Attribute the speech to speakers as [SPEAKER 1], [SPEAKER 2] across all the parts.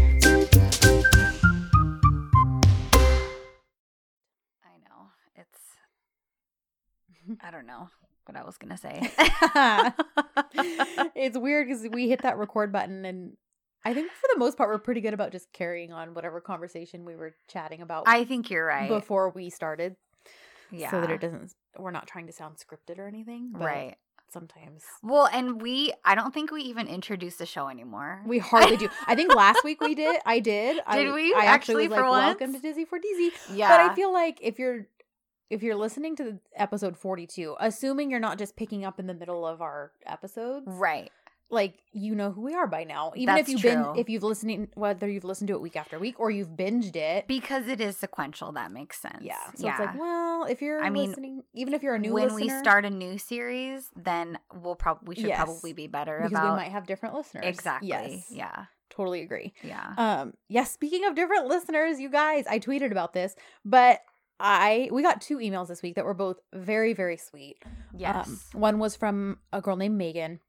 [SPEAKER 1] it's I don't know what I was gonna say.
[SPEAKER 2] it's weird because we hit that record button and I think for the most part we're pretty good about just carrying on whatever conversation we were chatting about
[SPEAKER 1] I think you're right.
[SPEAKER 2] before we started.
[SPEAKER 1] yeah.
[SPEAKER 2] So that it doesn't we're not trying to sound scripted or anything. But
[SPEAKER 1] right.
[SPEAKER 2] sometimes
[SPEAKER 1] Well, and we I don't think we even introduced the show anymore.
[SPEAKER 2] we hardly do. I think last week we did. I did. Did I,
[SPEAKER 1] we?
[SPEAKER 2] I
[SPEAKER 1] Actually,
[SPEAKER 2] actually, was
[SPEAKER 1] for
[SPEAKER 2] like,
[SPEAKER 1] once?
[SPEAKER 2] welcome to Dizzy for Dizzy.
[SPEAKER 1] yeah.
[SPEAKER 2] But I feel like if you're if you're listening to the episode 42, assuming you're not just picking up in the middle of our episodes,
[SPEAKER 1] right.
[SPEAKER 2] like you know who we are by now. Even
[SPEAKER 1] That's
[SPEAKER 2] if you've
[SPEAKER 1] true.
[SPEAKER 2] been if you've listening whether you've listened to it week after week or you've binged it.
[SPEAKER 1] Because it is sequential, that makes sense.
[SPEAKER 2] yeah. So it's like, well, if you're
[SPEAKER 1] I mean,
[SPEAKER 2] listening, even if you're a new
[SPEAKER 1] when
[SPEAKER 2] listener,
[SPEAKER 1] we start a new series, then we'll probably we should
[SPEAKER 2] Yes.
[SPEAKER 1] probably be better
[SPEAKER 2] because
[SPEAKER 1] about
[SPEAKER 2] we might have different listeners.
[SPEAKER 1] exactly.
[SPEAKER 2] Yes.
[SPEAKER 1] Yeah.
[SPEAKER 2] Totally agree.
[SPEAKER 1] Yeah.
[SPEAKER 2] Um, yeah, speaking of different listeners, you guys, I tweeted about this, but I we got two emails this week that were both very, very sweet.
[SPEAKER 1] yes.
[SPEAKER 2] Um, one was from a girl named Megan,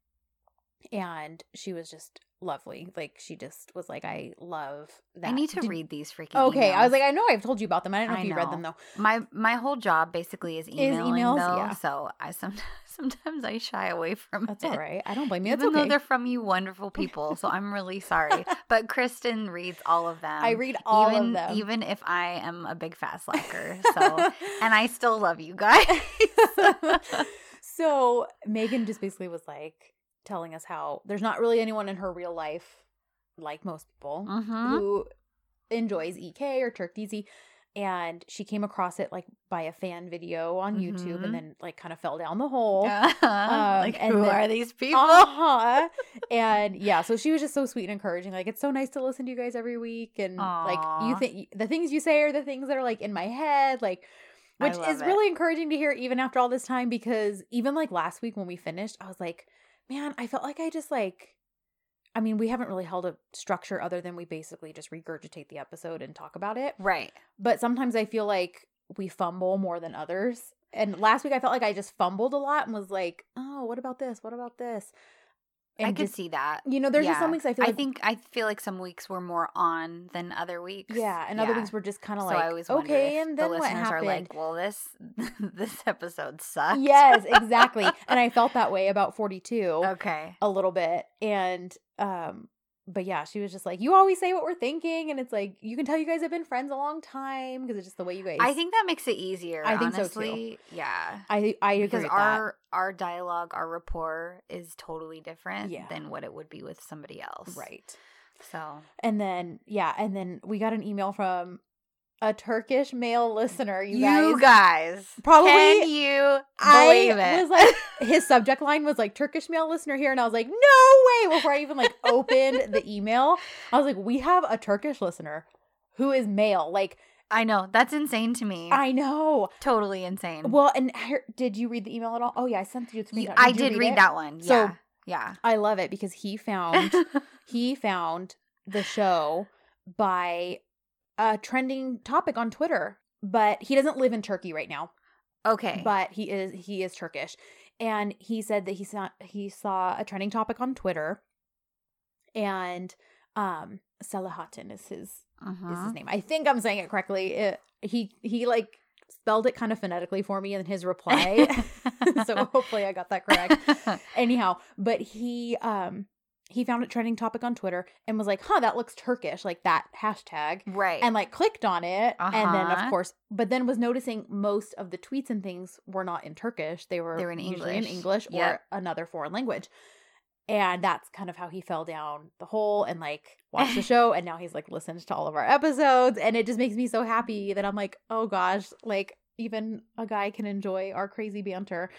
[SPEAKER 2] and she was just lovely. Like she just was like, I love that.
[SPEAKER 1] I need to
[SPEAKER 2] Did-
[SPEAKER 1] read these freaking.
[SPEAKER 2] Okay, I was
[SPEAKER 1] emails.
[SPEAKER 2] like, I know I've told you about them. I don't know
[SPEAKER 1] I
[SPEAKER 2] if you read them
[SPEAKER 1] know.
[SPEAKER 2] though.
[SPEAKER 1] my my whole job basically is emailing
[SPEAKER 2] emails,
[SPEAKER 1] though,
[SPEAKER 2] yeah.
[SPEAKER 1] so I sometimes sometimes I shy away from
[SPEAKER 2] That's
[SPEAKER 1] it.
[SPEAKER 2] all right. I don't blame you. That's
[SPEAKER 1] Even though
[SPEAKER 2] okay.
[SPEAKER 1] they're from you wonderful people, so I'm really sorry. but Kristen reads all of them.
[SPEAKER 2] I read all
[SPEAKER 1] even,
[SPEAKER 2] of them.
[SPEAKER 1] Even if I am a big fat slacker. So and I still love you guys.
[SPEAKER 2] so Megan just basically was like telling us how there's not really anyone in her real life, like most people,
[SPEAKER 1] Mhm.
[SPEAKER 2] who enjoys EK or Turk DZ. And she came across it like by a fan video on YouTube
[SPEAKER 1] Mhm.
[SPEAKER 2] and then like kind of fell down the hole.
[SPEAKER 1] like
[SPEAKER 2] Um, and
[SPEAKER 1] who
[SPEAKER 2] then-
[SPEAKER 1] are these people?
[SPEAKER 2] Uh-huh. and yeah, so she was just so sweet and encouraging. Like, it's so nice to listen to you guys every week. And like,
[SPEAKER 1] Aw.
[SPEAKER 2] you think the things you say are the things that are like in my head, like,
[SPEAKER 1] I
[SPEAKER 2] which
[SPEAKER 1] love
[SPEAKER 2] is
[SPEAKER 1] it.
[SPEAKER 2] really encouraging to hear even after all this time. Because even like last week when we finished, I was like, man, I felt like I just like, I mean, we haven't really held a structure other than we basically just regurgitate the episode and talk about it.
[SPEAKER 1] Right.
[SPEAKER 2] But sometimes I feel like we fumble more than others. And last week I felt like I just fumbled a lot and was like, oh, what about this? What about this? And
[SPEAKER 1] I could
[SPEAKER 2] just-
[SPEAKER 1] see that.
[SPEAKER 2] You know, there's just some
[SPEAKER 1] Yeah.
[SPEAKER 2] weeks I feel like,
[SPEAKER 1] think I feel like some weeks we're more on than other weeks.
[SPEAKER 2] yeah, and other weeks we're just kind of
[SPEAKER 1] so
[SPEAKER 2] like,
[SPEAKER 1] I always wonder
[SPEAKER 2] okay,
[SPEAKER 1] if
[SPEAKER 2] and then
[SPEAKER 1] the
[SPEAKER 2] what
[SPEAKER 1] listeners
[SPEAKER 2] happened?
[SPEAKER 1] are like, well, this this episode sucks.
[SPEAKER 2] yes, exactly. and I felt that way about 42
[SPEAKER 1] okay.
[SPEAKER 2] a little bit. And, um, but yeah, she was just like, you always say what we're thinking. And it's like, you can tell you guys have been friends a long time because it's just the way you guys.
[SPEAKER 1] I think that makes it easier.
[SPEAKER 2] I think so, too.
[SPEAKER 1] honestly. Yeah.
[SPEAKER 2] I, I agree
[SPEAKER 1] because
[SPEAKER 2] with that.
[SPEAKER 1] our our dialogue, our rapport is totally different
[SPEAKER 2] Yeah.
[SPEAKER 1] than what it would be with somebody else.
[SPEAKER 2] Right.
[SPEAKER 1] So
[SPEAKER 2] And then yeah, and then we got an email from a Turkish male listener. You,
[SPEAKER 1] you
[SPEAKER 2] guys,
[SPEAKER 1] guys,
[SPEAKER 2] Probably-
[SPEAKER 1] can you believe
[SPEAKER 2] I
[SPEAKER 1] it?
[SPEAKER 2] was like, his subject line was like Turkish male listener here, and I was like, no way! Before I even like opened the email, I was like, we have a Turkish listener who is male. Like
[SPEAKER 1] I know that's insane to me.
[SPEAKER 2] I know.
[SPEAKER 1] totally insane.
[SPEAKER 2] Well, and her- did you read the email at all? Oh yeah, I sent you. a
[SPEAKER 1] You-
[SPEAKER 2] screenshot.
[SPEAKER 1] Mm. I
[SPEAKER 2] you
[SPEAKER 1] did read
[SPEAKER 2] it?
[SPEAKER 1] that one.
[SPEAKER 2] So-
[SPEAKER 1] yeah,
[SPEAKER 2] I love it because he found
[SPEAKER 1] yeah.
[SPEAKER 2] he found the show by a trending topic on Twitter. But he doesn't live in Turkey right now.
[SPEAKER 1] okay.
[SPEAKER 2] but he is he is Turkish, and he said that he saw he saw a trending topic on Twitter, and um Selahattin is his is
[SPEAKER 1] Mhm.
[SPEAKER 2] his name. I think I'm saying it correctly. It, he he like spelled it kind of phonetically for me in his reply, so hopefully I got that correct. Anyhow, but he um he found a trending topic on Twitter and was like, "Huh, that looks Turkish," like that hashtag
[SPEAKER 1] right.
[SPEAKER 2] and like clicked on it and then
[SPEAKER 1] Uh-huh.
[SPEAKER 2] of course but then was noticing most of the tweets and things were not in turkish they were,
[SPEAKER 1] They were in
[SPEAKER 2] usually in
[SPEAKER 1] English.
[SPEAKER 2] english
[SPEAKER 1] Yep.
[SPEAKER 2] or another foreign language and that's kind of how he fell down the hole and like watched the show and now he's like listened to all of our episodes and it just makes me so happy that i'm like oh gosh like even a guy can enjoy our crazy banter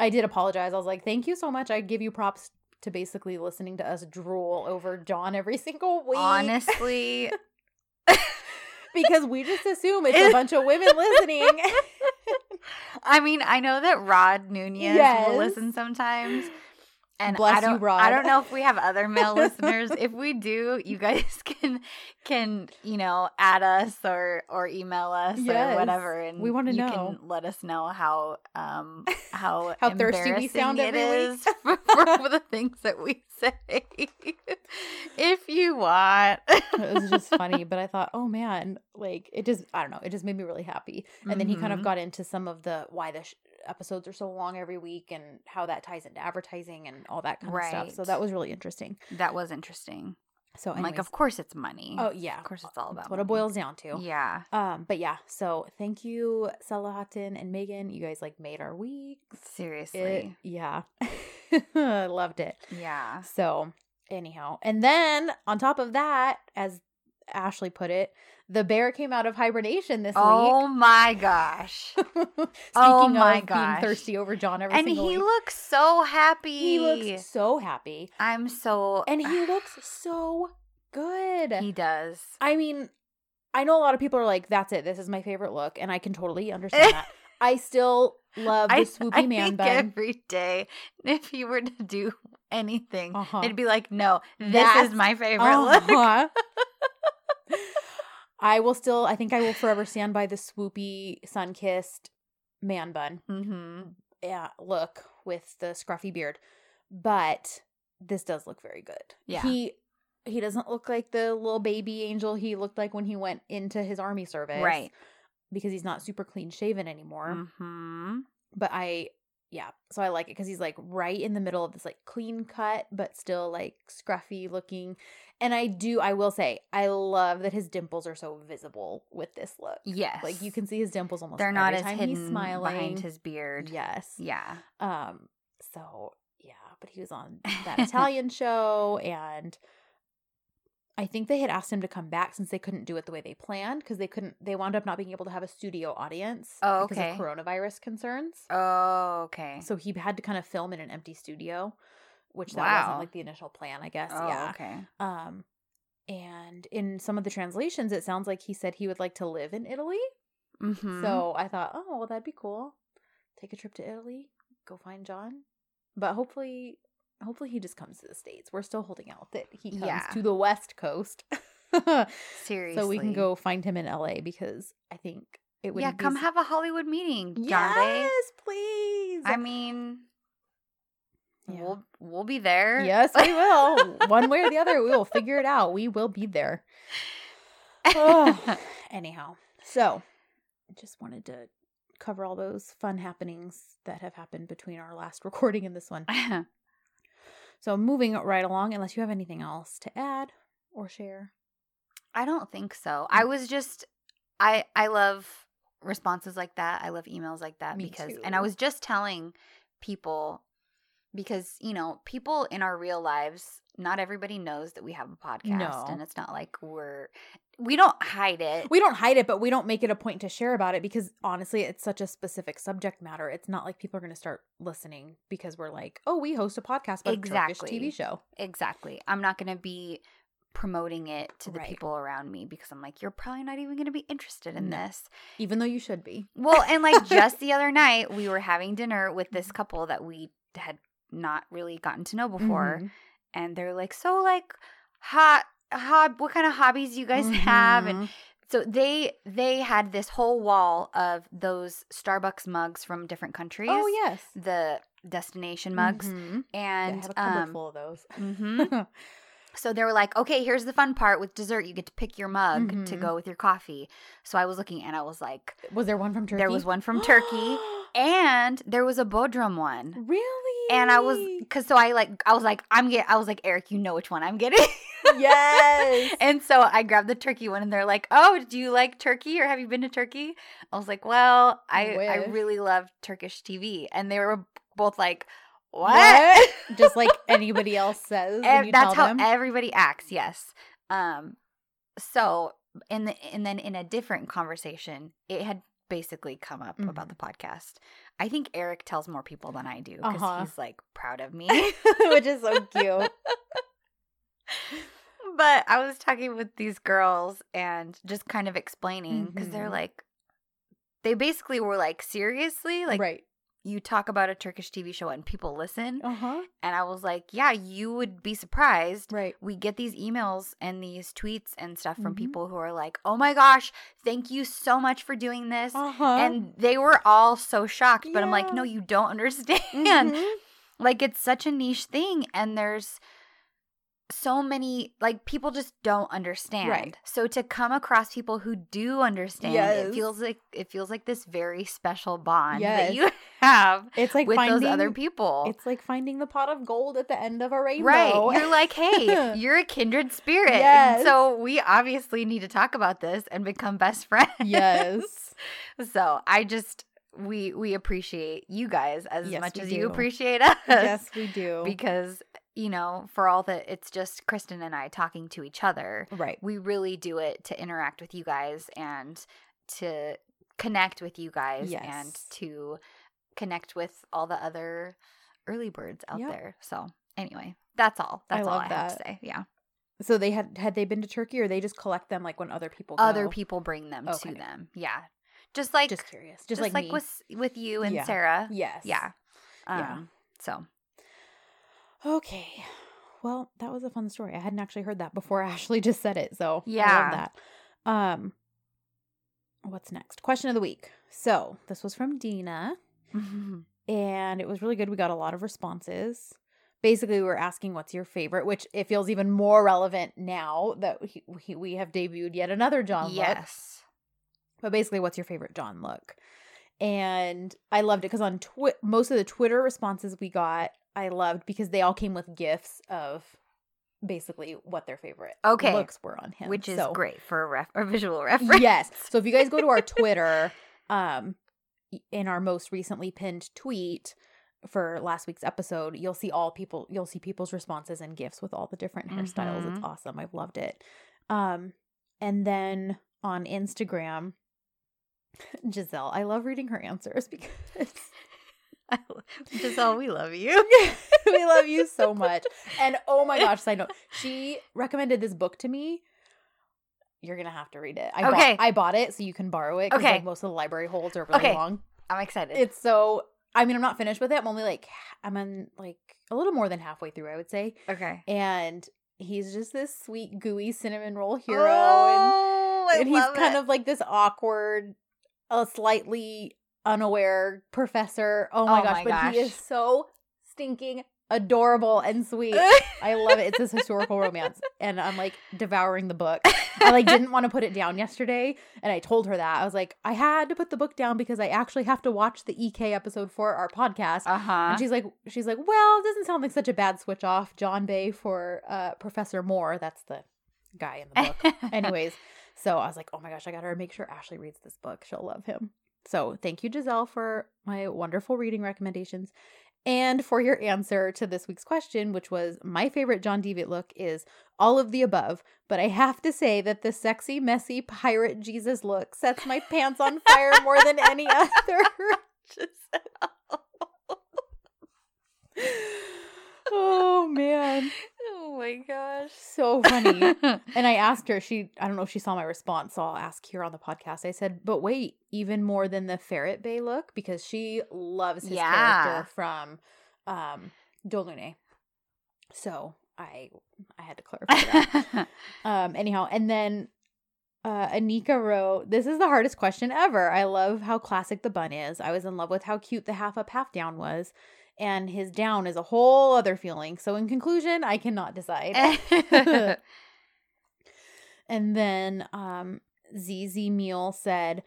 [SPEAKER 2] i did apologize i was like thank you so much i give you props to basically listening to us drool over john every single week
[SPEAKER 1] honestly,
[SPEAKER 2] because we just assume it's a bunch of women listening.
[SPEAKER 1] I mean, I know that Rod Nunez will
[SPEAKER 2] Yes.
[SPEAKER 1] listen sometimes. And
[SPEAKER 2] Bless
[SPEAKER 1] I
[SPEAKER 2] you,
[SPEAKER 1] don't,
[SPEAKER 2] Rod.
[SPEAKER 1] I don't know if we have other male listeners. If we do, you guys can can you know add us or or email us
[SPEAKER 2] Yes.
[SPEAKER 1] or whatever, and
[SPEAKER 2] We wanna
[SPEAKER 1] you
[SPEAKER 2] know.
[SPEAKER 1] Can let us know how um how
[SPEAKER 2] How thirsty we sound
[SPEAKER 1] embarrassing
[SPEAKER 2] every
[SPEAKER 1] it is
[SPEAKER 2] week.
[SPEAKER 1] for, for the things that we say. if you want,
[SPEAKER 2] it was just funny, but I thought, oh man, like it just, I don't know, it just made me really happy. And then he kind of
[SPEAKER 1] Mhm.
[SPEAKER 2] got into some of the why the sh- episodes are so long every week and how that ties into advertising and all that kind of stuff. So
[SPEAKER 1] Right.
[SPEAKER 2] that was really interesting.
[SPEAKER 1] that was interesting.
[SPEAKER 2] So,
[SPEAKER 1] I'm
[SPEAKER 2] anyways,
[SPEAKER 1] like, of course it's money.
[SPEAKER 2] oh yeah,
[SPEAKER 1] of course it's all about
[SPEAKER 2] that's what it
[SPEAKER 1] money.
[SPEAKER 2] boils down to.
[SPEAKER 1] Yeah,
[SPEAKER 2] Um, but yeah, so thank you, Salahatin and Megan. You guys like made our weeks.
[SPEAKER 1] seriously.
[SPEAKER 2] It, yeah, I loved it.
[SPEAKER 1] yeah.
[SPEAKER 2] So, anyhow, and then on top of that, as Ashley put it, the bear came out of hibernation this
[SPEAKER 1] Oh my gosh.
[SPEAKER 2] week. Speaking
[SPEAKER 1] oh my
[SPEAKER 2] of
[SPEAKER 1] gosh.
[SPEAKER 2] being thirsty over John every
[SPEAKER 1] and
[SPEAKER 2] single
[SPEAKER 1] he
[SPEAKER 2] week.
[SPEAKER 1] looks so happy.
[SPEAKER 2] he looks so happy,
[SPEAKER 1] I'm so.
[SPEAKER 2] and he looks so good.
[SPEAKER 1] he does.
[SPEAKER 2] I mean, I know a lot of people are like, "That's it. This is my favorite look," and I can totally understand that. I still love the
[SPEAKER 1] I,
[SPEAKER 2] swoopy
[SPEAKER 1] I
[SPEAKER 2] man
[SPEAKER 1] think
[SPEAKER 2] bun.
[SPEAKER 1] every day, if he were to do anything,
[SPEAKER 2] Uh-huh.
[SPEAKER 1] it'd be like, no, this
[SPEAKER 2] That's-
[SPEAKER 1] is my favorite look.
[SPEAKER 2] Uh-huh. I will still. I think I will forever stand by the swoopy, sun-kissed man bun.
[SPEAKER 1] hmm
[SPEAKER 2] Yeah, look with the scruffy beard, but this does look very good.
[SPEAKER 1] Yeah.
[SPEAKER 2] he he doesn't look like the little baby angel he looked like when he went into his army service,
[SPEAKER 1] Right.
[SPEAKER 2] Because he's not super clean shaven anymore.
[SPEAKER 1] hmm
[SPEAKER 2] but I yeah, so I like it because he's like right in the middle of this like clean cut, but still like scruffy looking. And I do, I will say, I love that his dimples are so visible with this look.
[SPEAKER 1] Yes.
[SPEAKER 2] Like you can see his dimples almost.
[SPEAKER 1] They're not
[SPEAKER 2] every
[SPEAKER 1] as
[SPEAKER 2] time
[SPEAKER 1] hidden
[SPEAKER 2] he's smiling.
[SPEAKER 1] behind his beard.
[SPEAKER 2] Yes.
[SPEAKER 1] Yeah.
[SPEAKER 2] Um. So yeah, but he was on that Italian show, and I think they had asked him to come back since they couldn't do it the way they planned because they couldn't. They wound up not being able to have a studio audience
[SPEAKER 1] Oh,
[SPEAKER 2] because
[SPEAKER 1] okay.
[SPEAKER 2] of coronavirus concerns.
[SPEAKER 1] Oh, okay.
[SPEAKER 2] So he had to kind of film in an empty studio, which that
[SPEAKER 1] Wow.
[SPEAKER 2] wasn't like the initial plan, I guess.
[SPEAKER 1] oh,
[SPEAKER 2] yeah.
[SPEAKER 1] okay.
[SPEAKER 2] Um, and in some of the translations, it sounds like he said he would like to live in Italy.
[SPEAKER 1] hmm
[SPEAKER 2] So I thought, oh, well, that'd be cool. Take a trip to Italy, go find John. But hopefully, hopefully he just comes to the states. We're still holding out that he comes
[SPEAKER 1] Yeah.
[SPEAKER 2] to the West Coast,
[SPEAKER 1] seriously.
[SPEAKER 2] so we can go find him in LA because I think it would.
[SPEAKER 1] Yeah, come have a Hollywood meeting, John Day.
[SPEAKER 2] Yes, please.
[SPEAKER 1] I mean,
[SPEAKER 2] Yeah.
[SPEAKER 1] we'll we'll be there.
[SPEAKER 2] Yes, we will. One way or the other, we will figure it out. We will be there. Oh, anyhow, so I just wanted to cover all those fun happenings that have happened between our last recording and this one. So moving right along, unless you have anything else to add or share.
[SPEAKER 1] I don't think so. I
[SPEAKER 2] Mm.
[SPEAKER 1] was just I I love responses like that. I love emails like that
[SPEAKER 2] Me
[SPEAKER 1] because and I
[SPEAKER 2] too.
[SPEAKER 1] was just telling people because, you know, people in our real lives, not everybody knows that we have a podcast
[SPEAKER 2] No.
[SPEAKER 1] and it's not like we're we don't hide it.
[SPEAKER 2] We don't hide it, but we don't make it a point to share about it because honestly, it's such a specific subject matter. It's not like people are going to start listening because we're like, oh, we host a podcast about a
[SPEAKER 1] Exactly.
[SPEAKER 2] Turkish TV show.
[SPEAKER 1] Exactly. I'm not going to be promoting it to the
[SPEAKER 2] Right.
[SPEAKER 1] people around me because I'm like, you're probably not even going to be interested in
[SPEAKER 2] No.
[SPEAKER 1] this.
[SPEAKER 2] Even though you should be.
[SPEAKER 1] Well, and like just the other night, we were having dinner with
[SPEAKER 2] Mm-hmm.
[SPEAKER 1] this couple that we had not really gotten to know before,
[SPEAKER 2] Mhm.
[SPEAKER 1] and they're like, so like, hot. Hob, what kind of hobbies you guys have and
[SPEAKER 2] Mhm.
[SPEAKER 1] so they they had this whole wall of those starbucks mugs from different countries
[SPEAKER 2] Oh yes,
[SPEAKER 1] the destination mugs
[SPEAKER 2] Mhm. Yeah, I
[SPEAKER 1] and
[SPEAKER 2] have a cupboard
[SPEAKER 1] um
[SPEAKER 2] full of those.
[SPEAKER 1] mhm.
[SPEAKER 2] hmm,
[SPEAKER 1] So they were like, okay, here's the fun part with dessert. You get to pick your mug to
[SPEAKER 2] Mhm.
[SPEAKER 1] go with your coffee. So I was looking and I was like,
[SPEAKER 2] was there one from Turkey?
[SPEAKER 1] there was one from Turkey and there was a Bodrum one.
[SPEAKER 2] really?
[SPEAKER 1] And I was, cause so I like, I was like, I'm get, I was like, Eric, you know which one I'm getting.
[SPEAKER 2] yes.
[SPEAKER 1] and so I grabbed the turkey one and they're like, oh, do you like Turkey or have you been to Turkey? I was like, well, I, I
[SPEAKER 2] Wish.
[SPEAKER 1] really love Turkish TV. And they were both like, what?
[SPEAKER 2] What? Just like anybody else says, when
[SPEAKER 1] Ev-
[SPEAKER 2] you
[SPEAKER 1] that's
[SPEAKER 2] tell
[SPEAKER 1] how
[SPEAKER 2] them.
[SPEAKER 1] everybody acts yes um so in the and then in a different conversation it had basically come up about
[SPEAKER 2] Mm-hmm.
[SPEAKER 1] the podcast i think eric tells more people than i do because
[SPEAKER 2] Uh-huh.
[SPEAKER 1] he's like proud of me
[SPEAKER 2] which is so cute.
[SPEAKER 1] but i was talking with these girls and just kind of explaining because they're
[SPEAKER 2] Mhm.
[SPEAKER 1] like they basically were like seriously like
[SPEAKER 2] right.
[SPEAKER 1] you talk about a Turkish TV show and people listen.
[SPEAKER 2] Uh huh.
[SPEAKER 1] And I was like, yeah, you would be surprised.
[SPEAKER 2] Right.
[SPEAKER 1] We get these emails and these tweets and stuff from
[SPEAKER 2] Mhm.
[SPEAKER 1] people who are like, oh my gosh, thank you so much for doing this.
[SPEAKER 2] Uh huh.
[SPEAKER 1] And they were all so shocked, but I'm like,
[SPEAKER 2] Yeah. Mm-hmm.
[SPEAKER 1] no, you don't understand. mm-hmm. Like, it's such a niche thing, and there's so many, like, people just don't understand.
[SPEAKER 2] Right.
[SPEAKER 1] So to come across people who do understand,
[SPEAKER 2] Yes.
[SPEAKER 1] it feels like it feels like this very special bond
[SPEAKER 2] Yes.
[SPEAKER 1] that you have
[SPEAKER 2] it's like
[SPEAKER 1] with
[SPEAKER 2] finding
[SPEAKER 1] those other people.
[SPEAKER 2] It's like finding the pot of gold at the end of a rainbow.
[SPEAKER 1] Right. You're like, hey, you're a kindred spirit. And
[SPEAKER 2] Yes.
[SPEAKER 1] So we obviously need to talk about this and become best friends.
[SPEAKER 2] yes.
[SPEAKER 1] So I just we we appreciate you guys as
[SPEAKER 2] Yes,
[SPEAKER 1] much
[SPEAKER 2] we
[SPEAKER 1] as you
[SPEAKER 2] do.
[SPEAKER 1] appreciate us.
[SPEAKER 2] yes, we do.
[SPEAKER 1] Because, you know, for all that it's just Kristen and I talking to each other.
[SPEAKER 2] right.
[SPEAKER 1] We really do it to interact with you guys and to connect with you guys and
[SPEAKER 2] Yes.
[SPEAKER 1] to connect with all the other early birds out
[SPEAKER 2] Yep.
[SPEAKER 1] there. So anyway, that's all.
[SPEAKER 2] I
[SPEAKER 1] That's all
[SPEAKER 2] love
[SPEAKER 1] I have to
[SPEAKER 2] that.
[SPEAKER 1] say. Yeah.
[SPEAKER 2] So they had had they been to Turkey or they just collect them like when other people
[SPEAKER 1] Other
[SPEAKER 2] go?
[SPEAKER 1] people bring them
[SPEAKER 2] Okay.
[SPEAKER 1] to them. Yeah. Just like
[SPEAKER 2] Just
[SPEAKER 1] just,
[SPEAKER 2] curious. Just,
[SPEAKER 1] like,
[SPEAKER 2] like, me.
[SPEAKER 1] with with you and
[SPEAKER 2] Yeah.
[SPEAKER 1] Sarah.
[SPEAKER 2] yes.
[SPEAKER 1] Yeah. Um,
[SPEAKER 2] Yeah.
[SPEAKER 1] So
[SPEAKER 2] Okay. Well, that was a fun story. I hadn't actually heard that before Ashley just said it. So I
[SPEAKER 1] Yeah.
[SPEAKER 2] love that. Um what's next? Question of the week. So this was from Dina and it was really good. We got a lot of responses. Basically, we were asking what's your favorite, which it feels even more relevant now that he, he, we have debuted yet another John look.
[SPEAKER 1] yes.
[SPEAKER 2] But basically, what's your favorite John look? And I loved it because on Twi- most of the Twitter responses we got, I loved because they all came with gifts of basically what their favorite
[SPEAKER 1] Okay.
[SPEAKER 2] looks were on him,
[SPEAKER 1] Which is
[SPEAKER 2] So-
[SPEAKER 1] great for a ref or visual reference.
[SPEAKER 2] Yes. So if you guys go to our Twitter, um, in our most recently pinned tweet for last week's episode, you'll see all people you'll see people's responses and gifts with all the different hairstyles. It's
[SPEAKER 1] Mhm.
[SPEAKER 2] awesome. I've loved it. Um, and then on Instagram, Giselle, I love reading her answers because
[SPEAKER 1] Giselle, we love you.
[SPEAKER 2] we love you so much. And oh my gosh, side note, she recommended this book to me. You're gonna have to read it. I
[SPEAKER 1] Okay.
[SPEAKER 2] bought, I bought it, so you can borrow it. 'cause,
[SPEAKER 1] Okay.
[SPEAKER 2] like, most of the library holds are really
[SPEAKER 1] Okay.
[SPEAKER 2] long.
[SPEAKER 1] I'm excited.
[SPEAKER 2] It's so. I mean, I'm not finished with it. I'm only like I'm on like a little more than halfway through, I would say.
[SPEAKER 1] okay.
[SPEAKER 2] And he's just this sweet, gooey cinnamon roll hero, and-
[SPEAKER 1] Oh, I
[SPEAKER 2] and, he's
[SPEAKER 1] love
[SPEAKER 2] kind
[SPEAKER 1] it.
[SPEAKER 2] of like this awkward, uh, slightly unaware professor. Oh my
[SPEAKER 1] Oh my
[SPEAKER 2] gosh, but he
[SPEAKER 1] gosh.
[SPEAKER 2] is so stinking adorable and sweet. I love it. It's this historical romance, and I'm like devouring the book. I like didn't want to put it down yesterday, and I told her that I was like, I had to put the book down because I actually have to watch the EK episode for our podcast.
[SPEAKER 1] Uh huh.
[SPEAKER 2] And she's like, she's like, well, it doesn't sound like such a bad switch off, John Bay for uh, Professor Moore. That's the guy in the book. Anyways, so I was like, oh my gosh, I gotta make sure Ashley reads this book. She'll love him. So thank you, Giselle, for my wonderful reading recommendations and for your answer to this week's question, which was my favorite John Deviant look is all of the above, but I have to say that the sexy, messy pirate Jesus look sets my pants on fire more than any other. oh man.
[SPEAKER 1] oh my gosh.
[SPEAKER 2] So funny. And I asked her, she, I don't know if she saw my response, so I'll ask here on the podcast. I said, but wait, even more than the Ferret Bay look, because she loves his
[SPEAKER 1] Yeah.
[SPEAKER 2] character from um, Dolune. So I I had to clarify that. um, anyhow, and then uh, Anika wrote, This is the hardest question ever. I love how classic the bun is. I was in love with how cute the half up, half down was. And his down is a whole other feeling. So, in conclusion, I cannot decide. And then um, ZZ Meal said,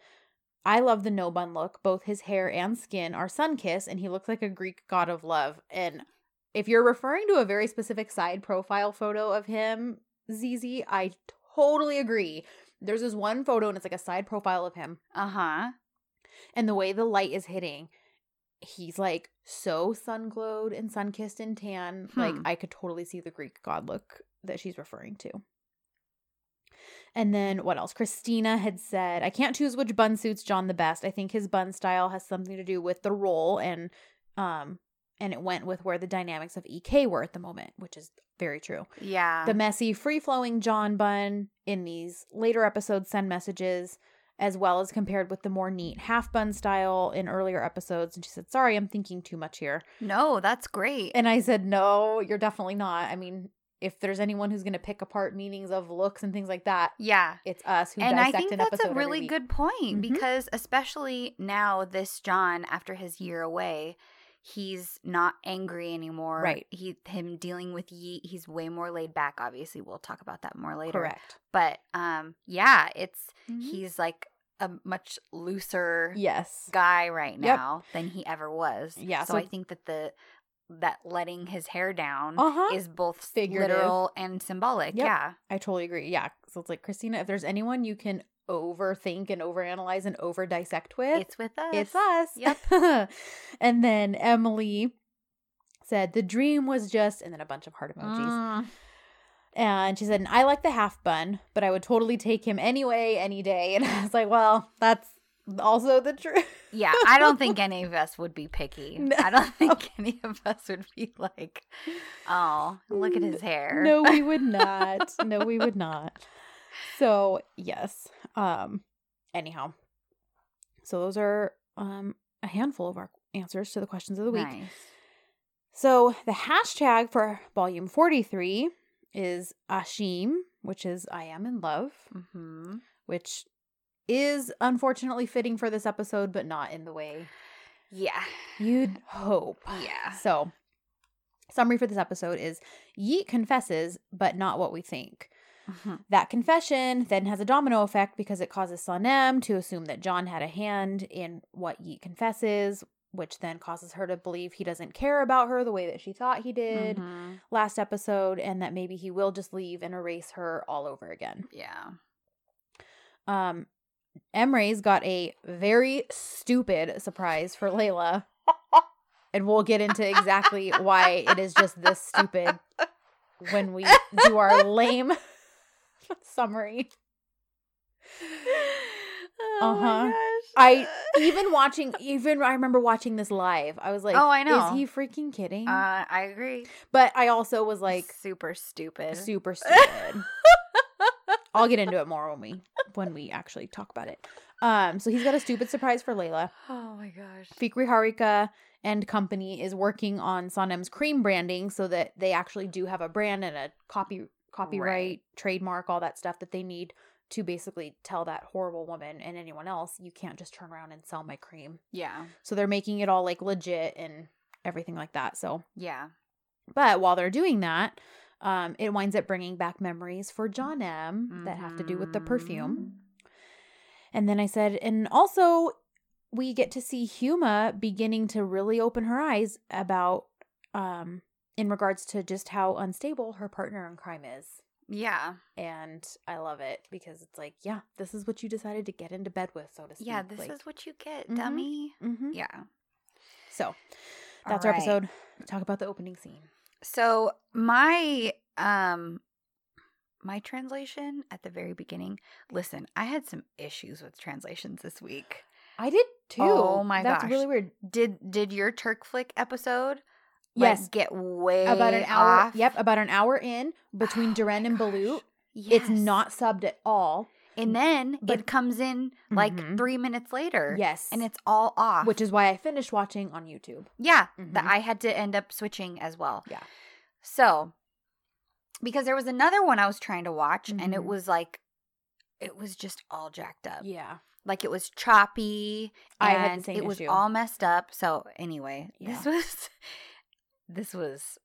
[SPEAKER 2] I love the no bun look. Both his hair and skin are sun kiss, and he looks like a Greek god of love. And if you're referring to a very specific side profile photo of him, ZZ, I totally agree. There's this one photo, and it's like a side profile of him,
[SPEAKER 1] uh huh.
[SPEAKER 2] and the way the light is hitting, he's like so sun glowed and sun kissed and tan. Like
[SPEAKER 1] Hmm.
[SPEAKER 2] I could totally see the Greek god look that she's referring to. And then what else? Christina had said, I can't choose which bun suits John the best. I think his bun style has something to do with the role and um and it went with where the dynamics of EK were at the moment, which is very true
[SPEAKER 1] Yeah.
[SPEAKER 2] the messy, free flowing John bun in these later episodes send messages as well as compared with the more neat half bun style in earlier episodes. And she said, Sorry, I'm thinking too much here.
[SPEAKER 1] No, that's great.
[SPEAKER 2] And I said, No, you're definitely not. I mean, if there's anyone who's going to pick apart meanings of looks and things like that,
[SPEAKER 1] yeah.
[SPEAKER 2] it's us who
[SPEAKER 1] And I
[SPEAKER 2] dissect
[SPEAKER 1] think
[SPEAKER 2] an
[SPEAKER 1] that's
[SPEAKER 2] episode
[SPEAKER 1] a
[SPEAKER 2] every
[SPEAKER 1] really
[SPEAKER 2] week.
[SPEAKER 1] good point
[SPEAKER 2] Mhm.
[SPEAKER 1] because, especially now, this John, after his year away, he's not angry anymore.
[SPEAKER 2] Right.
[SPEAKER 1] He him dealing with Yeet, he's way more laid back. Obviously, we'll talk about that more later.
[SPEAKER 2] correct.
[SPEAKER 1] But um, yeah, it's
[SPEAKER 2] He-
[SPEAKER 1] he's like a much looser
[SPEAKER 2] yes,
[SPEAKER 1] guy right
[SPEAKER 2] Yep.
[SPEAKER 1] now than he ever was.
[SPEAKER 2] Yeah,
[SPEAKER 1] So,
[SPEAKER 2] so-
[SPEAKER 1] I think that the that letting his hair down
[SPEAKER 2] uh huh.
[SPEAKER 1] is both
[SPEAKER 2] Figurative.
[SPEAKER 1] literal and symbolic.
[SPEAKER 2] Yep.
[SPEAKER 1] Yeah.
[SPEAKER 2] I totally agree. Yeah, so it's like Christina, if there's anyone you can overthink and overanalyze and over dissect with,
[SPEAKER 1] It's with us.
[SPEAKER 2] It's us. Yep. and then Emily said the dream was just, and then a bunch of heart emojis.
[SPEAKER 1] Mm.
[SPEAKER 2] And she said, and I like the half bun, but I would totally take him anyway, any day. And I was like, well, that's also the truth.
[SPEAKER 1] Yeah, I don't think any of us would be picky.
[SPEAKER 2] No. Oh.
[SPEAKER 1] I don't think any of us would be like, oh, look at his hair.
[SPEAKER 2] No, we would not. no, we would not. So yes. Um. Anyhow, so those are um a handful of our answers to the questions of the week.
[SPEAKER 1] Nice.
[SPEAKER 2] So the hashtag for volume 43 is Ashim, which is I am in love,
[SPEAKER 1] hmm
[SPEAKER 2] which is unfortunately fitting for this episode, but not in the way
[SPEAKER 1] Yeah.
[SPEAKER 2] you'd hope.
[SPEAKER 1] Yeah.
[SPEAKER 2] So, summary for this episode is Yeet confesses, but not what we think.
[SPEAKER 1] Mhm.
[SPEAKER 2] That confession then has a domino effect because it causes Sanem to assume that John had a hand in what Yeet confesses, which then causes her to believe he doesn't care about her the way that she thought he did
[SPEAKER 1] Mhm.
[SPEAKER 2] last episode and that maybe he will just leave and erase her all over again.
[SPEAKER 1] Yeah.
[SPEAKER 2] Um Emre's got a very stupid surprise for Layla. and we'll get into exactly why it is just this stupid when we do our lame summary.
[SPEAKER 1] Oh
[SPEAKER 2] Uh-huh.
[SPEAKER 1] my gosh.
[SPEAKER 2] I even watching even I remember watching this live. I was like,
[SPEAKER 1] Oh, I know.
[SPEAKER 2] Is he freaking kidding?
[SPEAKER 1] Uh, I agree.
[SPEAKER 2] but I also was like
[SPEAKER 1] super stupid.
[SPEAKER 2] super stupid. I'll get into it more when we when we actually talk about it. Um, so he's got a stupid surprise for Layla.
[SPEAKER 1] Oh my gosh.
[SPEAKER 2] Fikri Harika and company is working on Sanem's cream branding so that they actually do have a brand and a copy copyright,
[SPEAKER 1] Right.
[SPEAKER 2] trademark, all that stuff that they need to basically tell that horrible woman and anyone else, you can't just turn around and sell my cream.
[SPEAKER 1] Yeah.
[SPEAKER 2] So they're making it all like legit and everything like that. So
[SPEAKER 1] Yeah.
[SPEAKER 2] but while they're doing that, um, it winds up bringing back memories for John M that have to do with the perfume.
[SPEAKER 1] Mm-hmm.
[SPEAKER 2] And then I said, and also we get to see Huma beginning to really open her eyes about, um, in regards to just how unstable her partner in crime is.
[SPEAKER 1] Mm-hmm. Yeah.
[SPEAKER 2] And I love it because it's like, yeah, this is what you decided to get into bed with, so to speak.
[SPEAKER 1] Yeah. This
[SPEAKER 2] like,
[SPEAKER 1] is what you get,
[SPEAKER 2] Mhm.
[SPEAKER 1] dummy.
[SPEAKER 2] hmm
[SPEAKER 1] Yeah.
[SPEAKER 2] So that's our
[SPEAKER 1] Alright.
[SPEAKER 2] episode. Talk about the opening scene.
[SPEAKER 1] So my um my translation at the very beginning. Listen, I had some issues with translations this week.
[SPEAKER 2] I did too.
[SPEAKER 1] Oh my
[SPEAKER 2] that's
[SPEAKER 1] gosh.
[SPEAKER 2] really weird.
[SPEAKER 1] Did did your Turk flick episode like,
[SPEAKER 2] Yes,
[SPEAKER 1] get way
[SPEAKER 2] about an hour.
[SPEAKER 1] off?
[SPEAKER 2] Yep, about an hour in between
[SPEAKER 1] Oh
[SPEAKER 2] Duran
[SPEAKER 1] my
[SPEAKER 2] and
[SPEAKER 1] gosh.
[SPEAKER 2] Balut.
[SPEAKER 1] Yes.
[SPEAKER 2] It's not subbed at all.
[SPEAKER 1] And then
[SPEAKER 2] but-
[SPEAKER 1] it comes in like
[SPEAKER 2] Mhm.
[SPEAKER 1] 3 minutes later.
[SPEAKER 2] Yes,
[SPEAKER 1] And it's all off.
[SPEAKER 2] which is why I finished watching on YouTube.
[SPEAKER 1] Yeah, that
[SPEAKER 2] Mhm.
[SPEAKER 1] I had to end up switching as well.
[SPEAKER 2] Yeah.
[SPEAKER 1] So, because there was another one I was trying to watch, and it
[SPEAKER 2] Mhm.
[SPEAKER 1] was like, it was just all jacked up.
[SPEAKER 2] Yeah,
[SPEAKER 1] Like it was choppy,
[SPEAKER 2] I had the
[SPEAKER 1] and
[SPEAKER 2] same
[SPEAKER 1] it was
[SPEAKER 2] issue.
[SPEAKER 1] all messed up. So anyway, this
[SPEAKER 2] Yeah.
[SPEAKER 1] was, this was,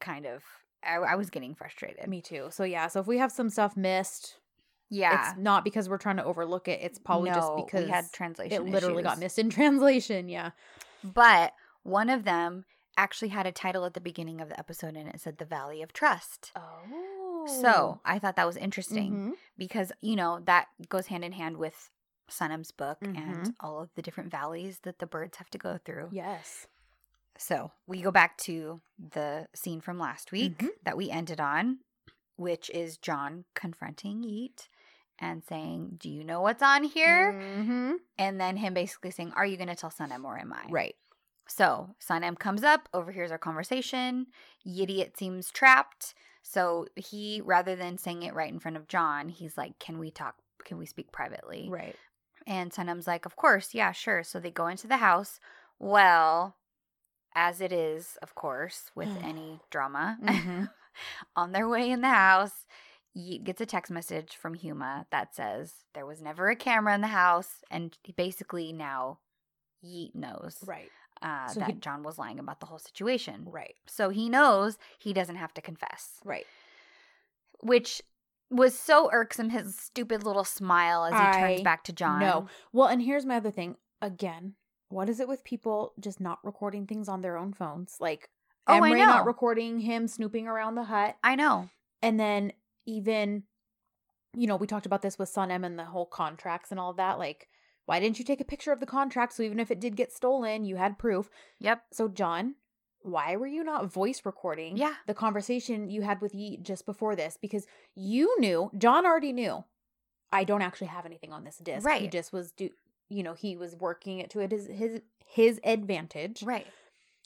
[SPEAKER 1] kind of. I, I was getting frustrated.
[SPEAKER 2] me too. So yeah, so if we have some stuff missed,
[SPEAKER 1] yeah.
[SPEAKER 2] it's not because we're trying to overlook it. It's probably just
[SPEAKER 1] No,
[SPEAKER 2] because
[SPEAKER 1] we had translation.
[SPEAKER 2] it literally got
[SPEAKER 1] issues.
[SPEAKER 2] missed in translation. Yeah.
[SPEAKER 1] But one of them actually had a title at the beginning of the episode, and it said "The Valley of Trust."
[SPEAKER 2] Oh. Mm-hmm.
[SPEAKER 1] So I thought that was interesting because, you know, that goes hand in hand with Sunem's book
[SPEAKER 2] Mm-hmm.
[SPEAKER 1] and all of the different valleys that the birds have to go through.
[SPEAKER 2] Yes.
[SPEAKER 1] So we go back to the scene from last week
[SPEAKER 2] Mhm.
[SPEAKER 1] that we ended on, which is John confronting Yeet and saying, Do you know what's on here?
[SPEAKER 2] Mhm.
[SPEAKER 1] And then him basically saying, Are you going to tell Sunem or am I?
[SPEAKER 2] Right.
[SPEAKER 1] So Sanem comes up, overhears our conversation. Yidiot seems trapped. So he, rather than saying it right in front of John, he's like, Can we talk can we speak privately?
[SPEAKER 2] Right.
[SPEAKER 1] And Sunum's like, of course, yeah, sure. So they go into the house. Well, as it is, of course, with any drama,
[SPEAKER 2] Mhm.
[SPEAKER 1] on their way in the house, he gets a text message from Huma that says there was never a camera in the house, and basically now Yeet knows
[SPEAKER 2] Right.
[SPEAKER 1] uh,
[SPEAKER 2] So
[SPEAKER 1] that
[SPEAKER 2] he-
[SPEAKER 1] John was lying about the whole situation.
[SPEAKER 2] Right.
[SPEAKER 1] So he knows he doesn't have to confess,
[SPEAKER 2] Right.
[SPEAKER 1] which was so irksome. His stupid little smile as he turns
[SPEAKER 2] I
[SPEAKER 1] back to John.
[SPEAKER 2] No. Well, and here's my other thing. Again, what is it with people just not recording things on their own phones? Like
[SPEAKER 1] Oh, I
[SPEAKER 2] Emery not
[SPEAKER 1] know.
[SPEAKER 2] recording him snooping around the hut.
[SPEAKER 1] I know.
[SPEAKER 2] And then even, you know, we talked about this with Son M and the whole contracts and all of that. Like, why didn't you take a picture of the contract? So even if it did get stolen, you had proof.
[SPEAKER 1] Yep.
[SPEAKER 2] So John, why were you not voice recording
[SPEAKER 1] Yeah.
[SPEAKER 2] the conversation you had with Yeet just before this? Because you knew, John already knew, I don't actually have anything on this disc. He
[SPEAKER 1] Right.
[SPEAKER 2] just was do you know, he was working it to it his his his advantage.
[SPEAKER 1] Right.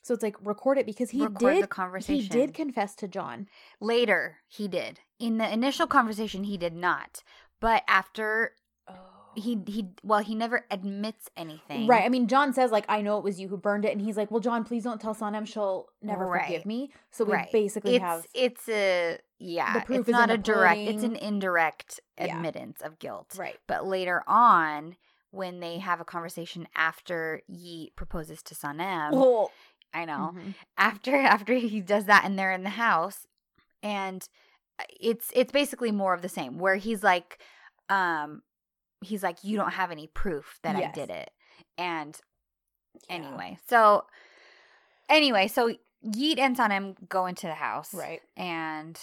[SPEAKER 2] So it's like record it because he
[SPEAKER 1] Record the
[SPEAKER 2] did
[SPEAKER 1] conversation.
[SPEAKER 2] he did confess to John.
[SPEAKER 1] Later, he did. In the initial conversation, he did not. But after
[SPEAKER 2] Oh.
[SPEAKER 1] he he well, he never admits anything.
[SPEAKER 2] Right. I mean, John says, like, I know it was you who burned it. And he's like, well, John, please don't tell Sonam. She'll never
[SPEAKER 1] Right.
[SPEAKER 2] forgive me. So we
[SPEAKER 1] Right.
[SPEAKER 2] basically
[SPEAKER 1] it's
[SPEAKER 2] have.
[SPEAKER 1] it's a yeah.
[SPEAKER 2] The proof
[SPEAKER 1] it's
[SPEAKER 2] is
[SPEAKER 1] not a
[SPEAKER 2] in the
[SPEAKER 1] direct. It's an
[SPEAKER 2] pudding.
[SPEAKER 1] indirect
[SPEAKER 2] Yeah.
[SPEAKER 1] admittance of guilt.
[SPEAKER 2] Right.
[SPEAKER 1] But later on, when they have a conversation after Yeet proposes to Sanem,
[SPEAKER 2] oh.
[SPEAKER 1] I know after after he does that and they're in the house and uh, it's it's basically more of the same where he's like um he's like you don't have any proof that
[SPEAKER 2] Yes.
[SPEAKER 1] i did it and
[SPEAKER 2] Yeah.
[SPEAKER 1] anyway so anyway so yeet and sanem go into the house
[SPEAKER 2] Right.
[SPEAKER 1] and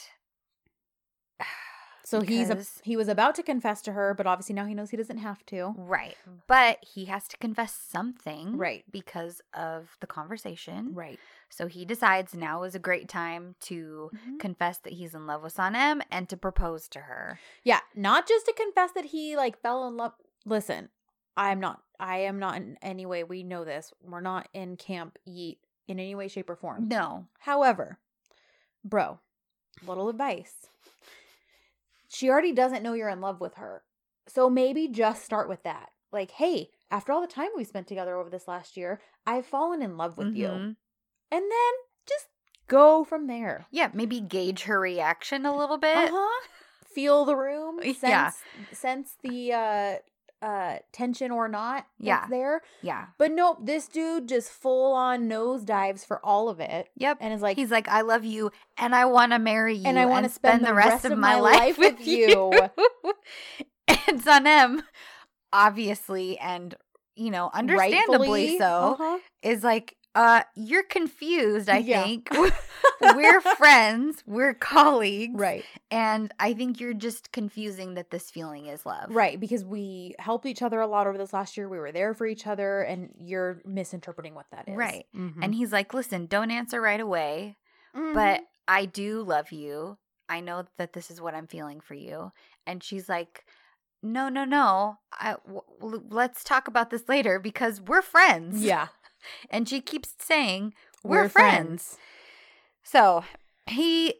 [SPEAKER 2] So he's a,
[SPEAKER 1] Because-
[SPEAKER 2] he was about to confess to her, but obviously now he knows he doesn't have to.
[SPEAKER 1] right but he has to confess something
[SPEAKER 2] Mm. Right.
[SPEAKER 1] because of the conversation
[SPEAKER 2] Right.
[SPEAKER 1] so he decides now is a great time to confess that he's in love with Sanem and to propose to her.
[SPEAKER 2] Yeah, not just to confess that he like fell in love. Listen, I'm not. I am not in any way. We know this. We're not in camp yeet in any way, shape, or form.
[SPEAKER 1] No.
[SPEAKER 2] However, bro, little advice. She already doesn't know you're in love with her. So maybe just start with that. Like, hey, after all the time we spent together over this last year, I've fallen in love with you. And
[SPEAKER 1] Mhm.
[SPEAKER 2] then just go from there.
[SPEAKER 1] Yeah, maybe gauge her reaction a little bit.
[SPEAKER 2] Uh-huh. Feel the room, sense
[SPEAKER 1] Eh. Yeah.
[SPEAKER 2] sense the uh uh tension or not that's
[SPEAKER 1] Yeah.
[SPEAKER 2] there.
[SPEAKER 1] Yeah.
[SPEAKER 2] But nope, this dude just full on nose dives for all of it
[SPEAKER 1] Yep.
[SPEAKER 2] and is like
[SPEAKER 1] he's like, I love you and I want to marry you
[SPEAKER 2] and I want to spend, the rest, of my life with you.
[SPEAKER 1] and Sanem, obviously, and, you know, understandably
[SPEAKER 2] Rightfully.
[SPEAKER 1] so,
[SPEAKER 2] Uh-huh.
[SPEAKER 1] is like, uh, you're confused, I
[SPEAKER 2] Yeah.
[SPEAKER 1] think. we're friends, we're colleagues.
[SPEAKER 2] Right,
[SPEAKER 1] And I think you're just confusing that this feeling is love.
[SPEAKER 2] right, because we helped each other a lot over this last year. We were there for each other, and you're misinterpreting what that is.
[SPEAKER 1] Right.
[SPEAKER 2] Mhm.
[SPEAKER 1] And he's like, listen, don't answer right away,
[SPEAKER 2] Mhm.
[SPEAKER 1] but I do love you. I know that this is what I'm feeling for you. And she's like, no, no, no. I, w- w- let's talk about this later because we're friends.
[SPEAKER 2] yeah,
[SPEAKER 1] And she keeps saying, we're, friends. So he,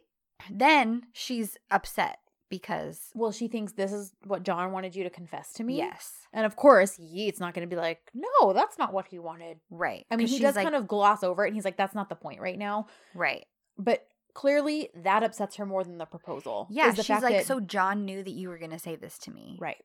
[SPEAKER 1] then she's upset because,
[SPEAKER 2] Well, she thinks this is what John wanted you to confess to me.
[SPEAKER 1] yes,
[SPEAKER 2] And of course, Yeats not going to be like, no, that's not what he wanted.
[SPEAKER 1] right.
[SPEAKER 2] I mean,
[SPEAKER 1] 'Cause
[SPEAKER 2] he
[SPEAKER 1] she's
[SPEAKER 2] does
[SPEAKER 1] like-
[SPEAKER 2] kind of gloss over it and he's like, that's not the point right now.
[SPEAKER 1] right.
[SPEAKER 2] But clearly, that upsets her more than the proposal.
[SPEAKER 1] Yeah.
[SPEAKER 2] is the
[SPEAKER 1] She's
[SPEAKER 2] fact
[SPEAKER 1] like,
[SPEAKER 2] that-
[SPEAKER 1] so John knew that you were going to say this to me.
[SPEAKER 2] Right.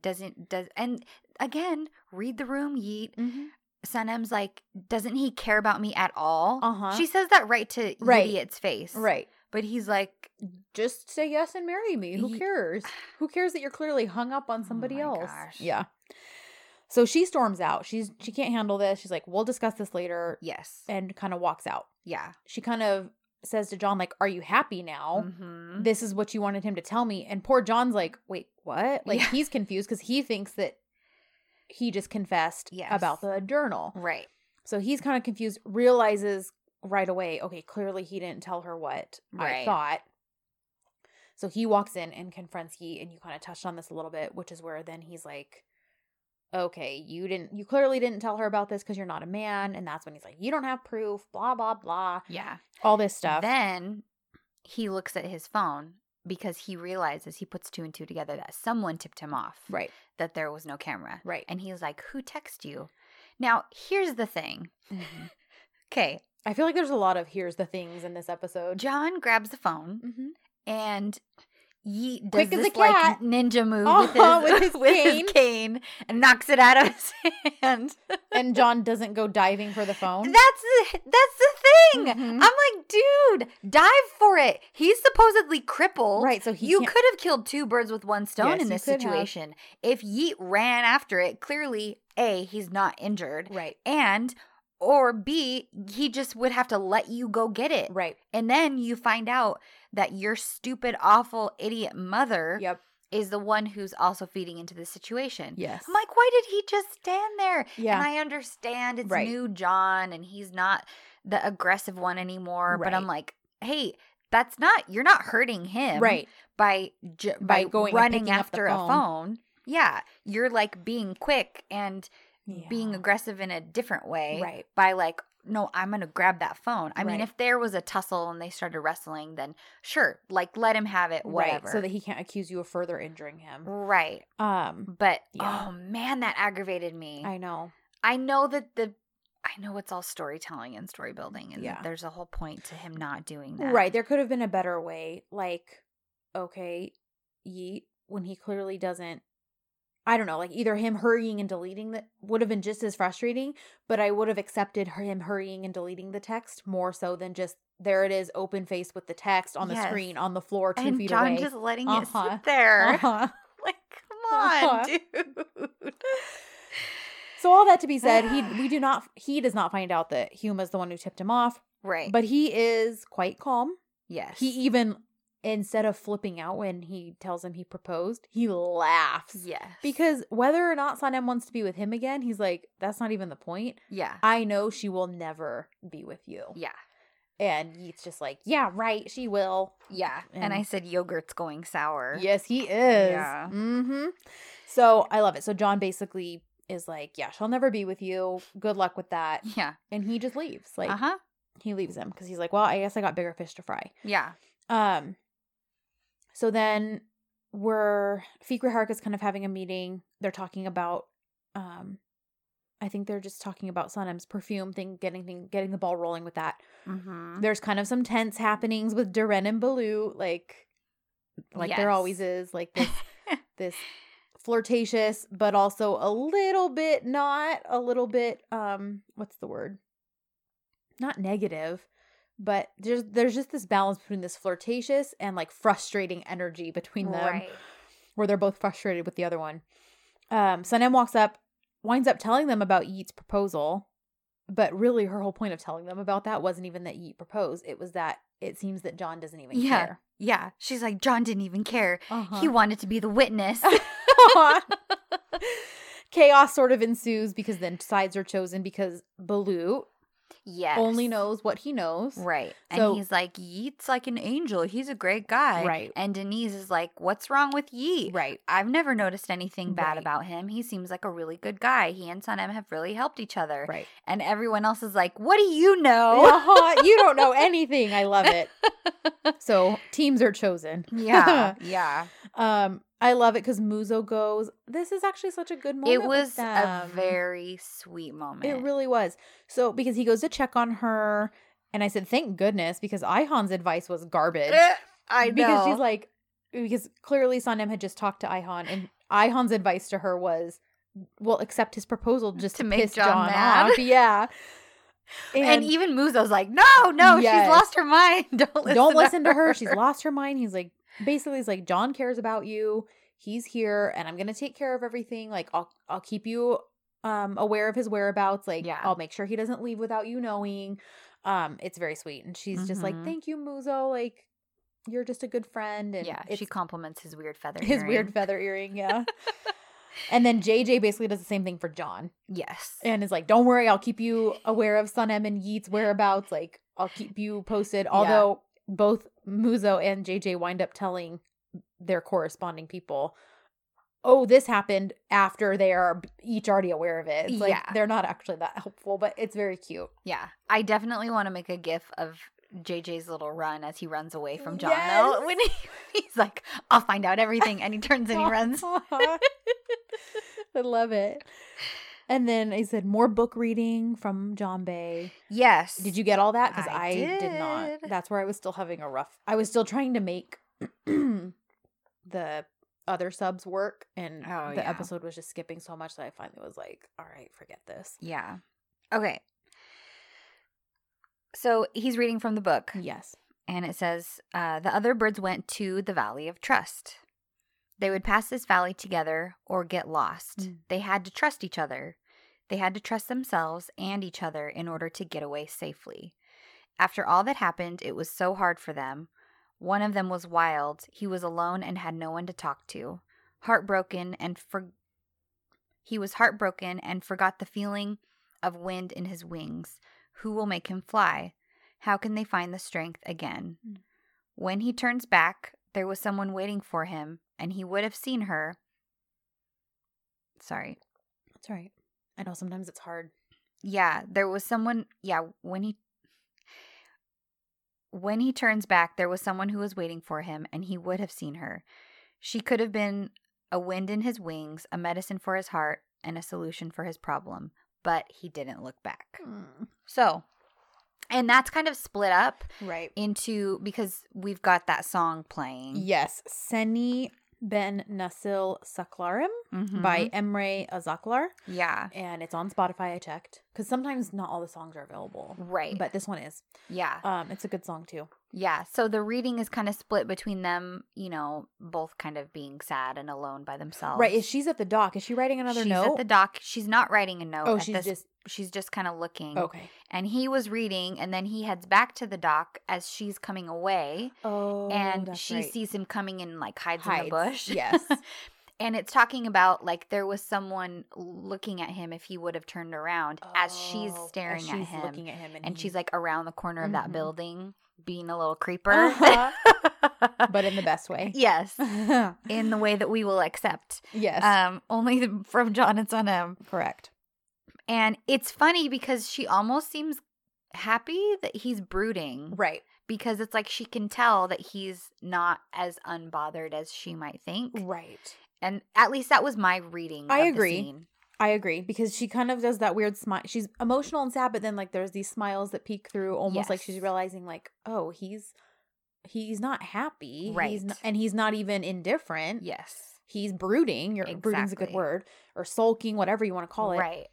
[SPEAKER 1] Doesn't, does, and again, read the room, yeet.
[SPEAKER 2] Mm.
[SPEAKER 1] Sanem's like, doesn't he care about me at all?
[SPEAKER 2] Uh huh.
[SPEAKER 1] She says that right to
[SPEAKER 2] Right.
[SPEAKER 1] idiot's face.
[SPEAKER 2] right.
[SPEAKER 1] But he's like,
[SPEAKER 2] just say yes and marry me. Who
[SPEAKER 1] Ye-
[SPEAKER 2] cares? Who cares that you're clearly hung up on
[SPEAKER 1] Oh
[SPEAKER 2] somebody
[SPEAKER 1] my
[SPEAKER 2] else?
[SPEAKER 1] gosh.
[SPEAKER 2] Yeah. So she storms out. She's she can't handle this. She's like, "We'll discuss this later,"
[SPEAKER 1] yes.
[SPEAKER 2] and kind of walks out.
[SPEAKER 1] Yeah.
[SPEAKER 2] She kind of says to John, "Like, are you happy now?
[SPEAKER 1] Mhm.
[SPEAKER 2] This is what you wanted him to tell me." And poor John's like, "Wait, what?" Like
[SPEAKER 1] Yeah.
[SPEAKER 2] he's confused because he thinks that he just confessed
[SPEAKER 1] Yes. Mm.
[SPEAKER 2] about the journal.
[SPEAKER 1] Right.
[SPEAKER 2] So he's kind of confused, realizes right away, okay, clearly he didn't tell her what I
[SPEAKER 1] Right.
[SPEAKER 2] thought. So he walks in and confronts Yi, and you kind of touched on this a little bit, which is where then he's like, okay, you didn't, you clearly didn't tell her about this because you're not a man. And that's when he's like, you don't have proof, blah, blah, blah,
[SPEAKER 1] Yeah.
[SPEAKER 2] all this stuff.
[SPEAKER 1] Then he looks at his phone because he realizes he puts two and two together that someone tipped him off
[SPEAKER 2] Right.
[SPEAKER 1] that there was no camera.
[SPEAKER 2] Right.
[SPEAKER 1] And he's like, Who texted you? Now, here's the thing.
[SPEAKER 2] mm-hmm.
[SPEAKER 1] Okay.
[SPEAKER 2] I feel like there's a lot of here's the things in this episode.
[SPEAKER 1] John grabs the phone
[SPEAKER 2] Mm-hmm.
[SPEAKER 1] and he does
[SPEAKER 2] Quick as
[SPEAKER 1] this
[SPEAKER 2] a
[SPEAKER 1] like
[SPEAKER 2] cat.
[SPEAKER 1] ninja move
[SPEAKER 2] Oh,
[SPEAKER 1] with,
[SPEAKER 2] with
[SPEAKER 1] his,
[SPEAKER 2] his
[SPEAKER 1] with
[SPEAKER 2] cane.
[SPEAKER 1] his cane and knocks it out of his hand.
[SPEAKER 2] And John doesn't go diving for the phone.
[SPEAKER 1] That's the, that's the thing. I'm
[SPEAKER 2] Mhm.
[SPEAKER 1] like, dude, dive for it. He's supposedly crippled.
[SPEAKER 2] Right. So he
[SPEAKER 1] you
[SPEAKER 2] can't-
[SPEAKER 1] could have killed two birds with one stone
[SPEAKER 2] Yes,
[SPEAKER 1] in
[SPEAKER 2] you
[SPEAKER 1] this
[SPEAKER 2] could have.
[SPEAKER 1] situation. If Yeet ran after it, clearly, A, he's not injured.
[SPEAKER 2] Right.
[SPEAKER 1] and or B, he just would have to let you go get it.
[SPEAKER 2] Right.
[SPEAKER 1] And then you find out that your stupid, awful, idiot mother
[SPEAKER 2] Yep.
[SPEAKER 1] is the one who's also feeding into this situation.
[SPEAKER 2] Yes.
[SPEAKER 1] I'm like, why did he just stand there?
[SPEAKER 2] yeah.
[SPEAKER 1] And I understand it's
[SPEAKER 2] Right.
[SPEAKER 1] new John and he's not the aggressive one anymore. But I'm
[SPEAKER 2] Right.
[SPEAKER 1] like, hey, that's not, you're not hurting him
[SPEAKER 2] right.
[SPEAKER 1] by, j- by,
[SPEAKER 2] By going and
[SPEAKER 1] running
[SPEAKER 2] picking up the
[SPEAKER 1] after a
[SPEAKER 2] phone.
[SPEAKER 1] phone. Yeah. You're like being quick and being
[SPEAKER 2] Yeah.
[SPEAKER 1] aggressive in a different way
[SPEAKER 2] Right.
[SPEAKER 1] by like no i'm gonna grab that phone i mean
[SPEAKER 2] Right.
[SPEAKER 1] if there was a tussle and they started wrestling then sure like let him have it whatever
[SPEAKER 2] Right. So that he can't accuse you of further injuring him.
[SPEAKER 1] Right.
[SPEAKER 2] Um.
[SPEAKER 1] but
[SPEAKER 2] Yeah.
[SPEAKER 1] oh man that aggravated me I,
[SPEAKER 2] I know.
[SPEAKER 1] know that the i know it's all storytelling and story building and
[SPEAKER 2] Yeah.
[SPEAKER 1] there's a whole point to him not doing that
[SPEAKER 2] Right. There could have been a better way. Like, okay, yeet, when he clearly doesn't, I don't know, like either him hurrying and deleting that would have been just as frustrating, but I would have accepted her- him hurrying and deleting the text more so than just there it is, open face with the text on the
[SPEAKER 1] Yes.
[SPEAKER 2] screen, on the floor, two
[SPEAKER 1] and
[SPEAKER 2] feet
[SPEAKER 1] john
[SPEAKER 2] away.
[SPEAKER 1] just letting it
[SPEAKER 2] Uh-huh.
[SPEAKER 1] sit there
[SPEAKER 2] Uh-huh.
[SPEAKER 1] like come on
[SPEAKER 2] Uh-huh.
[SPEAKER 1] dude
[SPEAKER 2] So all that to be said, he we do not he does not find out that Huma's the one who tipped him off,
[SPEAKER 1] right
[SPEAKER 2] but he is quite calm.
[SPEAKER 1] yes
[SPEAKER 2] He even instead of flipping out when he tells him he proposed, he laughs.
[SPEAKER 1] yes
[SPEAKER 2] Because whether or not Sanem wants to be with him again, he's like, that's not even the point.
[SPEAKER 1] yeah
[SPEAKER 2] I know she will never be with you.
[SPEAKER 1] yeah
[SPEAKER 2] And Yeet's just like, yeah, right, she will.
[SPEAKER 1] Yeah. And, I
[SPEAKER 2] And-
[SPEAKER 1] said yogurt's going sour.
[SPEAKER 2] Yes, he is.
[SPEAKER 1] Yeah.
[SPEAKER 2] Mm-hmm. So I love it. So John basically is like, yeah, she'll never be with you. Good luck with that.
[SPEAKER 1] Yeah.
[SPEAKER 2] And he just leaves. Like
[SPEAKER 1] Uh huh.
[SPEAKER 2] he leaves him because he's like, well, I guess I got bigger fish to fry.
[SPEAKER 1] Yeah.
[SPEAKER 2] Um, so then we're Fikri Hark is kind of having a meeting. They're talking about, um, I think they're just talking about Sonam's perfume thing, getting thing, getting the ball rolling with that.
[SPEAKER 1] Mm-hmm.
[SPEAKER 2] There's kind of some tense happenings with Duren and Baloo, like, like there
[SPEAKER 1] Yes.
[SPEAKER 2] always is, like this, this flirtatious, but also a little bit not, a little bit, um, what's the word? Not negative, but there's there's just this balance between this flirtatious and like frustrating energy between them,
[SPEAKER 1] Right.
[SPEAKER 2] where they're both frustrated with the other one. Um, Sunem walks up, winds up telling them about Yeet's proposal, but really her whole point of telling them about that wasn't even that Yeet proposed; it was that it seems that John doesn't even
[SPEAKER 1] Yeah.
[SPEAKER 2] care.
[SPEAKER 1] Yeah. She's like, John didn't even care.
[SPEAKER 2] Uh-huh.
[SPEAKER 1] He wanted to be the witness.
[SPEAKER 2] Chaos sort of ensues because then sides are chosen because Baloo
[SPEAKER 1] yes.
[SPEAKER 2] only knows what he knows.
[SPEAKER 1] Right.
[SPEAKER 2] So-
[SPEAKER 1] and he's like, Yeet's like an angel. He's a great guy.
[SPEAKER 2] Right.
[SPEAKER 1] And Denise is like, What's wrong with Yeet?
[SPEAKER 2] Right.
[SPEAKER 1] I've never noticed anything bad
[SPEAKER 2] Right.
[SPEAKER 1] about him. He seems like a really good guy. He and Son M have really helped each other.
[SPEAKER 2] Right.
[SPEAKER 1] And everyone else is like, What do you know?
[SPEAKER 2] Uh-huh. You don't know anything. I love it. So teams are chosen.
[SPEAKER 1] Yeah. yeah.
[SPEAKER 2] Um, I love it because Muzo goes, This is actually such a good moment.
[SPEAKER 1] It
[SPEAKER 2] with
[SPEAKER 1] was a
[SPEAKER 2] them."
[SPEAKER 1] very sweet moment.
[SPEAKER 2] It really was. So because he goes to check on her. And I said, Thank goodness, because Ihan's advice was garbage.
[SPEAKER 1] Eh, I know.
[SPEAKER 2] because she's like because clearly Sanem had just talked to Ihan and Ihan's advice to her was well accept his proposal just
[SPEAKER 1] To
[SPEAKER 2] to,
[SPEAKER 1] make
[SPEAKER 2] piss
[SPEAKER 1] John
[SPEAKER 2] John,
[SPEAKER 1] mad.
[SPEAKER 2] off. Yeah.
[SPEAKER 1] and, even Muzo's like, no, no, she's
[SPEAKER 2] Yes.
[SPEAKER 1] lost her mind. Don't listen.
[SPEAKER 2] don't listen to her. She's lost her mind. He's like basically he's like John cares about you. He's here and I'm going to take care of everything. Like I'll I'll keep you um aware of his whereabouts. Like
[SPEAKER 1] Yeah.
[SPEAKER 2] I'll make sure he doesn't leave without you knowing. Um it's very sweet and she's just like
[SPEAKER 1] Mhm.
[SPEAKER 2] thank you Muzo like you're just a good friend and
[SPEAKER 1] Yeah,
[SPEAKER 2] it's
[SPEAKER 1] she compliments his weird feather.
[SPEAKER 2] his weird
[SPEAKER 1] earring.
[SPEAKER 2] feather earring yeah and then jj basically does the same thing for john
[SPEAKER 1] Yes.
[SPEAKER 2] and is like don't worry i'll keep you aware of sun m and yeet's whereabouts like i'll keep you posted although both muzo and jj wind up telling their corresponding people oh this happened after they are each already aware of it it's like
[SPEAKER 1] Yeah.
[SPEAKER 2] they're not actually that helpful but it's very cute
[SPEAKER 1] yeah, I definitely want to make a gif of JJ's little run as he runs away from John
[SPEAKER 2] Yes.
[SPEAKER 1] though. When he, he's like, I'll find out everything and he turns and he runs.
[SPEAKER 2] I love it. And then he said more book reading from John Bay.
[SPEAKER 1] Yes.
[SPEAKER 2] Did you get all that? Because I,
[SPEAKER 1] I
[SPEAKER 2] did. not.
[SPEAKER 1] did.
[SPEAKER 2] That's where I was still having a rough. I was still trying to make the other subs work, and
[SPEAKER 1] Oh,
[SPEAKER 2] the
[SPEAKER 1] yeah.
[SPEAKER 2] episode was just skipping so much that I finally was like, "All right, forget this."
[SPEAKER 1] Yeah. Okay. So he's reading from the book
[SPEAKER 2] Yes.
[SPEAKER 1] and it says uh, the other birds went to the Valley of Trust. They would pass this valley together or get lost.
[SPEAKER 2] Mm.
[SPEAKER 1] They had to trust each other. They had to trust themselves and each other in order to get away safely. After all that happened, it was so hard for them. One of them was wild. He was alone and had no one to talk to. Heartbroken and for he was heartbroken and forgot the feeling of wind in his wings. Who will make him fly? How can they find the strength again?
[SPEAKER 2] Mm.
[SPEAKER 1] When he turns back, there was someone waiting for him, and he would have seen her. Sorry.
[SPEAKER 2] That's right. I know sometimes it's hard.
[SPEAKER 1] Yeah, there was someone. Yeah, when he when he turns back, there was someone who was waiting for him, and he would have seen her. She could have been a wind in his wings, a medicine for his heart, and a solution for his problem. But he didn't look back.
[SPEAKER 2] Hmm. Mm.
[SPEAKER 1] So, and that's kind of split up
[SPEAKER 2] Right.
[SPEAKER 1] into because we've got that song playing.
[SPEAKER 2] Yes. Seni Ben Nasil Saklarim
[SPEAKER 1] Mhm.
[SPEAKER 2] by Emre Azaklar.
[SPEAKER 1] yeah,
[SPEAKER 2] And it's on Spotify, I checked. Because sometimes not all the songs are available.
[SPEAKER 1] right.
[SPEAKER 2] But this one is.
[SPEAKER 1] yeah,
[SPEAKER 2] Um, it's a good song too.
[SPEAKER 1] yeah. So the reading is kind of split between them. You know, both kind of being sad and alone by themselves.
[SPEAKER 2] Right. Is she's at the dock? Is she writing another
[SPEAKER 1] she's
[SPEAKER 2] note?
[SPEAKER 1] at the dock. She's not writing a note.
[SPEAKER 2] oh,
[SPEAKER 1] at
[SPEAKER 2] she's
[SPEAKER 1] this-
[SPEAKER 2] just Oh.
[SPEAKER 1] she's just kind of looking.
[SPEAKER 2] okay.
[SPEAKER 1] And he was reading, and then he heads back to the dock as she's coming away,
[SPEAKER 2] Oh,
[SPEAKER 1] and
[SPEAKER 2] that's
[SPEAKER 1] she
[SPEAKER 2] right.
[SPEAKER 1] sees him coming and like hides, in the
[SPEAKER 2] Hides.
[SPEAKER 1] bush.
[SPEAKER 2] Yes.
[SPEAKER 1] and it's talking about like there was someone looking at him if he would have turned around as she's
[SPEAKER 2] Oh, as
[SPEAKER 1] staring at
[SPEAKER 2] she's
[SPEAKER 1] him
[SPEAKER 2] looking at him, and,
[SPEAKER 1] and
[SPEAKER 2] he-
[SPEAKER 1] she's like around the corner of
[SPEAKER 2] Mhm.
[SPEAKER 1] that building being a little creeper
[SPEAKER 2] Oh. Uh-huh. but in the best way.
[SPEAKER 1] yes
[SPEAKER 2] yes.
[SPEAKER 1] in the way that we will accept
[SPEAKER 2] yes.
[SPEAKER 1] um only the- from john it's on him
[SPEAKER 2] correct.
[SPEAKER 1] and it's funny because she almost seems happy that he's brooding
[SPEAKER 2] Right.
[SPEAKER 1] because it's like she can tell that he's not as unbothered as she might think
[SPEAKER 2] Right.
[SPEAKER 1] and at least that was my reading
[SPEAKER 2] I
[SPEAKER 1] of the
[SPEAKER 2] agree.
[SPEAKER 1] scene.
[SPEAKER 2] I agree because she kind of does that weird smile. She's emotional and sad, but then like there's these smiles that peek through, almost like she's
[SPEAKER 1] Yes.
[SPEAKER 2] realizing like, oh, he's he's not happy, He's
[SPEAKER 1] Right.
[SPEAKER 2] not, and he's not even indifferent.
[SPEAKER 1] yes
[SPEAKER 2] He's brooding. Your brooding's a good
[SPEAKER 1] Exactly.
[SPEAKER 2] word, or sulking, whatever you want to call it.
[SPEAKER 1] right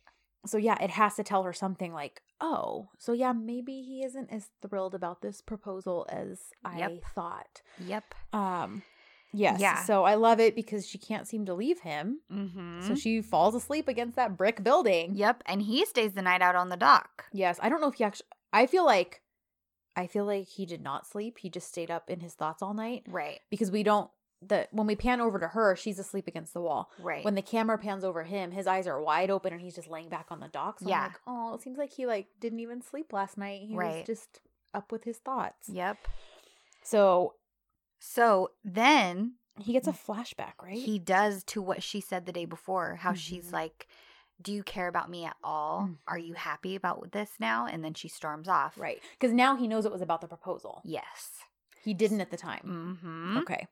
[SPEAKER 2] So yeah, it has to tell her something like, oh, so yeah, maybe he isn't as thrilled about this proposal as I
[SPEAKER 1] Yep.
[SPEAKER 2] thought.
[SPEAKER 1] yep
[SPEAKER 2] Um, yes.
[SPEAKER 1] Yeah.
[SPEAKER 2] So I love it because she can't seem to leave him.
[SPEAKER 1] mm-hmm.
[SPEAKER 2] So she falls asleep against that brick building.
[SPEAKER 1] Yep, and he stays the night out on the dock.
[SPEAKER 2] Yes, I don't know if he actually. I feel like, I feel like he did not sleep. He just stayed up in his thoughts all night
[SPEAKER 1] Right,
[SPEAKER 2] because we don't. The when we pan over to her, she's asleep against the wall.
[SPEAKER 1] right.
[SPEAKER 2] When the camera pans over him, his eyes are wide open and he's just laying back on the dock. So yeah.
[SPEAKER 1] Yeah.
[SPEAKER 2] I'm like, oh, it seems like he like didn't even sleep last night. He was
[SPEAKER 1] Right.
[SPEAKER 2] just up with his thoughts.
[SPEAKER 1] yep.
[SPEAKER 2] So
[SPEAKER 1] So then
[SPEAKER 2] he gets a flashback, right?
[SPEAKER 1] Mm. he does to what she said the day before, how
[SPEAKER 2] Mhm.
[SPEAKER 1] she's like, Do you care about me at all?
[SPEAKER 2] Mhm.
[SPEAKER 1] Are you happy about this now? And then she storms off.
[SPEAKER 2] right, because now he knows it was about the proposal.
[SPEAKER 1] Yes.
[SPEAKER 2] He didn't at the time.
[SPEAKER 1] Mm-hmm.
[SPEAKER 2] Okay.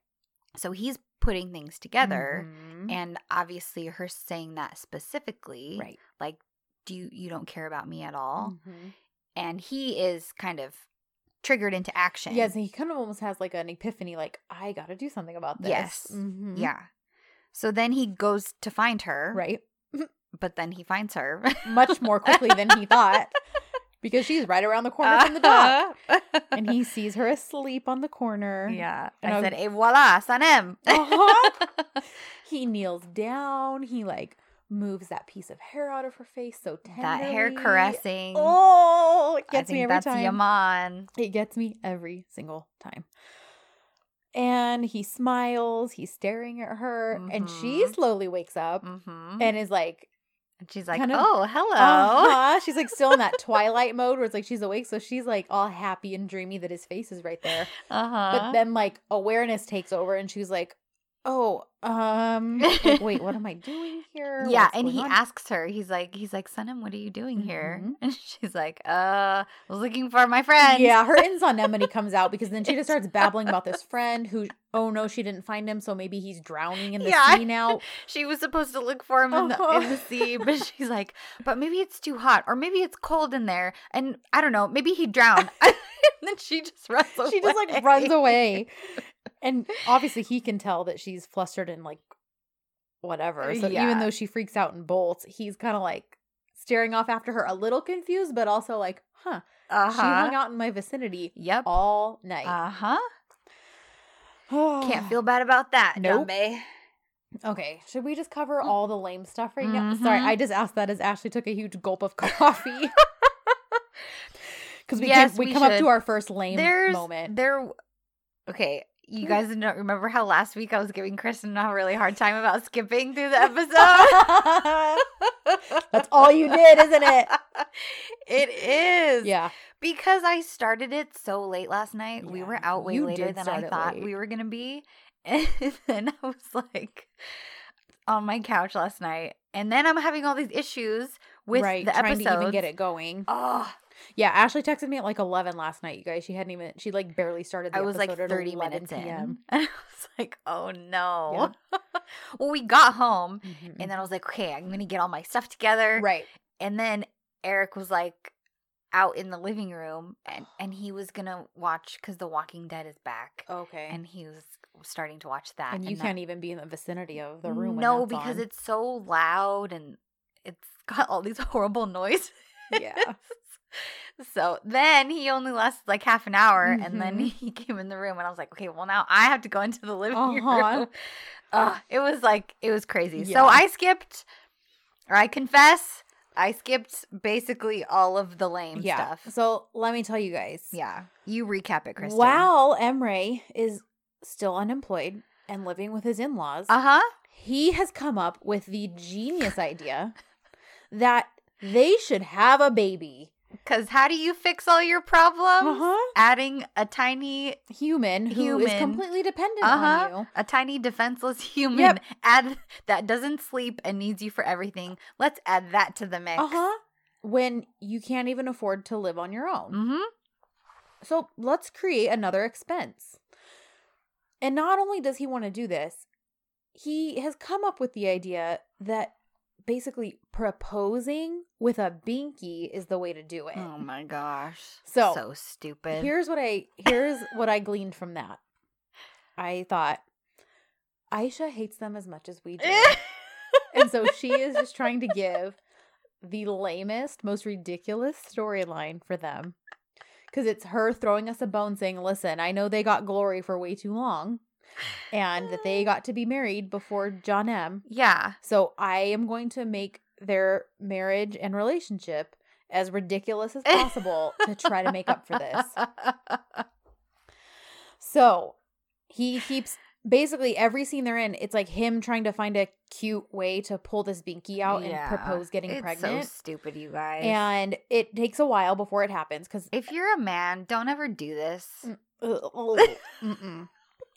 [SPEAKER 1] So he's putting things together.
[SPEAKER 2] Mhm.
[SPEAKER 1] And obviously, her saying that specifically,
[SPEAKER 2] right.
[SPEAKER 1] like, do you, you don't care about me at all?
[SPEAKER 2] Mhm.
[SPEAKER 1] And he is kind of triggered into action.
[SPEAKER 2] Yes, mm-hmm. and he kind of almost has like an epiphany, like I got to do something about this.
[SPEAKER 1] Yes.
[SPEAKER 2] Mhm.
[SPEAKER 1] Yeah. So then he goes to find her.
[SPEAKER 2] right.
[SPEAKER 1] but then he finds her
[SPEAKER 2] Much more quickly than he thought, because she's right around the corner from the dock, and he sees her asleep on the corner.
[SPEAKER 1] yeah,
[SPEAKER 2] And
[SPEAKER 1] I,
[SPEAKER 2] I-
[SPEAKER 1] said, "Et voila, son M."
[SPEAKER 2] Uh-huh. he kneels down. He like moves that piece of hair out of her face so tenderly.
[SPEAKER 1] that hair caressing.
[SPEAKER 2] Oh, it
[SPEAKER 1] I
[SPEAKER 2] gets
[SPEAKER 1] think
[SPEAKER 2] me every
[SPEAKER 1] that's
[SPEAKER 2] time.
[SPEAKER 1] Yaman.
[SPEAKER 2] It gets me every single time. And he smiles. He's staring at her, and she
[SPEAKER 1] Mhm.
[SPEAKER 2] slowly wakes up
[SPEAKER 1] Mm-hmm.
[SPEAKER 2] and is like,
[SPEAKER 1] And she's like,
[SPEAKER 2] kind of-
[SPEAKER 1] "Oh, hello."
[SPEAKER 2] Uh-huh. She's like still in that twilight mode where it's like she's awake, so she's like all happy and dreamy that his face is right there.
[SPEAKER 1] Uh-huh.
[SPEAKER 2] But then like awareness takes over and she's like, oh, um, like, wait, what am I doing here?
[SPEAKER 1] yeah,
[SPEAKER 2] What's
[SPEAKER 1] and he
[SPEAKER 2] going on?"
[SPEAKER 1] asks her. He's like, he's like, Sonam, what are you doing here?
[SPEAKER 2] Mhm.
[SPEAKER 1] And she's like, uh, I was looking for my friend.
[SPEAKER 2] Yeah, her anemone comes out because then she just starts babbling about this friend who, oh no, she didn't find him, so maybe he's drowning in the
[SPEAKER 1] Yeah.
[SPEAKER 2] sea now.
[SPEAKER 1] She was supposed to look for him in the, in the sea,
[SPEAKER 2] Uh-huh.
[SPEAKER 1] but she's like, but maybe it's too hot, or maybe it's cold in there, and I don't know, maybe he drowned. and then she just runs away.
[SPEAKER 2] She just like runs away, and obviously he can tell that she's flustered and like whatever. So
[SPEAKER 1] Yeah.
[SPEAKER 2] even though she freaks out and bolts, he's kind of like staring off after her, a little confused, but also like, huh,
[SPEAKER 1] Uh
[SPEAKER 2] she hung
[SPEAKER 1] huh.
[SPEAKER 2] out in my vicinity
[SPEAKER 1] Yep.
[SPEAKER 2] all night.
[SPEAKER 1] Uh huh. Can't
[SPEAKER 2] Can't
[SPEAKER 1] feel bad about that.
[SPEAKER 2] Nope.
[SPEAKER 1] Dumbe.
[SPEAKER 2] Okay, should we just cover
[SPEAKER 1] Mm.
[SPEAKER 2] all the lame stuff right now? Sorry,
[SPEAKER 1] Mm-hmm.
[SPEAKER 2] I just asked that as Ashley took a huge gulp of coffee. Because we
[SPEAKER 1] Yes,
[SPEAKER 2] came- we,
[SPEAKER 1] we
[SPEAKER 2] come up
[SPEAKER 1] should.
[SPEAKER 2] to our first lame
[SPEAKER 1] There's
[SPEAKER 2] moment.
[SPEAKER 1] there. Okay, you
[SPEAKER 2] Mm.
[SPEAKER 1] guys don't remember how last week I was giving Kristen a really hard time about skipping through the episode.
[SPEAKER 2] That's all you did, isn't it?
[SPEAKER 1] it is.
[SPEAKER 2] Yeah,
[SPEAKER 1] Because I started it so late last night. We
[SPEAKER 2] Yeah,
[SPEAKER 1] were out way
[SPEAKER 2] you
[SPEAKER 1] later
[SPEAKER 2] did
[SPEAKER 1] than
[SPEAKER 2] start
[SPEAKER 1] I
[SPEAKER 2] it
[SPEAKER 1] thought
[SPEAKER 2] late.
[SPEAKER 1] we were going to be. And then I was like on my couch last night. And then I'm having all these issues with
[SPEAKER 2] right.
[SPEAKER 1] the
[SPEAKER 2] trying
[SPEAKER 1] episode.
[SPEAKER 2] to even get it going.
[SPEAKER 1] Oh,
[SPEAKER 2] Yeah, Ashley texted me at like eleven last night. You guys, she hadn't even. She like barely started. The
[SPEAKER 1] I was like
[SPEAKER 2] episode at
[SPEAKER 1] 30
[SPEAKER 2] 11
[SPEAKER 1] minutes in. And
[SPEAKER 2] PM.
[SPEAKER 1] I was like, oh no. well, we got home. Mm-hmm. And then I was like, okay, I'm going to get all my stuff together.
[SPEAKER 2] Mm-hmm. right.
[SPEAKER 1] And then Eric was like out in the living room and, and he was going to watch because The Walking Dead is back.
[SPEAKER 2] Okay. And,
[SPEAKER 1] and he was starting to watch that.
[SPEAKER 2] you
[SPEAKER 1] that-
[SPEAKER 2] can't even be in the vicinity of the room. when
[SPEAKER 1] No,
[SPEAKER 2] that's
[SPEAKER 1] because
[SPEAKER 2] on.
[SPEAKER 1] it's so loud and it's got all these horrible noises.
[SPEAKER 2] yeah.
[SPEAKER 1] So then he only lasted like half an hour, and then
[SPEAKER 2] Mhm.
[SPEAKER 1] he came in the room, and I was like, okay, well now I have to go into the living
[SPEAKER 2] Uh-huh.
[SPEAKER 1] room. Ugh, it was like it was crazy.
[SPEAKER 2] Yeah.
[SPEAKER 1] So I skipped, or I confess, I skipped basically all of the lame stuff.
[SPEAKER 2] So let me tell you guys.
[SPEAKER 1] Yeah, you recap it, Kristen.
[SPEAKER 2] While Emre is still unemployed and living with his in laws,
[SPEAKER 1] Uh huh.
[SPEAKER 2] he has come up with the genius idea that they should have a baby.
[SPEAKER 1] Because how do you fix all your problems?
[SPEAKER 2] Uh-huh.
[SPEAKER 1] Adding a tiny
[SPEAKER 2] Human who is
[SPEAKER 1] Human.
[SPEAKER 2] completely dependent
[SPEAKER 1] Uh-huh.
[SPEAKER 2] on you.
[SPEAKER 1] a tiny defenseless human
[SPEAKER 2] Yep.
[SPEAKER 1] add that doesn't sleep and needs you for everything. Let's add that to the mix.
[SPEAKER 2] Uh huh. When you can't even afford to live on your own.
[SPEAKER 1] hmm
[SPEAKER 2] So let's create another expense. And not only does he want to do this, he has come up with the idea that basically proposing with a binky is the way to do it.
[SPEAKER 1] Oh my gosh.
[SPEAKER 2] So,
[SPEAKER 1] so stupid.
[SPEAKER 2] Here's what I here's what I gleaned from that. I thought Aisha hates them as much as we do. and so she is just trying to give the lamest, most ridiculous storyline for them. Cuz it's her throwing us a bone saying, "Listen, I know they got glory for way too long and that they got to be married before John M.
[SPEAKER 1] yeah.
[SPEAKER 2] So I am going to make their marriage and relationship as ridiculous as possible to try to make up for this." So he keeps basically every scene they're in, it's like him trying to find a cute way to pull this binky out
[SPEAKER 1] Yeah.
[SPEAKER 2] and propose getting
[SPEAKER 1] It's
[SPEAKER 2] pregnant.
[SPEAKER 1] so stupid, you guys.
[SPEAKER 2] and it takes a while before it happens because
[SPEAKER 1] if you're a man, don't ever do this.
[SPEAKER 2] Mm.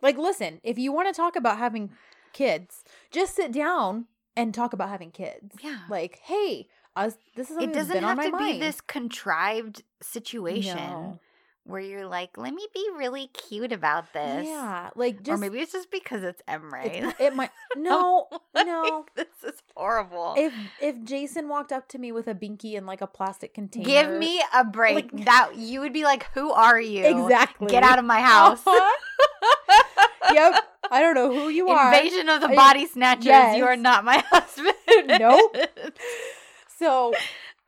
[SPEAKER 2] like listen, if you want to talk about having kids, just sit down and talk about having kids.
[SPEAKER 1] Yeah.
[SPEAKER 2] Like, hey, us this is something
[SPEAKER 1] it
[SPEAKER 2] that's
[SPEAKER 1] doesn't
[SPEAKER 2] been
[SPEAKER 1] have
[SPEAKER 2] on my
[SPEAKER 1] to be
[SPEAKER 2] mind.
[SPEAKER 1] this contrived situation
[SPEAKER 2] No.
[SPEAKER 1] where you're like, let me be really cute about this.
[SPEAKER 2] Yeah, like just
[SPEAKER 1] or maybe Oh. it's just because it's Emre.
[SPEAKER 2] it's- it might no
[SPEAKER 1] Like,
[SPEAKER 2] no
[SPEAKER 1] this is horrible.
[SPEAKER 2] if if Jason walked up to me with a binky in like a plastic container,
[SPEAKER 1] Give me a break.
[SPEAKER 2] Like-
[SPEAKER 1] that you would be like, "Who are you?
[SPEAKER 2] exactly. Oh
[SPEAKER 1] Get out of my house."
[SPEAKER 2] yep. I don't know who you are.
[SPEAKER 1] Invasion of the
[SPEAKER 2] I-
[SPEAKER 1] body snatchers. You are
[SPEAKER 2] Yes.
[SPEAKER 1] not my husband.
[SPEAKER 2] Nope. So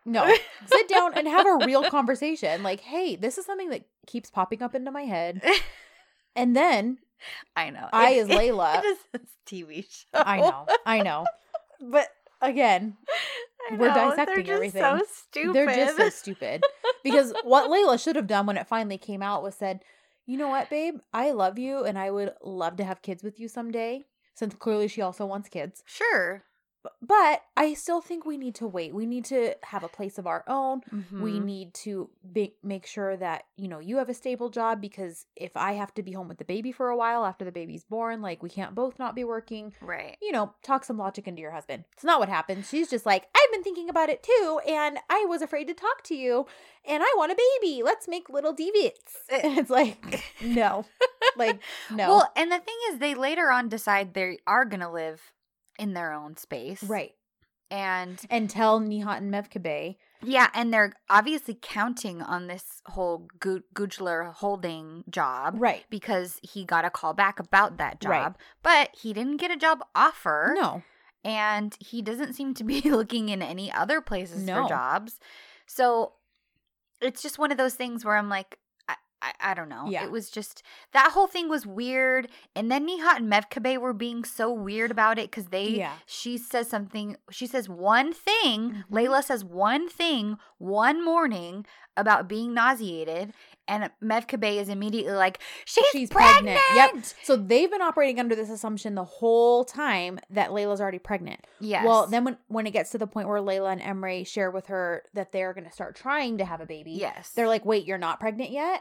[SPEAKER 2] no, sit down and have a real conversation. Like, hey, this is something that keeps popping up into my head, and then
[SPEAKER 1] I know.
[SPEAKER 2] I,
[SPEAKER 1] It-
[SPEAKER 2] as Layla,
[SPEAKER 1] It is this TV show.
[SPEAKER 2] I know, I know, but again,
[SPEAKER 1] I
[SPEAKER 2] We're
[SPEAKER 1] know,
[SPEAKER 2] dissecting
[SPEAKER 1] They're just So
[SPEAKER 2] everything.
[SPEAKER 1] stupid.
[SPEAKER 2] They're just so stupid. Because what Layla should have done when it finally came out was said, you know what, babe? I love you and I would love to have kids with you someday. Since clearly she also wants kids.
[SPEAKER 1] sure.
[SPEAKER 2] but I still think we need to wait. We need to have a place of our own. We
[SPEAKER 1] Mhm.
[SPEAKER 2] need to be- make sure that, you know, you have a stable job because if I have to be home with the baby for a while after the baby's born, like we can't both not be working.
[SPEAKER 1] right.
[SPEAKER 2] You know, talk some logic into your husband. It's not what happened. She's just like, I've been thinking about it too, and I was afraid to talk to you, and I want a baby. Let's make little deviants. And it's like, no. Like, no.
[SPEAKER 1] Well, and the thing is, they later on decide they are gonna live in their own space,
[SPEAKER 2] right.
[SPEAKER 1] And
[SPEAKER 2] And tell Nihat and Mevkabe
[SPEAKER 1] yeah, and they're obviously counting on this whole Gu- Gujler holding job
[SPEAKER 2] Right.
[SPEAKER 1] because he got a call back about that job,
[SPEAKER 2] Right.
[SPEAKER 1] but he didn't get a job offer.
[SPEAKER 2] No.
[SPEAKER 1] and he doesn't seem to be looking in any other places
[SPEAKER 2] No.
[SPEAKER 1] for jobs. So it's just one of those things where I'm like, I, I, I don't know.
[SPEAKER 2] Yeah.
[SPEAKER 1] It was just that whole thing was weird. And then Nihat and Mevkabe were being so weird about it because they,
[SPEAKER 2] Yeah.
[SPEAKER 1] she says something, she says one thing,
[SPEAKER 2] Mhm.
[SPEAKER 1] Layla says one thing one morning about being nauseated. And Mevkabe is immediately like, she's,
[SPEAKER 2] She's
[SPEAKER 1] pregnant.
[SPEAKER 2] pregnant. Yep. So they've been operating under this assumption the whole time that Layla's already pregnant.
[SPEAKER 1] Yes.
[SPEAKER 2] Well, then when, when it gets to the point where Layla and Emre share with her that they're going to start trying to have a baby,
[SPEAKER 1] yes.
[SPEAKER 2] they're like, wait, you're not pregnant yet?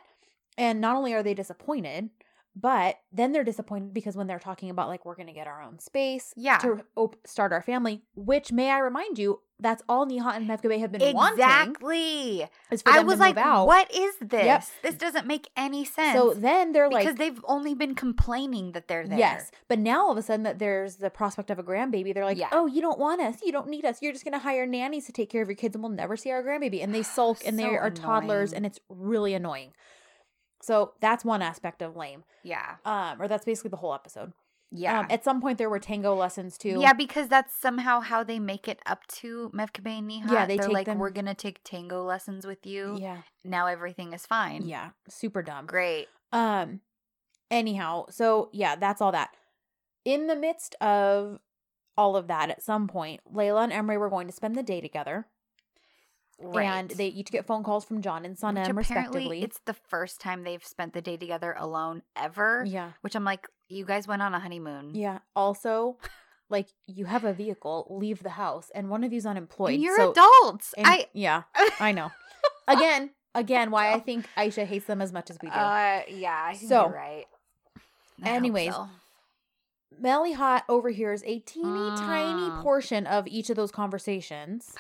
[SPEAKER 2] And not only are they disappointed, but then they're disappointed because when they're talking about, like, we're going to get our own space
[SPEAKER 1] yeah.
[SPEAKER 2] to op- start our family, which may I remind you, that's all Nihat and Mevkabe have been wanting
[SPEAKER 1] Exactly.
[SPEAKER 2] is for them
[SPEAKER 1] I was
[SPEAKER 2] to
[SPEAKER 1] like,
[SPEAKER 2] move out.
[SPEAKER 1] what is this?
[SPEAKER 2] Yep.
[SPEAKER 1] This doesn't make any sense.
[SPEAKER 2] So then they're
[SPEAKER 1] because
[SPEAKER 2] like,
[SPEAKER 1] they've only been complaining that they're there.
[SPEAKER 2] Yes. But now all of a sudden that there's the prospect of a grandbaby, they're like,
[SPEAKER 1] Yeah.
[SPEAKER 2] oh, you don't want us. You don't need us. You're just going to hire nannies to take care of your kids and we'll never see our grandbaby. And they sulk and they
[SPEAKER 1] So
[SPEAKER 2] are toddlers
[SPEAKER 1] annoying.
[SPEAKER 2] and it's really annoying. So that's one aspect of lame.
[SPEAKER 1] Yeah.
[SPEAKER 2] Um, or that's basically the whole episode.
[SPEAKER 1] Yeah.
[SPEAKER 2] Um, at some point there were tango lessons too.
[SPEAKER 1] yeah, because that's somehow how they make it up to Mevkabe and Nihat.
[SPEAKER 2] Yeah, they
[SPEAKER 1] are
[SPEAKER 2] take
[SPEAKER 1] like,
[SPEAKER 2] them-
[SPEAKER 1] we're gonna take tango lessons with you.
[SPEAKER 2] Yeah.
[SPEAKER 1] Now everything is fine.
[SPEAKER 2] Yeah. Super dumb.
[SPEAKER 1] Great.
[SPEAKER 2] Um anyhow, so yeah, that's all that. In the midst of all of that, at some point, Layla and Emery were going to spend the day together.
[SPEAKER 1] Right.
[SPEAKER 2] And they each get phone calls from John and
[SPEAKER 1] Which
[SPEAKER 2] Sonam,
[SPEAKER 1] apparently
[SPEAKER 2] respectively.
[SPEAKER 1] it's the first time they've spent the day together alone ever.
[SPEAKER 2] yeah,
[SPEAKER 1] Which I'm like, you guys went on a honeymoon.
[SPEAKER 2] yeah. Also, like you have a vehicle, leave the house, and one of you's unemployed.
[SPEAKER 1] And you're
[SPEAKER 2] so-
[SPEAKER 1] adults.
[SPEAKER 2] and-
[SPEAKER 1] I
[SPEAKER 2] yeah, I know. Again, again, why I think Aisha hates them as much as we do.
[SPEAKER 1] uh yeah, I think
[SPEAKER 2] So,
[SPEAKER 1] you're right. I hope
[SPEAKER 2] anyways,
[SPEAKER 1] so.
[SPEAKER 2] Melly Hot overhears a teeny tiny
[SPEAKER 1] Mm.
[SPEAKER 2] portion of each of those conversations,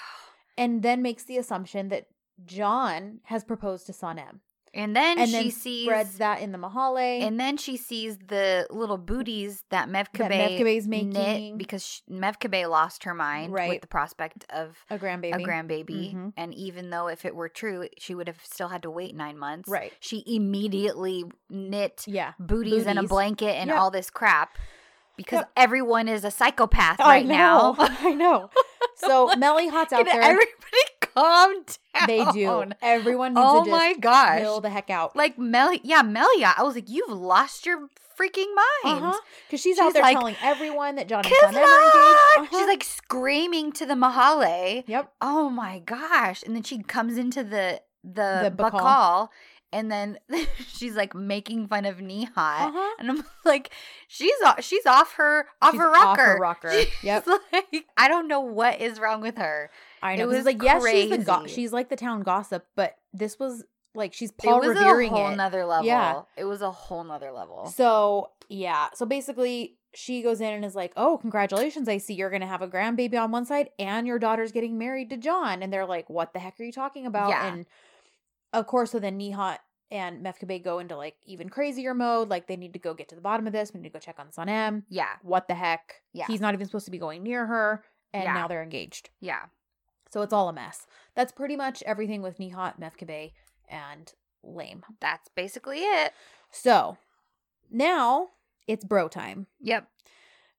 [SPEAKER 2] and then makes the assumption that John has proposed to Sonam,
[SPEAKER 1] And then
[SPEAKER 2] and
[SPEAKER 1] she
[SPEAKER 2] then
[SPEAKER 1] sees
[SPEAKER 2] spreads that in the Mahale.
[SPEAKER 1] and then she sees the little booties that Mevkabe,
[SPEAKER 2] that Mevkabe's
[SPEAKER 1] knit
[SPEAKER 2] making
[SPEAKER 1] because she, Mevkabe lost her mind
[SPEAKER 2] Right.
[SPEAKER 1] with the prospect of
[SPEAKER 2] a grandbaby.
[SPEAKER 1] a grandbaby.
[SPEAKER 2] Mhm.
[SPEAKER 1] And even though if it were true, she would have still had to wait nine months.
[SPEAKER 2] Right.
[SPEAKER 1] She immediately knit
[SPEAKER 2] yeah.
[SPEAKER 1] booties, and a
[SPEAKER 2] Booties.
[SPEAKER 1] blanket and
[SPEAKER 2] Yep.
[SPEAKER 1] all this crap because
[SPEAKER 2] Yep.
[SPEAKER 1] everyone is a psychopath
[SPEAKER 2] I
[SPEAKER 1] right
[SPEAKER 2] know.
[SPEAKER 1] now.
[SPEAKER 2] I know. So Melly Hot's out
[SPEAKER 1] Can
[SPEAKER 2] there.
[SPEAKER 1] everybody calm down?
[SPEAKER 2] they do. Everyone needs
[SPEAKER 1] Oh
[SPEAKER 2] to
[SPEAKER 1] my
[SPEAKER 2] just
[SPEAKER 1] gosh.
[SPEAKER 2] chill the heck out.
[SPEAKER 1] Like Mel, yeah, Melia. I was like, you've lost your freaking mind.
[SPEAKER 2] Because Uh-huh. she's,
[SPEAKER 1] She's
[SPEAKER 2] out there
[SPEAKER 1] like,
[SPEAKER 2] telling everyone that John and
[SPEAKER 1] Kivlak!
[SPEAKER 2] Son are engaged. Uh-huh.
[SPEAKER 1] She's like screaming to the Mahale.
[SPEAKER 2] yep.
[SPEAKER 1] Oh my gosh. And then she comes into the the,
[SPEAKER 2] The
[SPEAKER 1] Bacall,
[SPEAKER 2] Bacall.
[SPEAKER 1] and then she's like making fun of Nihat.
[SPEAKER 2] Uh-huh.
[SPEAKER 1] And I'm like, she's off she's off her off
[SPEAKER 2] She's
[SPEAKER 1] her rocker.
[SPEAKER 2] rocker.
[SPEAKER 1] She's
[SPEAKER 2] Yep.
[SPEAKER 1] like, I don't know what is wrong with her.
[SPEAKER 2] I
[SPEAKER 1] it
[SPEAKER 2] know. 'cause
[SPEAKER 1] was
[SPEAKER 2] it's like, yes, she's the go-
[SPEAKER 1] crazy.
[SPEAKER 2] she's like the town gossip, but this was like she's Paul
[SPEAKER 1] it was
[SPEAKER 2] revering
[SPEAKER 1] a whole
[SPEAKER 2] it.
[SPEAKER 1] nother level.
[SPEAKER 2] Yeah.
[SPEAKER 1] It was a whole nother level.
[SPEAKER 2] So yeah. So basically she goes in and is like, Oh, congratulations, I see you're gonna have a grandbaby on one side and your daughter's getting married to John. And they're like, What the heck are you talking about?
[SPEAKER 1] Yeah.
[SPEAKER 2] And of course, so then Nihat and Mefkabe go into like even crazier mode, like they need to go get to the bottom of this, we need to go check on Son M.
[SPEAKER 1] Yeah.
[SPEAKER 2] What the heck?
[SPEAKER 1] Yeah.
[SPEAKER 2] He's not even supposed to be going near her, and
[SPEAKER 1] Yeah.
[SPEAKER 2] now they're engaged.
[SPEAKER 1] Yeah.
[SPEAKER 2] So it's all a mess. That's pretty much everything with Nihat, Mefkabe, and Lame.
[SPEAKER 1] That's basically it.
[SPEAKER 2] So now it's bro time.
[SPEAKER 1] Yep.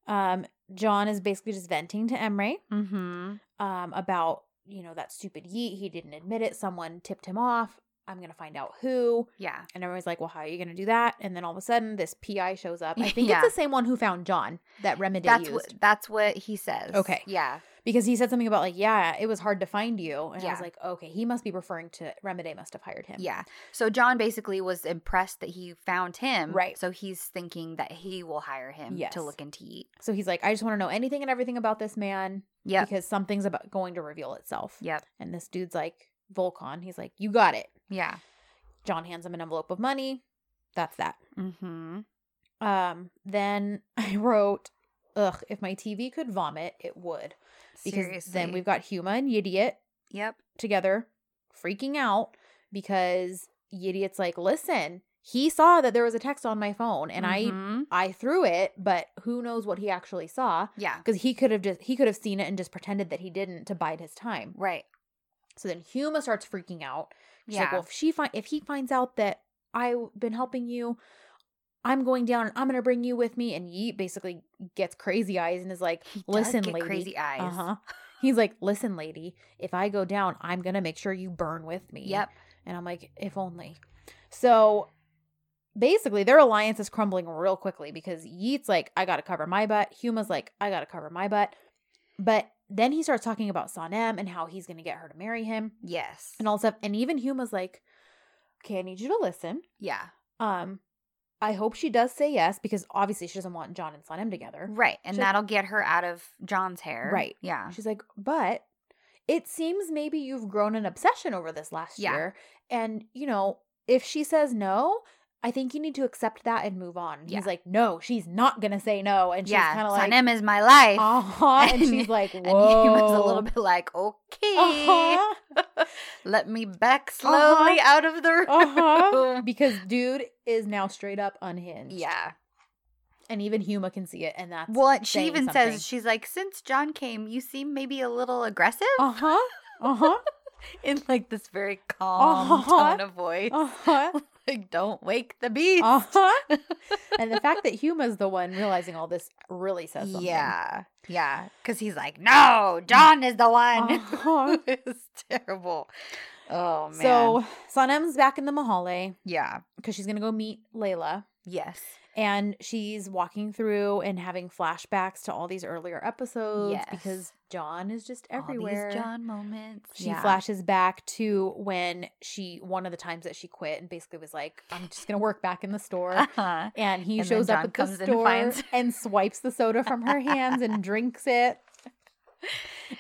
[SPEAKER 2] Um, John is basically just venting to Emre
[SPEAKER 1] Mm-hmm.
[SPEAKER 2] um, about, you know, that stupid yeet. He didn't admit it. Someone tipped him off. I'm going to find out who.
[SPEAKER 1] Yeah.
[SPEAKER 2] And Emre's like, well, how are you going to do that? And then all of a sudden, this PI shows up. I think
[SPEAKER 1] Yeah.
[SPEAKER 2] it's the same one who found John that Remedy
[SPEAKER 1] That's
[SPEAKER 2] used.
[SPEAKER 1] what that's what he says.
[SPEAKER 2] Okay.
[SPEAKER 1] Yeah.
[SPEAKER 2] because he said something about like, yeah, it was hard to find you, and I
[SPEAKER 1] Yeah.
[SPEAKER 2] was like, okay, he must be referring to Remedy must have hired him.
[SPEAKER 1] Yeah. So John basically was impressed that he found him.
[SPEAKER 2] Right.
[SPEAKER 1] So he's thinking that he will hire him
[SPEAKER 2] Yes.
[SPEAKER 1] to look into Yeet.
[SPEAKER 2] So he's like, I just want to know anything and everything about this man
[SPEAKER 1] Yep.
[SPEAKER 2] because something's about going to reveal itself.
[SPEAKER 1] Yep.
[SPEAKER 2] And this dude's like Volcon. He's like, you got it.
[SPEAKER 1] Yeah.
[SPEAKER 2] John hands him an envelope of money. That's that.
[SPEAKER 1] Mm-hmm.
[SPEAKER 2] Um, then I wrote, ugh, if my TV could vomit, it would. Because
[SPEAKER 1] Seriously.
[SPEAKER 2] then we've got Huma and Yidiot
[SPEAKER 1] Yep.
[SPEAKER 2] together freaking out because Yidiot's like, listen, he saw that there was a text on my phone and
[SPEAKER 1] Mhm.
[SPEAKER 2] I I threw it, but who knows what he actually saw.
[SPEAKER 1] Yeah.
[SPEAKER 2] Because he could have just he could have seen it and just pretended that he didn't to bide his time.
[SPEAKER 1] Right.
[SPEAKER 2] So then Huma starts freaking out. She's
[SPEAKER 1] Yeah.
[SPEAKER 2] like, well, if she find if he finds out that I've been helping you, I'm going down and I'm gonna bring you with me. And Yeet basically gets crazy eyes and is like,
[SPEAKER 1] He does
[SPEAKER 2] listen,
[SPEAKER 1] get
[SPEAKER 2] lady.
[SPEAKER 1] Crazy eyes.
[SPEAKER 2] Uh huh. He's like, listen, lady. If I go down, I'm gonna make sure you burn with me.
[SPEAKER 1] Yep.
[SPEAKER 2] And I'm like, if only. So basically, their alliance is crumbling real quickly because Yeet's like, I gotta cover my butt. Huma's like, I gotta cover my butt. But then he starts talking about Sanem and how he's gonna get her to marry him
[SPEAKER 1] Yes.
[SPEAKER 2] and all this stuff. And even Huma's like, okay, I need you to listen.
[SPEAKER 1] yeah.
[SPEAKER 2] Um, I hope she does say yes because obviously she doesn't want John and Sanem together.
[SPEAKER 1] Right. And
[SPEAKER 2] She's like-
[SPEAKER 1] that'll get her out of John's hair.
[SPEAKER 2] Right.
[SPEAKER 1] Yeah.
[SPEAKER 2] She's like, but it seems maybe you've grown an obsession over this last
[SPEAKER 1] Yeah.
[SPEAKER 2] year. And, you know, if she says no, I think you need to accept that and move on. And
[SPEAKER 1] Yeah.
[SPEAKER 2] He's like, no, she's not going to say no. And she's
[SPEAKER 1] yeah.
[SPEAKER 2] kind of like,
[SPEAKER 1] Sanem is my life.
[SPEAKER 2] uh-huh. And
[SPEAKER 1] And-
[SPEAKER 2] she's like, whoa.
[SPEAKER 1] and he was a little bit like, okay,
[SPEAKER 2] uh-huh.
[SPEAKER 1] let me back slowly out of the room.
[SPEAKER 2] uh-huh. Because dude is now straight up unhinged.
[SPEAKER 1] Yeah.
[SPEAKER 2] And even Huma can see it. And that's.
[SPEAKER 1] Well, and she
[SPEAKER 2] saying
[SPEAKER 1] even
[SPEAKER 2] something.
[SPEAKER 1] says, she's like, since John came, you seem maybe a little aggressive
[SPEAKER 2] Uh huh. Uh huh.
[SPEAKER 1] in like this very calm
[SPEAKER 2] Uh-huh.
[SPEAKER 1] tone of voice.
[SPEAKER 2] Uh huh.
[SPEAKER 1] Like, don't wake the beast.
[SPEAKER 2] Uh huh. and the fact that Huma's the one realizing all this really says something.
[SPEAKER 1] yeah. Yeah. Because he's like, no, John is the one.
[SPEAKER 2] Uh-huh.
[SPEAKER 1] it's terrible. Oh, man.
[SPEAKER 2] so Sanem's back in the Mahale
[SPEAKER 1] yeah.
[SPEAKER 2] because she's gonna go meet Layla,
[SPEAKER 1] Yes.
[SPEAKER 2] and she's walking through and having flashbacks to all these earlier episodes
[SPEAKER 1] Yes.
[SPEAKER 2] because John is just
[SPEAKER 1] All these
[SPEAKER 2] everywhere.
[SPEAKER 1] John moments.
[SPEAKER 2] She
[SPEAKER 1] yeah.
[SPEAKER 2] flashes back to when she one of the times that she quit and basically was like, "I'm just gonna work back in the store."
[SPEAKER 1] Uh-huh.
[SPEAKER 2] And he
[SPEAKER 1] And then
[SPEAKER 2] shows up
[SPEAKER 1] John
[SPEAKER 2] at the
[SPEAKER 1] comes and
[SPEAKER 2] store and,
[SPEAKER 1] finds-
[SPEAKER 2] swipes the soda from her hands and drinks it.
[SPEAKER 1] With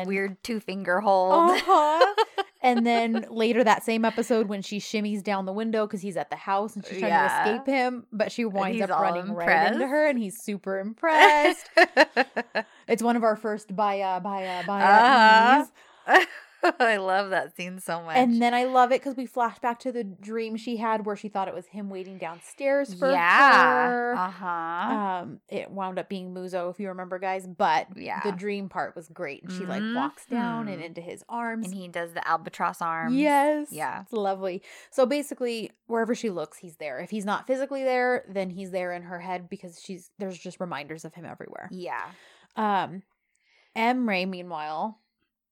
[SPEAKER 1] This weird two finger hold.
[SPEAKER 2] Uh-huh. and then later that same episode, when she shimmies down the window because he's at the house and she's trying
[SPEAKER 1] Yeah.
[SPEAKER 2] to escape him, but she winds
[SPEAKER 1] he's
[SPEAKER 2] up
[SPEAKER 1] all
[SPEAKER 2] running right into
[SPEAKER 1] impressed.
[SPEAKER 2] her, and he's super impressed. it's one of our first baya baya baya
[SPEAKER 1] Uh-huh.
[SPEAKER 2] ease.
[SPEAKER 1] I love that scene so much.
[SPEAKER 2] And then I love it because we flash back to the dream she had where she thought it was him waiting downstairs for her.
[SPEAKER 1] Uh huh.
[SPEAKER 2] Um, it wound up being Muzo, if you remember, guys. But
[SPEAKER 1] Yeah.
[SPEAKER 2] the dream part was great, and she like walks down and
[SPEAKER 1] Mhm.
[SPEAKER 2] into his arms.
[SPEAKER 1] and he does the albatross arm.
[SPEAKER 2] Yes.
[SPEAKER 1] Yeah.
[SPEAKER 2] It's lovely. So basically, wherever she looks, he's there. If he's not physically there, then he's there in her head because she's there's just reminders of him everywhere.
[SPEAKER 1] Yeah.
[SPEAKER 2] Um Emre, meanwhile,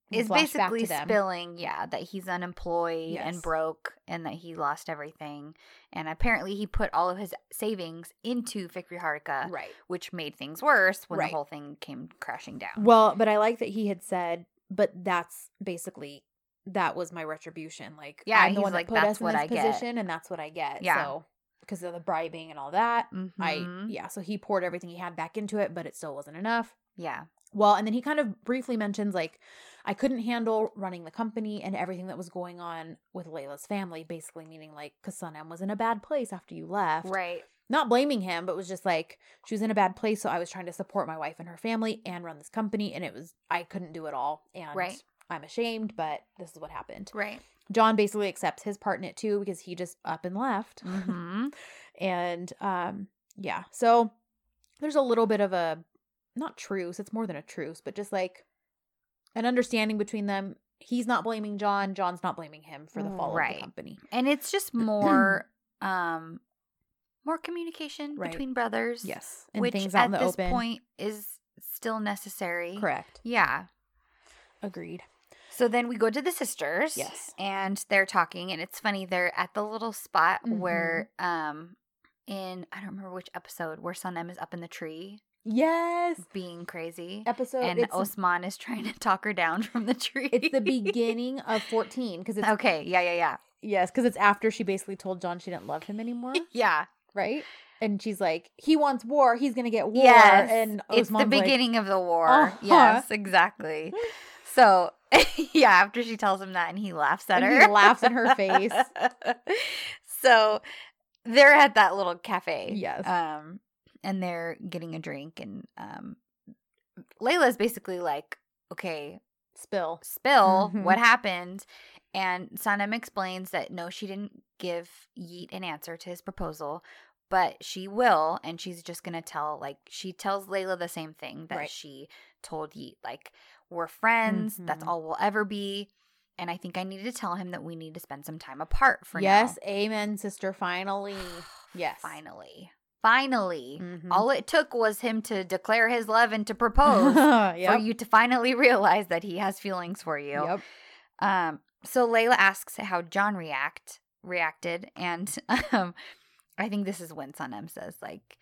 [SPEAKER 2] we
[SPEAKER 1] Is
[SPEAKER 2] flash back
[SPEAKER 1] basically
[SPEAKER 2] to them.
[SPEAKER 1] spilling, yeah, that he's unemployed
[SPEAKER 2] Yes.
[SPEAKER 1] and broke and that he lost everything. And apparently he put all of his savings into Fikri Harka,
[SPEAKER 2] Right.
[SPEAKER 1] which made things worse when
[SPEAKER 2] Right.
[SPEAKER 1] the whole thing came crashing down.
[SPEAKER 2] Well, but I like that he had said, but that's basically that was my retribution. Like
[SPEAKER 1] Yeah,
[SPEAKER 2] I'm the
[SPEAKER 1] he's
[SPEAKER 2] one
[SPEAKER 1] like,
[SPEAKER 2] that put
[SPEAKER 1] "That's
[SPEAKER 2] us in
[SPEAKER 1] what
[SPEAKER 2] this
[SPEAKER 1] I get."
[SPEAKER 2] position and that's what I get.
[SPEAKER 1] Yeah.
[SPEAKER 2] So because of the bribing and all that. I
[SPEAKER 1] Mhm.
[SPEAKER 2] yeah, so he poured everything he had back into it, but it still wasn't enough.
[SPEAKER 1] Yeah.
[SPEAKER 2] Well, and then he kind of briefly mentions like I couldn't handle running the company and everything that was going on with Layla's family, basically meaning like because Sunem was in a bad place after you left.
[SPEAKER 1] Right.
[SPEAKER 2] Not blaming him, but was just like she was in a bad place, so I was trying to support my wife and her family and run this company, and it was I couldn't do it all. And
[SPEAKER 1] Right.
[SPEAKER 2] I'm ashamed, but this is what happened.
[SPEAKER 1] Right.
[SPEAKER 2] John basically accepts his part in it too because he just up and left.
[SPEAKER 1] hmm
[SPEAKER 2] And um yeah. So there's a little bit of a not truce, it's more than a truce, but just like an understanding between them. He's not blaming John, John's not blaming him for the fall of
[SPEAKER 1] Right.
[SPEAKER 2] the company.
[SPEAKER 1] And it's just more um more communication
[SPEAKER 2] Right.
[SPEAKER 1] between brothers.
[SPEAKER 2] Yes. And
[SPEAKER 1] which
[SPEAKER 2] things out
[SPEAKER 1] at
[SPEAKER 2] in the
[SPEAKER 1] this
[SPEAKER 2] open.
[SPEAKER 1] point is still necessary.
[SPEAKER 2] Correct.
[SPEAKER 1] Yeah.
[SPEAKER 2] Agreed.
[SPEAKER 1] So then we go to the sisters.
[SPEAKER 2] Yes.
[SPEAKER 1] And they're talking, and it's funny. They're at the little
[SPEAKER 2] Mm-hmm.
[SPEAKER 1] spot where, um, in I don't remember which episode, where Sunem is up in the tree
[SPEAKER 2] Yes.
[SPEAKER 1] being crazy.
[SPEAKER 2] Episode
[SPEAKER 1] and
[SPEAKER 2] it's,
[SPEAKER 1] Osman is trying to talk her down from the tree.
[SPEAKER 2] it's the beginning of 14 because it's
[SPEAKER 1] okay, yeah, yeah, yeah.
[SPEAKER 2] yes, because it's after she basically told John she didn't love him anymore,
[SPEAKER 1] Yeah.
[SPEAKER 2] right? And she's like, he wants war, he's gonna get war.
[SPEAKER 1] Yes.
[SPEAKER 2] and
[SPEAKER 1] it's the
[SPEAKER 2] Osman's like,
[SPEAKER 1] beginning of the war.
[SPEAKER 2] Uh-huh.
[SPEAKER 1] Yes, exactly. So, yeah, after she tells him that and he laughs at
[SPEAKER 2] and
[SPEAKER 1] her.
[SPEAKER 2] he laughs in her face.
[SPEAKER 1] so, they're at that little cafe.
[SPEAKER 2] Yes.
[SPEAKER 1] Um and they're getting a drink and um Layla's basically like, "Okay,
[SPEAKER 2] Spill.
[SPEAKER 1] spill
[SPEAKER 2] Mhm.
[SPEAKER 1] what happened." And Sanam explains that no, she didn't give Yeet an answer to his proposal, but she will and she's just going to tell like she tells Layla the same thing that
[SPEAKER 2] Right.
[SPEAKER 1] she told Yeet like, "We're friends. That's
[SPEAKER 2] Mhm.
[SPEAKER 1] all we'll ever be." And I think I need to tell him that we need to spend some time apart for now.
[SPEAKER 2] yes, amen, sister. Finally. Yes.
[SPEAKER 1] Finally. Finally.
[SPEAKER 2] Mhm.
[SPEAKER 1] All it took was him to declare his love and to propose for
[SPEAKER 2] yep.
[SPEAKER 1] you to finally realize that he has feelings for you.
[SPEAKER 2] Yep.
[SPEAKER 1] Um, so Layla asks how John react reacted, and um, I think this is when Sonam says like,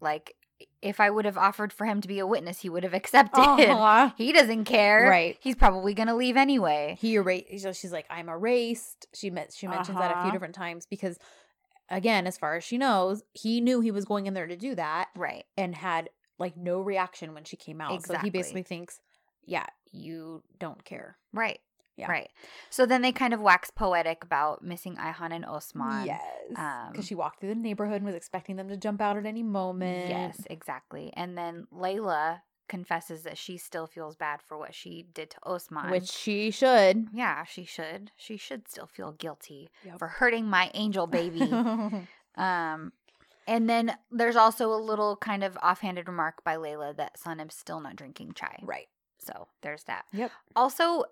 [SPEAKER 1] like if I would have offered for him to be a witness, he would have accepted.
[SPEAKER 2] Uh-huh.
[SPEAKER 1] He doesn't care.
[SPEAKER 2] Right.
[SPEAKER 1] He's probably gonna leave anyway.
[SPEAKER 2] He erased. So she's like, I'm erased. She met. She mentions that a few
[SPEAKER 1] Uh-huh.
[SPEAKER 2] different times because, again, as far as she knows, he knew he was going in there to do that
[SPEAKER 1] Right.
[SPEAKER 2] and had like no reaction when she came out. So
[SPEAKER 1] Exactly.
[SPEAKER 2] he basically thinks, yeah, you don't care.
[SPEAKER 1] Right.
[SPEAKER 2] Yeah.
[SPEAKER 1] Right. So then they kind of wax poetic about missing Ihan and Osman.
[SPEAKER 2] Yes, because
[SPEAKER 1] Um,
[SPEAKER 2] she walked through the neighborhood and was expecting them to jump out at any moment.
[SPEAKER 1] Yes, exactly. And then Layla confesses that she still feels bad for what she did to Osman.
[SPEAKER 2] which she should.
[SPEAKER 1] yeah, she should. She should still feel guilty
[SPEAKER 2] Yep.
[SPEAKER 1] for hurting my angel baby. um and then there's also a little kind of offhanded remark by Layla that Sonam's still not drinking chai.
[SPEAKER 2] right.
[SPEAKER 1] So there's that.
[SPEAKER 2] Yep.
[SPEAKER 1] Also,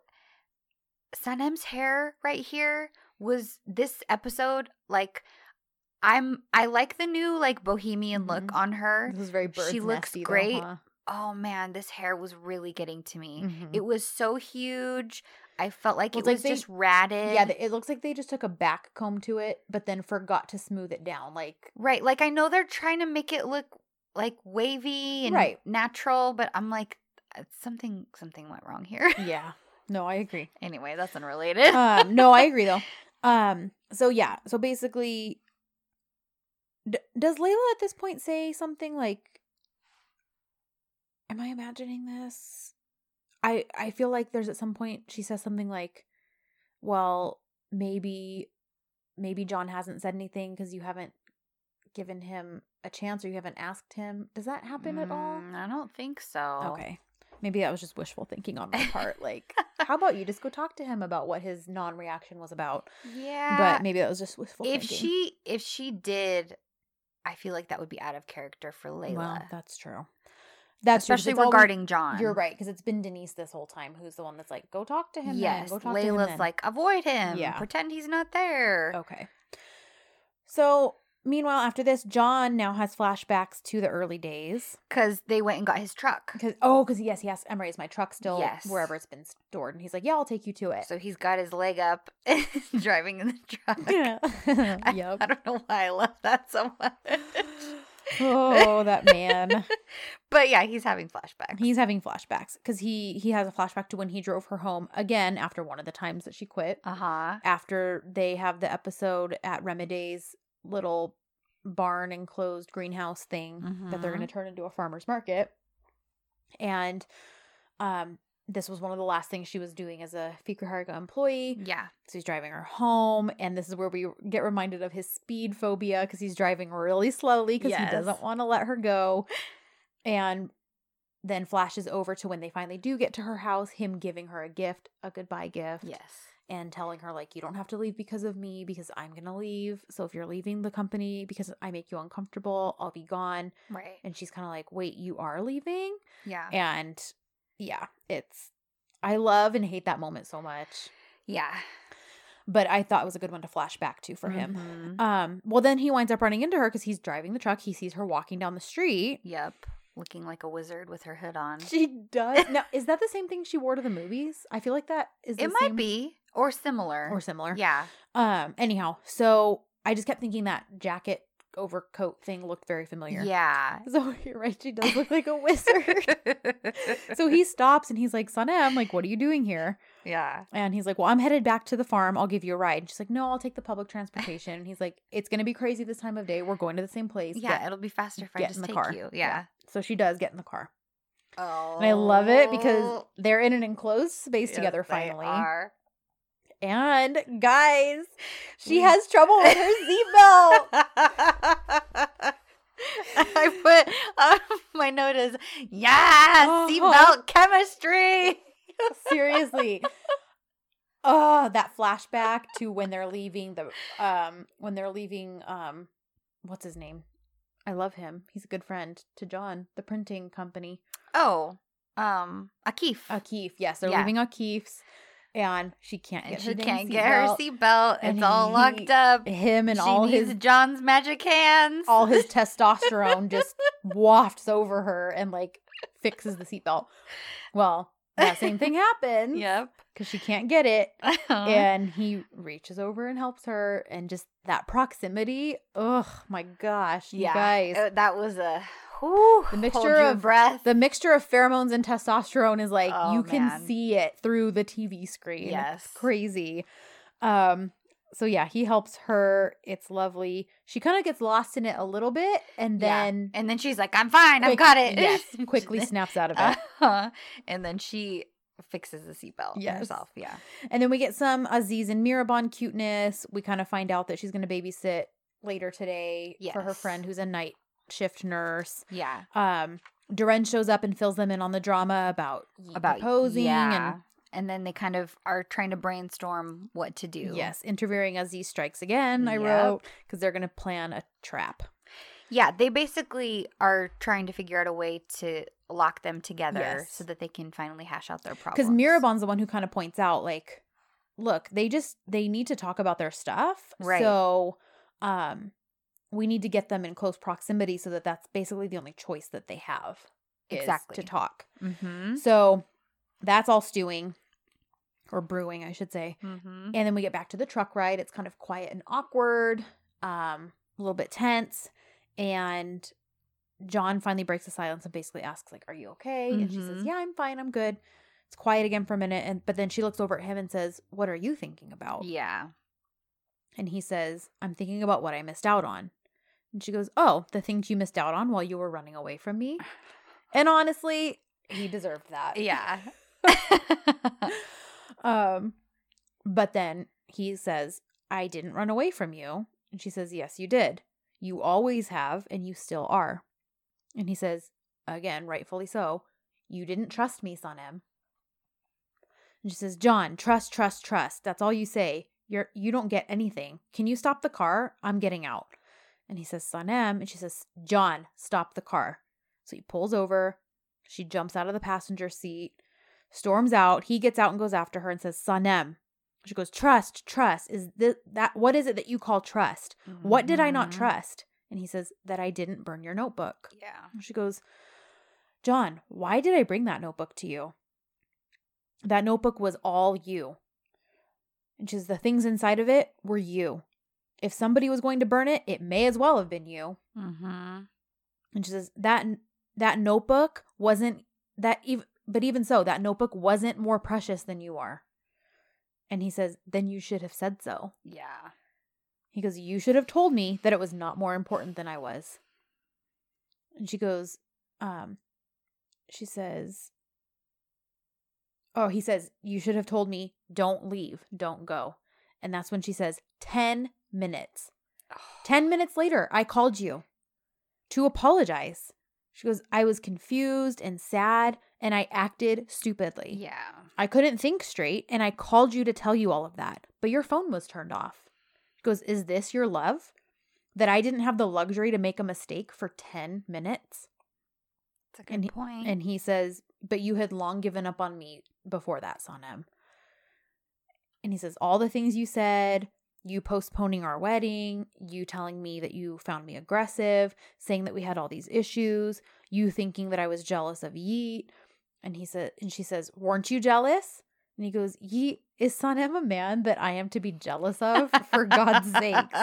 [SPEAKER 1] Sonam's hair right here was this episode like I'm I like the new like bohemian
[SPEAKER 2] Mhm.
[SPEAKER 1] look on her.
[SPEAKER 2] This is very birds
[SPEAKER 1] She looks
[SPEAKER 2] nesty, though,
[SPEAKER 1] great.
[SPEAKER 2] huh?
[SPEAKER 1] oh man, this hair was really getting to me.
[SPEAKER 2] Mhm.
[SPEAKER 1] It was so huge. I felt like
[SPEAKER 2] Well,
[SPEAKER 1] it
[SPEAKER 2] it's like
[SPEAKER 1] was
[SPEAKER 2] they-
[SPEAKER 1] just ratted.
[SPEAKER 2] Yeah, th- it looks like they just took a back comb to it, but then forgot to smooth it down. Like,
[SPEAKER 1] right. Like I know they're trying to make it look like wavy and
[SPEAKER 2] Right.
[SPEAKER 1] natural, but I'm like uh, something something went wrong here.
[SPEAKER 2] yeah, no, I agree.
[SPEAKER 1] anyway, that's unrelated.
[SPEAKER 2] Um, no, I agree though. Um, so yeah, so basically, d- does Layla at this point say something like, "Am I imagining this?" I I feel like there's at some point she says something like, "Well, maybe, maybe John hasn't said anything because you haven't." given him a chance or you haven't asked him does that happen at all
[SPEAKER 1] Mm, I don't think so.
[SPEAKER 2] Okay. Maybe that was just wishful thinking on my part. Like, how about you just go talk to him about what his non reaction was about?
[SPEAKER 1] Yeah.
[SPEAKER 2] but maybe that was just wishful
[SPEAKER 1] if
[SPEAKER 2] thinking.
[SPEAKER 1] she if she did, I feel like that would be out of character for Layla.
[SPEAKER 2] Well, that's true. That's true, 'cause
[SPEAKER 1] Especially
[SPEAKER 2] it's always-
[SPEAKER 1] regarding John.
[SPEAKER 2] You're right, because it's been Denise this whole time who's the one that's like, go talk to him. then,
[SPEAKER 1] Yes,
[SPEAKER 2] Go talk to him
[SPEAKER 1] Layla's
[SPEAKER 2] then."
[SPEAKER 1] like avoid him.
[SPEAKER 2] Yeah.
[SPEAKER 1] pretend he's not there.
[SPEAKER 2] Okay. So, meanwhile, after this, John now has flashbacks to the early days.
[SPEAKER 1] Because they went and got his truck.
[SPEAKER 2] Because, oh, because yes, yes, Emery is my truck still
[SPEAKER 1] Yes.
[SPEAKER 2] wherever it's been stored. And he's like, yeah, I'll take you to it.
[SPEAKER 1] So he's got his leg up driving in the truck. I,
[SPEAKER 2] yep.
[SPEAKER 1] I don't know why I love that so much.
[SPEAKER 2] Oh, that man.
[SPEAKER 1] But yeah, he's having flashbacks.
[SPEAKER 2] He's having flashbacks because he he has a flashback to when he drove her home again after one of the times that she quit.
[SPEAKER 1] Uh
[SPEAKER 2] uh-huh.
[SPEAKER 1] huh.
[SPEAKER 2] After they have the episode at Remedy's little barn enclosed greenhouse thing that they're going to turn into a farmer's market, and um, this was one of the last things she was doing as a Fikra Harga employee.
[SPEAKER 1] Yeah.
[SPEAKER 2] So he's driving her home, and this is where we get reminded of his speed phobia because he's driving really slowly because
[SPEAKER 1] Yes.
[SPEAKER 2] he doesn't want to let her go. And then flashes over to when they finally do get to her house, him giving her a gift, a goodbye gift,
[SPEAKER 1] Yes.
[SPEAKER 2] and telling her, like, you don't have to leave because of me, because I'm going to leave. So if you're leaving the company because I make you uncomfortable, I'll be gone.
[SPEAKER 1] Right.
[SPEAKER 2] And she's kind of like, wait, you are leaving?
[SPEAKER 1] Yeah.
[SPEAKER 2] And yeah, it's, I love and hate that moment so much
[SPEAKER 1] Yeah.
[SPEAKER 2] but I thought it was a good one to flash back to for him.
[SPEAKER 1] Mm-hmm.
[SPEAKER 2] Um, well, then he winds up running into her because he's driving the truck. He sees her walking down the street.
[SPEAKER 1] Yep. Looking like a wizard with her hood on.
[SPEAKER 2] She does. Now, is that the same thing she wore to the movies? I feel like that is.
[SPEAKER 1] It
[SPEAKER 2] the
[SPEAKER 1] might
[SPEAKER 2] same-
[SPEAKER 1] be. Or similar.
[SPEAKER 2] or similar.
[SPEAKER 1] Yeah.
[SPEAKER 2] Um. Anyhow, so I just kept thinking that jacket overcoat thing looked very familiar.
[SPEAKER 1] Yeah.
[SPEAKER 2] So you're right, she does look like a wizard. so he stops and he's like, Son I'm like, what are you doing here?
[SPEAKER 1] yeah.
[SPEAKER 2] And he's like, Well, I'm headed back to the farm. I'll give you a ride. And she's like, No, I'll take the public transportation. And he's like, It's gonna be crazy this time of day. We're going to the same place.
[SPEAKER 1] Yeah,
[SPEAKER 2] Get-
[SPEAKER 1] it'll be faster if I
[SPEAKER 2] get in
[SPEAKER 1] just
[SPEAKER 2] the
[SPEAKER 1] take
[SPEAKER 2] car.
[SPEAKER 1] you. Yeah.
[SPEAKER 2] So she does get in the car.
[SPEAKER 1] Oh.
[SPEAKER 2] And I love it because they're in an enclosed space together finally. And guys, she
[SPEAKER 1] We-
[SPEAKER 2] has trouble with her seatbelt.
[SPEAKER 1] I put uh,
[SPEAKER 2] um,
[SPEAKER 1] my note is yeah,
[SPEAKER 2] Uh-huh.
[SPEAKER 1] seatbelt chemistry.
[SPEAKER 2] Seriously. Oh, that flashback to when they're leaving the um when they're leaving um what's his name? I love him. He's a good friend to John, the printing company.
[SPEAKER 1] Oh, um, Akif.
[SPEAKER 2] Akeef. Yes, they're
[SPEAKER 1] Yeah.
[SPEAKER 2] leaving Akeef's and she can't
[SPEAKER 1] and
[SPEAKER 2] get
[SPEAKER 1] she
[SPEAKER 2] her
[SPEAKER 1] can't get her
[SPEAKER 2] seat.
[SPEAKER 1] seatbelt.
[SPEAKER 2] and
[SPEAKER 1] It's all
[SPEAKER 2] he-
[SPEAKER 1] locked up.
[SPEAKER 2] Him and
[SPEAKER 1] she
[SPEAKER 2] all
[SPEAKER 1] needs
[SPEAKER 2] his
[SPEAKER 1] John's magic hands.
[SPEAKER 2] all his testosterone just wafts over her and like fixes the seatbelt. Well, that same thing happens
[SPEAKER 1] Yep.
[SPEAKER 2] because she can't get it.
[SPEAKER 1] yeah.
[SPEAKER 2] and he reaches over and helps her and just that proximity ugh my gosh you guys
[SPEAKER 1] Uh, that was a whew,
[SPEAKER 2] The
[SPEAKER 1] hold
[SPEAKER 2] mixture
[SPEAKER 1] your
[SPEAKER 2] of
[SPEAKER 1] breath.
[SPEAKER 2] the mixture of pheromones and testosterone is like
[SPEAKER 1] Oh,
[SPEAKER 2] you can
[SPEAKER 1] man.
[SPEAKER 2] see it through the tv screen
[SPEAKER 1] yes.
[SPEAKER 2] crazy um so yeah he helps her it's lovely she kind of gets lost in it a little bit and
[SPEAKER 1] Yeah.
[SPEAKER 2] then
[SPEAKER 1] And then she's like, "I'm fine. I've
[SPEAKER 2] quick-
[SPEAKER 1] got it."
[SPEAKER 2] yes quickly snaps out of it
[SPEAKER 1] Uh-huh. And then she fixes the seatbelt
[SPEAKER 2] Yes.
[SPEAKER 1] herself. Yeah.
[SPEAKER 2] And then we get some Aziz and Mirabon cuteness. We kind of find out that she's going to babysit later today for her
[SPEAKER 1] Yes.
[SPEAKER 2] friend who's a night shift nurse.
[SPEAKER 1] Yeah.
[SPEAKER 2] Um, Duren shows up and fills them in on the drama about
[SPEAKER 1] About
[SPEAKER 2] proposing
[SPEAKER 1] yeah. And then they kind of are trying to brainstorm what to do.
[SPEAKER 2] and yes, interviewing Aziz strikes again. I
[SPEAKER 1] Yep.
[SPEAKER 2] wrote because they're going to plan a trap.
[SPEAKER 1] Yeah. They basically are trying to figure out a way to lock them together
[SPEAKER 2] Yes.
[SPEAKER 1] so that they can finally hash out their problems.
[SPEAKER 2] Because Mirabon's the one who kind of points out, like, look, they just they need to talk about their stuff.
[SPEAKER 1] Right.
[SPEAKER 2] So, um, we need to get them in close proximity so that that's basically the only choice that they have. is
[SPEAKER 1] Exactly.
[SPEAKER 2] to talk.
[SPEAKER 1] Mm-hmm.
[SPEAKER 2] So that's all stewing or brewing, I should say.
[SPEAKER 1] Mm-hmm.
[SPEAKER 2] And then we get back to the truck ride. It's kind of quiet and awkward, um, a little bit tense. And John finally breaks the silence and basically asks, like, "Are you okay?" And she says,
[SPEAKER 1] Mhm.
[SPEAKER 2] "Yeah, I'm fine. I'm good." It's quiet again for a minute, and but then she looks over at him and says, "What are you thinking about?"
[SPEAKER 1] Yeah.
[SPEAKER 2] And he says, "I'm thinking about what I missed out on." And she goes, "Oh, the things you missed out on while you were running away from me." And honestly, he deserved that.
[SPEAKER 1] Yeah.
[SPEAKER 2] um, but then he says, I didn't run away from you. And she says, Yes, you did. You always have, and you still are. And he says, Again, rightfully so, you didn't trust me, son M. And she says, John, trust, trust, trust. That's all you say. You're you don't get anything. Can you stop the car? I'm getting out. And he says, Son M. And she says, John, stop the car. So he pulls over. She jumps out of the passenger seat storms out. He gets out and goes after her and says, Sanem. She goes, Trust, trust. Is this, that what is it that you call trust? What did I not
[SPEAKER 1] Mhm.
[SPEAKER 2] trust? And he says, That I didn't burn your notebook.
[SPEAKER 1] Yeah.
[SPEAKER 2] And she goes, John, why did I bring that notebook to you? That notebook was all you. And she says, The things inside of it were you. If somebody was going to burn it, it may as well have been you.
[SPEAKER 1] Mm-hmm.
[SPEAKER 2] And she says that that notebook wasn't that even but even so that notebook wasn't more precious than you are. And he says, "Then you should have said so."
[SPEAKER 1] Yeah.
[SPEAKER 2] He goes, "You should have told me that it was not more important than I was." And she goes, um she says Oh, he says, "You should have told me, don't leave, don't go." And that's when she says, "10 minutes." 10 minutes later, I called you to apologize. She goes, I was confused and sad, and I acted stupidly.
[SPEAKER 1] Yeah.
[SPEAKER 2] I couldn't think straight, and I called you to tell you all of that, but your phone was turned off. She goes, Is this your love? That I didn't have the luxury to make a mistake for 10 minutes?
[SPEAKER 1] It's a good
[SPEAKER 2] And he-
[SPEAKER 1] point.
[SPEAKER 2] And he says, But you had long given up on me before that, Sonam. And he says, All the things you said, you postponing our wedding, you telling me that you found me aggressive, saying that we had all these issues, you thinking that I was jealous of Yeet. And he said, and she says, Weren't you jealous? And he goes, Yeet, is Sonam a man that I am to be jealous of? For God's sakes.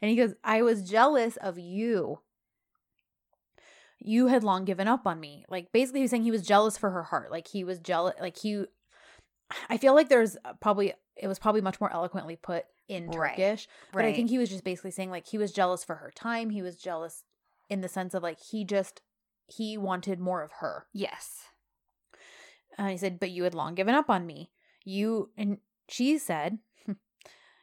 [SPEAKER 2] And he goes, I was jealous of you. You had long given up on me. Like basically, he was saying he was jealous for her heart. Like he was jealous. Like he, I feel like there's probably, it was probably much more eloquently put in
[SPEAKER 1] Right.
[SPEAKER 2] Turkish. But I
[SPEAKER 1] Right.
[SPEAKER 2] think he was just basically saying like he was jealous for her time. He was jealous in the sense of like he just, he wanted more of her.
[SPEAKER 1] yes.
[SPEAKER 2] And he said, But you had long given up on me. You, and she said,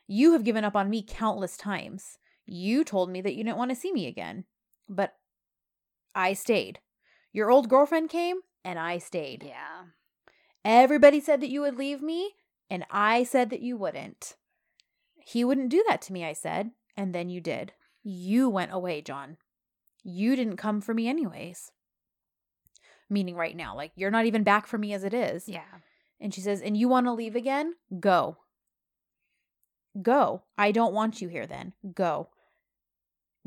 [SPEAKER 2] You have given up on me countless times. You told me that you didn't want to see me again, but I stayed. Your old girlfriend came and I stayed.
[SPEAKER 1] Yeah.
[SPEAKER 2] Everybody said that you would leave me and I said that you wouldn't. He wouldn't do that to me, I said, and then you did. You went away, John. You didn't come for me, anyways. Meaning right now, like you're not even back for me as it is.
[SPEAKER 1] Yeah.
[SPEAKER 2] And she says, And you want to leave again? Go. Go. I don't want you here then. Go.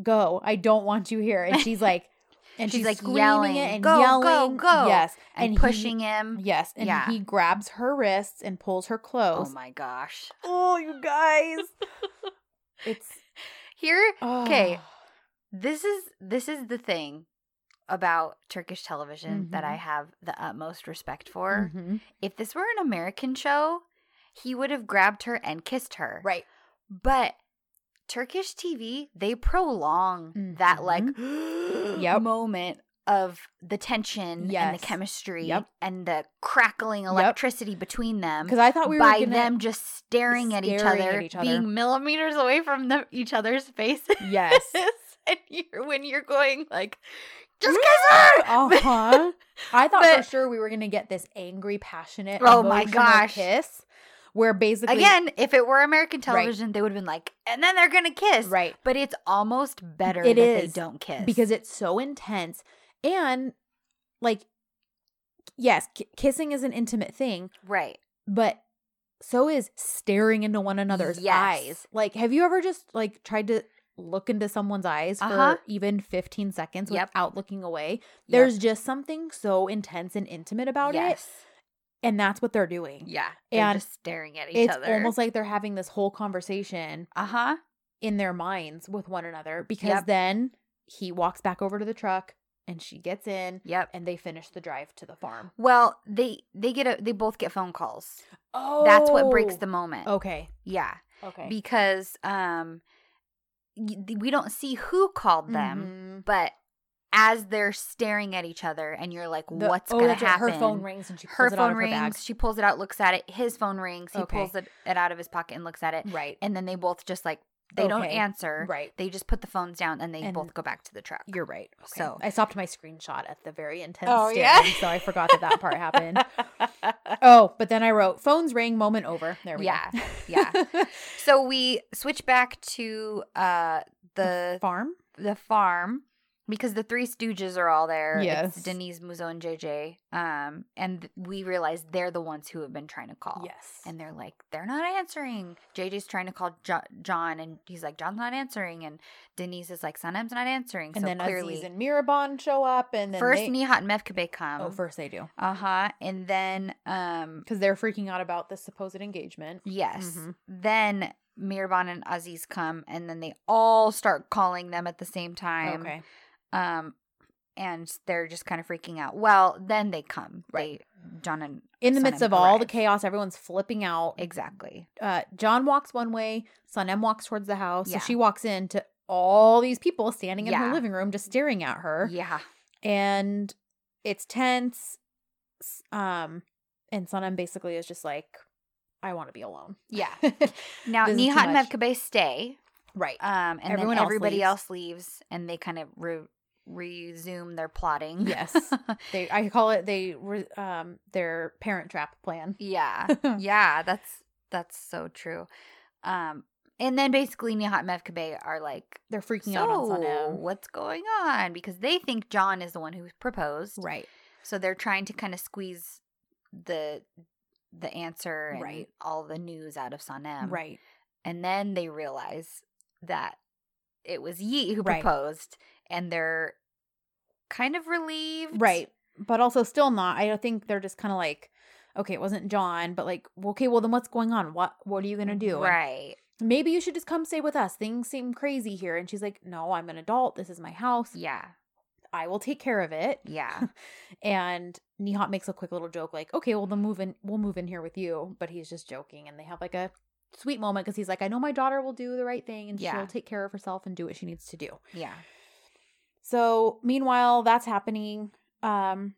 [SPEAKER 2] Go. I don't want you here. And she's like, and she's,
[SPEAKER 1] She's, like,
[SPEAKER 2] screaming
[SPEAKER 1] yelling,
[SPEAKER 2] it and
[SPEAKER 1] "Go, go,
[SPEAKER 2] yelling.
[SPEAKER 1] go."
[SPEAKER 2] Yes.
[SPEAKER 1] And,
[SPEAKER 2] he-
[SPEAKER 1] pushing him.
[SPEAKER 2] yes. And
[SPEAKER 1] Yeah.
[SPEAKER 2] he grabs her wrists and pulls her close.
[SPEAKER 1] Oh my gosh.
[SPEAKER 2] Oh, you guys. it's
[SPEAKER 1] Here Okay.
[SPEAKER 2] oh.
[SPEAKER 1] this is this is the thing about Turkish television that I have the utmost respect for.
[SPEAKER 2] Mhm.
[SPEAKER 1] If this were an American show, he would have grabbed her and kissed her.
[SPEAKER 2] Right.
[SPEAKER 1] But Turkish TV, they prolong that like
[SPEAKER 2] Yep.
[SPEAKER 1] moment of the tension and
[SPEAKER 2] Yes.
[SPEAKER 1] the chemistry
[SPEAKER 2] Yep.
[SPEAKER 1] and the crackling electricity between them
[SPEAKER 2] Because I thought we were
[SPEAKER 1] by
[SPEAKER 2] gonna-
[SPEAKER 1] them just staring, at, each
[SPEAKER 2] Staring at
[SPEAKER 1] other,
[SPEAKER 2] each other.
[SPEAKER 1] being millimeters away from the, each other's faces.
[SPEAKER 2] Yes.
[SPEAKER 1] and you're, when you're going like, just kiss her.
[SPEAKER 2] Uh huh. I thought for
[SPEAKER 1] But-
[SPEAKER 2] sure we were gonna get this angry, passionate,
[SPEAKER 1] Oh my
[SPEAKER 2] emotional
[SPEAKER 1] gosh.
[SPEAKER 2] kiss, where basically
[SPEAKER 1] Again, if it were American television, they would have been like, and then they're gonna kiss.
[SPEAKER 2] right
[SPEAKER 1] But it's almost better
[SPEAKER 2] It
[SPEAKER 1] that
[SPEAKER 2] is,
[SPEAKER 1] they don't kiss
[SPEAKER 2] because it's so intense and like yes, ki- kissing is an intimate thing,
[SPEAKER 1] right.
[SPEAKER 2] but so is staring into one another's
[SPEAKER 1] Yes.
[SPEAKER 2] eyes. Like, have you ever just like tried to look into someone's eyes for
[SPEAKER 1] Uh-huh.
[SPEAKER 2] even 15 seconds
[SPEAKER 1] Yep.
[SPEAKER 2] without looking away? There's just something so intense and intimate about it,
[SPEAKER 1] yes.
[SPEAKER 2] and that's what they're doing.
[SPEAKER 1] Yeah, they're
[SPEAKER 2] And
[SPEAKER 1] just staring at each
[SPEAKER 2] It's
[SPEAKER 1] other.
[SPEAKER 2] almost like they're having this whole conversation
[SPEAKER 1] uh huh.
[SPEAKER 2] in their minds with one another because
[SPEAKER 1] Yep.
[SPEAKER 2] then he walks back over to the truck and she gets in
[SPEAKER 1] Yep.
[SPEAKER 2] and they finish the drive to the farm.
[SPEAKER 1] Well, they they get a they both get phone calls.
[SPEAKER 2] Oh,
[SPEAKER 1] That's what breaks the moment.
[SPEAKER 2] Okay.
[SPEAKER 1] Yeah,
[SPEAKER 2] Okay.
[SPEAKER 1] because um, y- we don't see who called them,
[SPEAKER 2] Mm-hmm.
[SPEAKER 1] but as they're staring at each other, and you're like,
[SPEAKER 2] Mhm. The-
[SPEAKER 1] "What's
[SPEAKER 2] oh,
[SPEAKER 1] gonna
[SPEAKER 2] that's right.
[SPEAKER 1] happen?"
[SPEAKER 2] Her phone rings and she
[SPEAKER 1] Her
[SPEAKER 2] pulls it out
[SPEAKER 1] phone
[SPEAKER 2] of her bag.
[SPEAKER 1] rings. She pulls it out, looks at it. His phone rings. He
[SPEAKER 2] Okay.
[SPEAKER 1] pulls it, it out of his pocket and looks at it.
[SPEAKER 2] Right.
[SPEAKER 1] And then they both just like they don't
[SPEAKER 2] Okay.
[SPEAKER 1] answer.
[SPEAKER 2] Right.
[SPEAKER 1] They just put the phones down and they
[SPEAKER 2] And-
[SPEAKER 1] both go back to the truck.
[SPEAKER 2] You're right. Okay.
[SPEAKER 1] So-
[SPEAKER 2] I stopped my screenshot at the very intense
[SPEAKER 1] Oh,
[SPEAKER 2] staring,
[SPEAKER 1] yeah.
[SPEAKER 2] so I forgot that that part happened. Oh, but then I wrote phones ring moment over. There we
[SPEAKER 1] Yeah,
[SPEAKER 2] go.
[SPEAKER 1] yeah. So we switch back to uh the
[SPEAKER 2] farm.
[SPEAKER 1] the farm because the three stooges are all there.
[SPEAKER 2] Yes.
[SPEAKER 1] It's Denise, Muzo, and JJ. Um, and th- we realize they're the ones who have been trying to call.
[SPEAKER 2] Yes.
[SPEAKER 1] And they're like, they're not answering. JJ's trying to call jo- John, and he's like, John's not answering. And Denise is like, Sonam's not answering.
[SPEAKER 2] and
[SPEAKER 1] so
[SPEAKER 2] then
[SPEAKER 1] clearly,
[SPEAKER 2] Aziz and Mirabon show up and then
[SPEAKER 1] first
[SPEAKER 2] they,
[SPEAKER 1] Nihat and Mefkabe come.
[SPEAKER 2] Oh, first they do.
[SPEAKER 1] Uh huh. And then, um,
[SPEAKER 2] because they're freaking out about the supposed engagement.
[SPEAKER 1] Yes.
[SPEAKER 2] Mhm.
[SPEAKER 1] Then Mirban and Aziz come, and then they all start calling them at the same time.
[SPEAKER 2] okay.
[SPEAKER 1] Um, and they're just kind of freaking out. Well, then they come.
[SPEAKER 2] Right.
[SPEAKER 1] They, John and
[SPEAKER 2] In the
[SPEAKER 1] Son
[SPEAKER 2] midst
[SPEAKER 1] M
[SPEAKER 2] of all the
[SPEAKER 1] arrive.
[SPEAKER 2] chaos, everyone's flipping out.
[SPEAKER 1] exactly.
[SPEAKER 2] Uh, John walks one way, Sanem walks towards the house.
[SPEAKER 1] Yeah.
[SPEAKER 2] So she walks in to all these people standing in her
[SPEAKER 1] Yeah.
[SPEAKER 2] living room just staring at her.
[SPEAKER 1] Yeah.
[SPEAKER 2] And it's tense. S- Um, and Sanem basically is just like, I want to be alone.
[SPEAKER 1] Yeah. Now
[SPEAKER 2] This is too
[SPEAKER 1] Nihat and
[SPEAKER 2] much.
[SPEAKER 1] Mevkabe stay.
[SPEAKER 2] right.
[SPEAKER 1] Um, and
[SPEAKER 2] Everyone
[SPEAKER 1] then
[SPEAKER 2] else
[SPEAKER 1] everybody
[SPEAKER 2] leaves.
[SPEAKER 1] else leaves. and they kind of re- resume their plotting.
[SPEAKER 2] yes. They I call it they re- um their parent trap plan.
[SPEAKER 1] yeah. yeah, that's that's so true. Um, and then basically Nihat and Mevkabe are like
[SPEAKER 2] They're freaking
[SPEAKER 1] so,
[SPEAKER 2] out on Sanem.
[SPEAKER 1] what's going on? Because they think John is the one who proposed,
[SPEAKER 2] Right.
[SPEAKER 1] so they're trying to kind of squeeze the the answer and
[SPEAKER 2] Right.
[SPEAKER 1] all the news out of Sanem,
[SPEAKER 2] right.
[SPEAKER 1] And then they realize that it was Yi who
[SPEAKER 2] Right.
[SPEAKER 1] proposed, and they're kind of relieved,
[SPEAKER 2] Right. But also still not. I don't think they're just kind of like, okay, it wasn't John, but like, well, okay, well then what's going on? What what are you going to do? And
[SPEAKER 1] Right,
[SPEAKER 2] maybe you should just come stay with us. Things seem crazy here. And she's like, no, I'm an adult. This is my house.
[SPEAKER 1] Yeah.
[SPEAKER 2] I will take care of it.
[SPEAKER 1] Yeah.
[SPEAKER 2] And Nihat makes a quick little joke like, okay, well, they'll move in. We'll move in here with you. But he's just joking. And they have like a sweet moment because he's like, I know my daughter will do the right thing and
[SPEAKER 1] Yeah.
[SPEAKER 2] she'll take care of herself and do what she needs to do.
[SPEAKER 1] Yeah.
[SPEAKER 2] So meanwhile, that's happening. Um,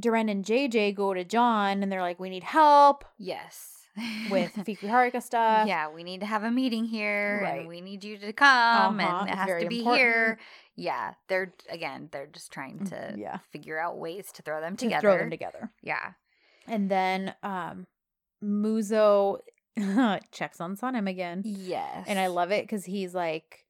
[SPEAKER 2] Duren and JJ go to John and they're like, we need help
[SPEAKER 1] Yes.
[SPEAKER 2] with Fiku Haruka stuff.
[SPEAKER 1] yeah, we need to have a meeting here,
[SPEAKER 2] Right.
[SPEAKER 1] and we need you to come,
[SPEAKER 2] Uh-huh,
[SPEAKER 1] and it
[SPEAKER 2] it's
[SPEAKER 1] has
[SPEAKER 2] very
[SPEAKER 1] to be
[SPEAKER 2] important. Mm,
[SPEAKER 1] here. Yeah, they're again, they're just trying to
[SPEAKER 2] yeah.
[SPEAKER 1] figure out ways to throw them
[SPEAKER 2] To
[SPEAKER 1] together.
[SPEAKER 2] throw them together.
[SPEAKER 1] yeah,
[SPEAKER 2] And then um Muzo checks on Sonam again.
[SPEAKER 1] yes,
[SPEAKER 2] And I love it because he's like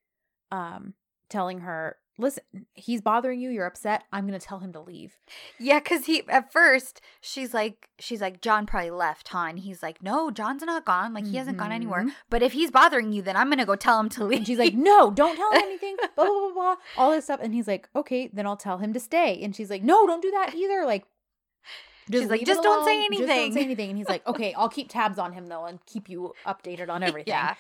[SPEAKER 2] um telling her, listen, he's bothering you, you're upset. I'm gonna tell him to leave.
[SPEAKER 1] Yeah, because he at first she's like she's like John probably left, huh? And he's like, no, John's not gone. Like he hasn't gone anywhere.
[SPEAKER 2] Mhm.
[SPEAKER 1] But if he's bothering you, then I'm gonna go tell him to leave.
[SPEAKER 2] And she's like, No, don't tell him anything, blah blah blah blah. All this stuff. And he's like, Okay, then I'll tell him to stay. And she's like, No, don't do that either. Like
[SPEAKER 1] She's like,
[SPEAKER 2] leave it
[SPEAKER 1] "Just don't say
[SPEAKER 2] alone. Just don't say
[SPEAKER 1] anything."
[SPEAKER 2] anything. And he's like, Okay, I'll keep tabs on him though and keep you updated on everything.
[SPEAKER 1] yeah,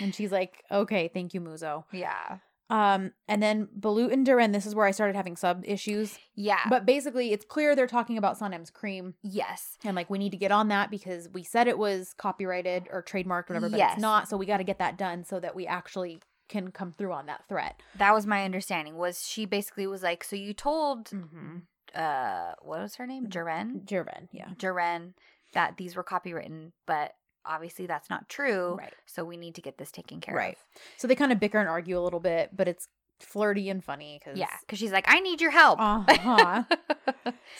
[SPEAKER 2] And she's like, Okay, thank you, Muzo.
[SPEAKER 1] yeah,
[SPEAKER 2] Um, and then Balut and Duran, this is where I started having sub issues.
[SPEAKER 1] yeah.
[SPEAKER 2] But basically, it's clear they're talking about Sonam's cream
[SPEAKER 1] yes,
[SPEAKER 2] and like we need to get on that because we said it was copyrighted or trademarked, whatever, but
[SPEAKER 1] Yes.
[SPEAKER 2] it's not. So we got to get that done so that we actually can come through on that threat.
[SPEAKER 1] that was my understanding. Was she basically was like, so you told
[SPEAKER 2] Mm-hmm.
[SPEAKER 1] uh, what was her name, Jaren,
[SPEAKER 2] Duran, yeah.
[SPEAKER 1] Jaren, that these were copywritten, but obviously that's not true.
[SPEAKER 2] Right.
[SPEAKER 1] So we need to get this taken care
[SPEAKER 2] Right.
[SPEAKER 1] of.
[SPEAKER 2] So they kind of bicker and argue a little bit, but it's flirty and funny because
[SPEAKER 1] Yeah, because she's like, I need your help.
[SPEAKER 2] Uh huh.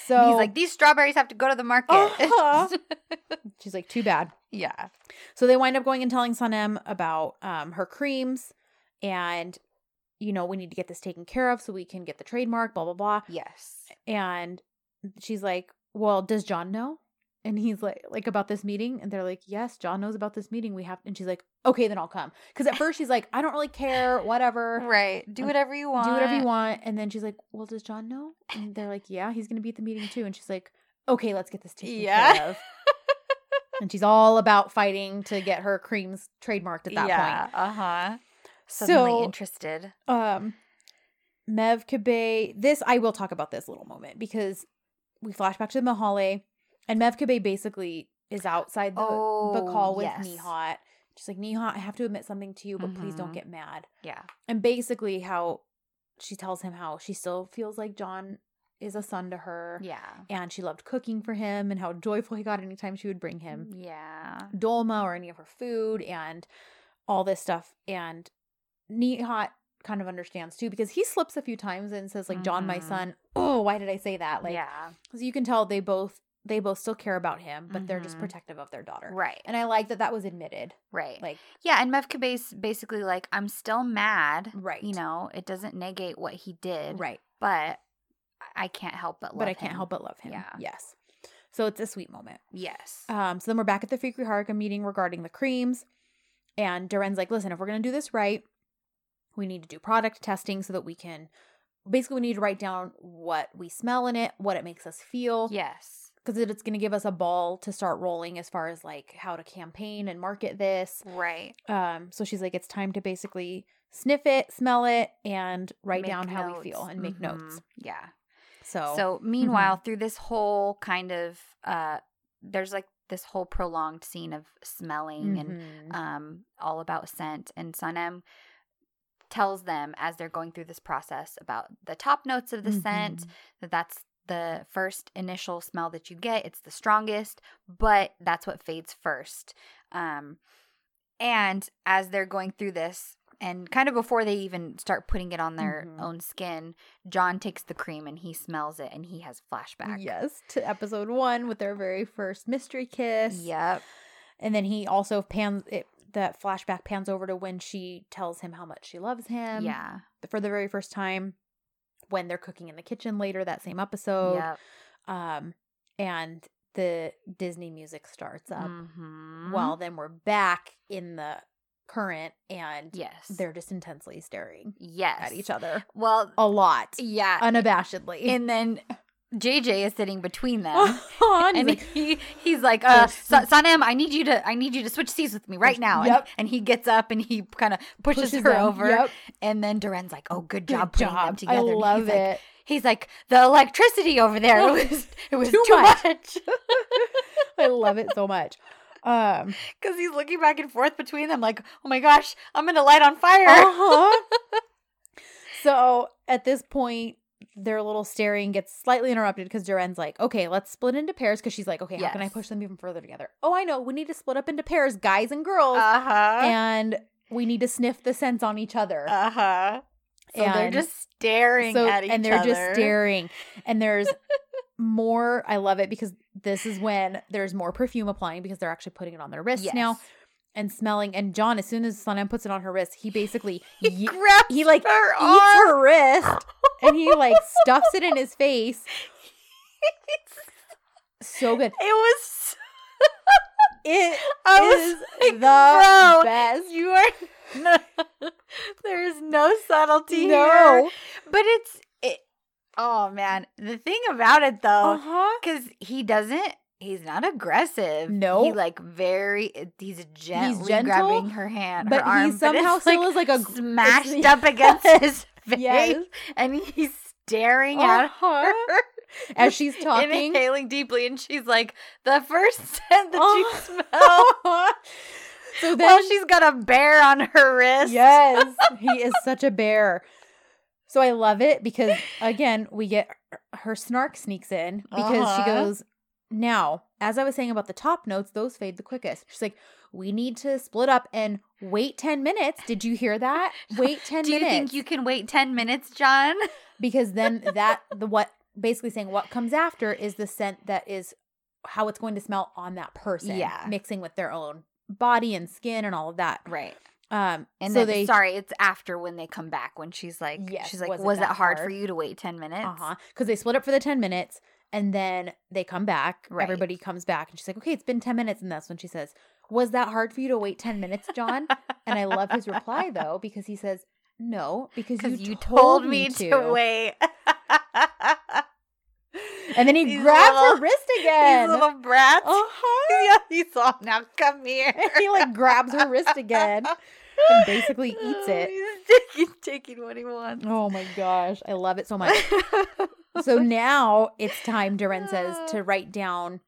[SPEAKER 2] so
[SPEAKER 1] And he's like, these strawberries have to go to the market.
[SPEAKER 2] Uh-huh. she's like, too bad.
[SPEAKER 1] yeah.
[SPEAKER 2] So they wind up going and telling Sunem about um, her creams and, you know, we need to get this taken care of so we can get the trademark, blah, blah, blah.
[SPEAKER 1] Yes.
[SPEAKER 2] And she's like, well, does John know? And he's like, like about this meeting, and they're like, yes, John knows about this meeting. We have, and she's like, okay, then I'll come. Because at first she's like, I don't really care, whatever,
[SPEAKER 1] Right. Do
[SPEAKER 2] Like,
[SPEAKER 1] whatever you want.
[SPEAKER 2] do whatever you want. And then she's like, well, does John know? And they're like, yeah, he's gonna be at the meeting too. And she's like, okay, let's get this taken
[SPEAKER 1] Yeah.
[SPEAKER 2] care of. and she's all about fighting to get her creams trademarked at that point.
[SPEAKER 1] Uh huh. Suddenly
[SPEAKER 2] So,
[SPEAKER 1] interested.
[SPEAKER 2] um, Mev Kabe, this I will talk about this little moment because we flash back to Mahale, and Mev Kabe basically is outside the
[SPEAKER 1] Oh,
[SPEAKER 2] Bakal with
[SPEAKER 1] yes.
[SPEAKER 2] Nihat. She's like, Nihat, I have to admit something to you, but please don't
[SPEAKER 1] Mhm.
[SPEAKER 2] get mad.
[SPEAKER 1] Yeah.
[SPEAKER 2] And basically, how she tells him how she still feels like John is a son to her.
[SPEAKER 1] Yeah.
[SPEAKER 2] And she loved cooking for him and how joyful he got anytime she would bring him
[SPEAKER 1] Yeah.
[SPEAKER 2] dolma or any of her food and all this stuff. And Nihat kind of understands too because he slips a few times and says like John, my
[SPEAKER 1] Mhm.
[SPEAKER 2] son. Oh, why did I say that? Like,
[SPEAKER 1] yeah.
[SPEAKER 2] 'cause you can tell they both they both still care about him, but they're just
[SPEAKER 1] Mhm.
[SPEAKER 2] protective of their daughter.
[SPEAKER 1] Right.
[SPEAKER 2] And I like that that was admitted.
[SPEAKER 1] Right.
[SPEAKER 2] Like,
[SPEAKER 1] yeah. And Mev Kabe's basically like, I'm still mad.
[SPEAKER 2] right,
[SPEAKER 1] You know, it doesn't negate what he did.
[SPEAKER 2] right.
[SPEAKER 1] But I- I can't help but love
[SPEAKER 2] But I can't
[SPEAKER 1] him.
[SPEAKER 2] help but love him.
[SPEAKER 1] Yeah.
[SPEAKER 2] Yes. So it's a sweet moment.
[SPEAKER 1] Yes.
[SPEAKER 2] Um, so then we're back at the Fikri Haruka meeting regarding the creams. And Duren's like, listen, if we're going to do this right, we need to do product testing so that we can basically we need to write down what we smell in it, what it makes us feel.
[SPEAKER 1] yes.
[SPEAKER 2] Because it's going to give us a ball to start rolling as far as like how to campaign and market this.
[SPEAKER 1] Right.
[SPEAKER 2] Um, so she's like, it's time to basically sniff it, smell it, and write
[SPEAKER 1] Make
[SPEAKER 2] down how
[SPEAKER 1] notes.
[SPEAKER 2] we feel and make notes.
[SPEAKER 1] Mhm. Yeah.
[SPEAKER 2] So, Mm-hmm.
[SPEAKER 1] So, meanwhile, through this whole kind of uh there's like this whole prolonged scene of smelling and
[SPEAKER 2] mhm.
[SPEAKER 1] um all about scent and Sunem tells them as they're going through this process about the top notes of the scent
[SPEAKER 2] Mhm.
[SPEAKER 1] that that's the first initial smell that you get it's the strongest but that's what fades first um and as they're going through this and kind of before they even start putting it on their
[SPEAKER 2] Mhm.
[SPEAKER 1] own skin john takes the cream and he smells it and he has flashback
[SPEAKER 2] Yes, to episode one with their very first mystery kiss.
[SPEAKER 1] yep
[SPEAKER 2] And then he also pans it that flashback pans over to when she tells him how much she loves him.
[SPEAKER 1] yeah
[SPEAKER 2] For the very first time when they're cooking in the kitchen later that same episode.
[SPEAKER 1] yep
[SPEAKER 2] Um and the Disney music starts up.
[SPEAKER 1] Mhm.
[SPEAKER 2] Well, then we're back in the current and
[SPEAKER 1] yes
[SPEAKER 2] they're just intensely staring
[SPEAKER 1] yes
[SPEAKER 2] at each other
[SPEAKER 1] well
[SPEAKER 2] a lot.
[SPEAKER 1] yeah
[SPEAKER 2] Unabashedly.
[SPEAKER 1] and then JJ is sitting between them.
[SPEAKER 2] and
[SPEAKER 1] and
[SPEAKER 2] he's like,
[SPEAKER 1] he, he's
[SPEAKER 2] Oh,
[SPEAKER 1] like, uh,
[SPEAKER 2] Yes.
[SPEAKER 1] Sanam, I need you to, I need you to switch seats with me right now. And-
[SPEAKER 2] Yep.
[SPEAKER 1] And, he gets up and he kind of pushes,
[SPEAKER 2] pushes
[SPEAKER 1] her
[SPEAKER 2] him.
[SPEAKER 1] over.
[SPEAKER 2] Yep.
[SPEAKER 1] And then Duran's like, "Oh, good
[SPEAKER 2] Good
[SPEAKER 1] job putting them
[SPEAKER 2] job.
[SPEAKER 1] together."
[SPEAKER 2] I
[SPEAKER 1] And
[SPEAKER 2] love
[SPEAKER 1] he's like-
[SPEAKER 2] it.
[SPEAKER 1] he's like, "The electricity over there it was, it was too,
[SPEAKER 2] Too
[SPEAKER 1] much.
[SPEAKER 2] much." I love it so much. Um,
[SPEAKER 1] Because he's looking back and forth between them, like, "Oh my gosh, I'm gonna light on fire."
[SPEAKER 2] Uh-huh. so at this point, their little staring gets slightly interrupted because Duren's like, okay, let's split into pairs because she's like, okay, how can I
[SPEAKER 1] Yes.
[SPEAKER 2] push them even further together? Oh, I know. We need to split up into pairs, guys and girls,
[SPEAKER 1] Uh-huh. huh.
[SPEAKER 2] and we need to sniff the scents on each other.
[SPEAKER 1] Uh huh. So they're
[SPEAKER 2] And
[SPEAKER 1] just staring
[SPEAKER 2] so,
[SPEAKER 1] at each other,
[SPEAKER 2] and they're just staring. And there's more. I love it because this is when there's more perfume applying because they're actually putting it on their wrists
[SPEAKER 1] Yes.
[SPEAKER 2] now and smelling. And John, as soon as Sonam puts it on her wrist, he basically
[SPEAKER 1] He
[SPEAKER 2] ye-
[SPEAKER 1] grabs
[SPEAKER 2] he, like,
[SPEAKER 1] her
[SPEAKER 2] eats
[SPEAKER 1] arm.
[SPEAKER 2] her wrist and he like stuffs it in his face. So good.
[SPEAKER 1] it was.
[SPEAKER 2] It
[SPEAKER 1] I was
[SPEAKER 2] is
[SPEAKER 1] like,
[SPEAKER 2] the
[SPEAKER 1] "Bro,
[SPEAKER 2] best.
[SPEAKER 1] You are. there is no subtlety here.
[SPEAKER 2] No.
[SPEAKER 1] But it's. It, oh, man. The thing about it, though,
[SPEAKER 2] huh.
[SPEAKER 1] because he doesn't. He's not aggressive.
[SPEAKER 2] No.
[SPEAKER 1] He, like, very. He's gently
[SPEAKER 2] gentle,
[SPEAKER 1] grabbing her hand. her
[SPEAKER 2] But
[SPEAKER 1] arm,
[SPEAKER 2] he somehow
[SPEAKER 1] but it's,
[SPEAKER 2] still
[SPEAKER 1] like,
[SPEAKER 2] is like a gr-
[SPEAKER 1] smashed
[SPEAKER 2] it's-
[SPEAKER 1] up against his face.
[SPEAKER 2] Yes.
[SPEAKER 1] And he's staring at her.
[SPEAKER 2] Uh-huh. As she's
[SPEAKER 1] and
[SPEAKER 2] talking.
[SPEAKER 1] inhaling deeply, and she's like, the first scent that
[SPEAKER 2] Oh.
[SPEAKER 1] you smell.
[SPEAKER 2] so then
[SPEAKER 1] Well, she's got a bear on her wrist.
[SPEAKER 2] Yes, he is such a bear. So I love it because again, we get her snark sneaks in because she
[SPEAKER 1] Uh-huh.
[SPEAKER 2] goes, "Now, as I was saying about the top notes, those fade the quickest." She's like, "We need to split up and wait 10 minutes. Did you hear that? Wait 10
[SPEAKER 1] Do you
[SPEAKER 2] minutes."
[SPEAKER 1] think you can wait 10 minutes, John?
[SPEAKER 2] because then that the what basically saying what comes after is the scent that is how it's going to smell on that person,
[SPEAKER 1] Yeah.
[SPEAKER 2] mixing with their own body and skin and all of that.
[SPEAKER 1] Right.
[SPEAKER 2] Um
[SPEAKER 1] And
[SPEAKER 2] so
[SPEAKER 1] then,
[SPEAKER 2] they
[SPEAKER 1] sorry, it's after when they come back when she's like,
[SPEAKER 2] Yes,
[SPEAKER 1] she's like,
[SPEAKER 2] was it
[SPEAKER 1] was it
[SPEAKER 2] that
[SPEAKER 1] hard, Uh-huh. for
[SPEAKER 2] hard?"
[SPEAKER 1] you to wait 10 minutes?
[SPEAKER 2] Uh huh. Because they split up for the 10 minutes and then they come back.
[SPEAKER 1] Right.
[SPEAKER 2] Everybody comes back and she's like, okay, it's been 10 minutes. And that's when she says, was that hard for you to wait 10 minutes, John? and I love his reply though, because he says, no, because you,
[SPEAKER 1] Because you, told me
[SPEAKER 2] to.
[SPEAKER 1] to, wait.
[SPEAKER 2] And then he
[SPEAKER 1] These
[SPEAKER 2] grabs
[SPEAKER 1] little-
[SPEAKER 2] her wrist
[SPEAKER 1] These
[SPEAKER 2] again.
[SPEAKER 1] little brats.
[SPEAKER 2] Uh-huh.
[SPEAKER 1] Yeah, you saw. Now come here.
[SPEAKER 2] And he like grabs her wrist again and basically eats it.
[SPEAKER 1] He's taking, taking what he wants.
[SPEAKER 2] Oh my gosh. I love it so much. so now it's time, Duran says, to write down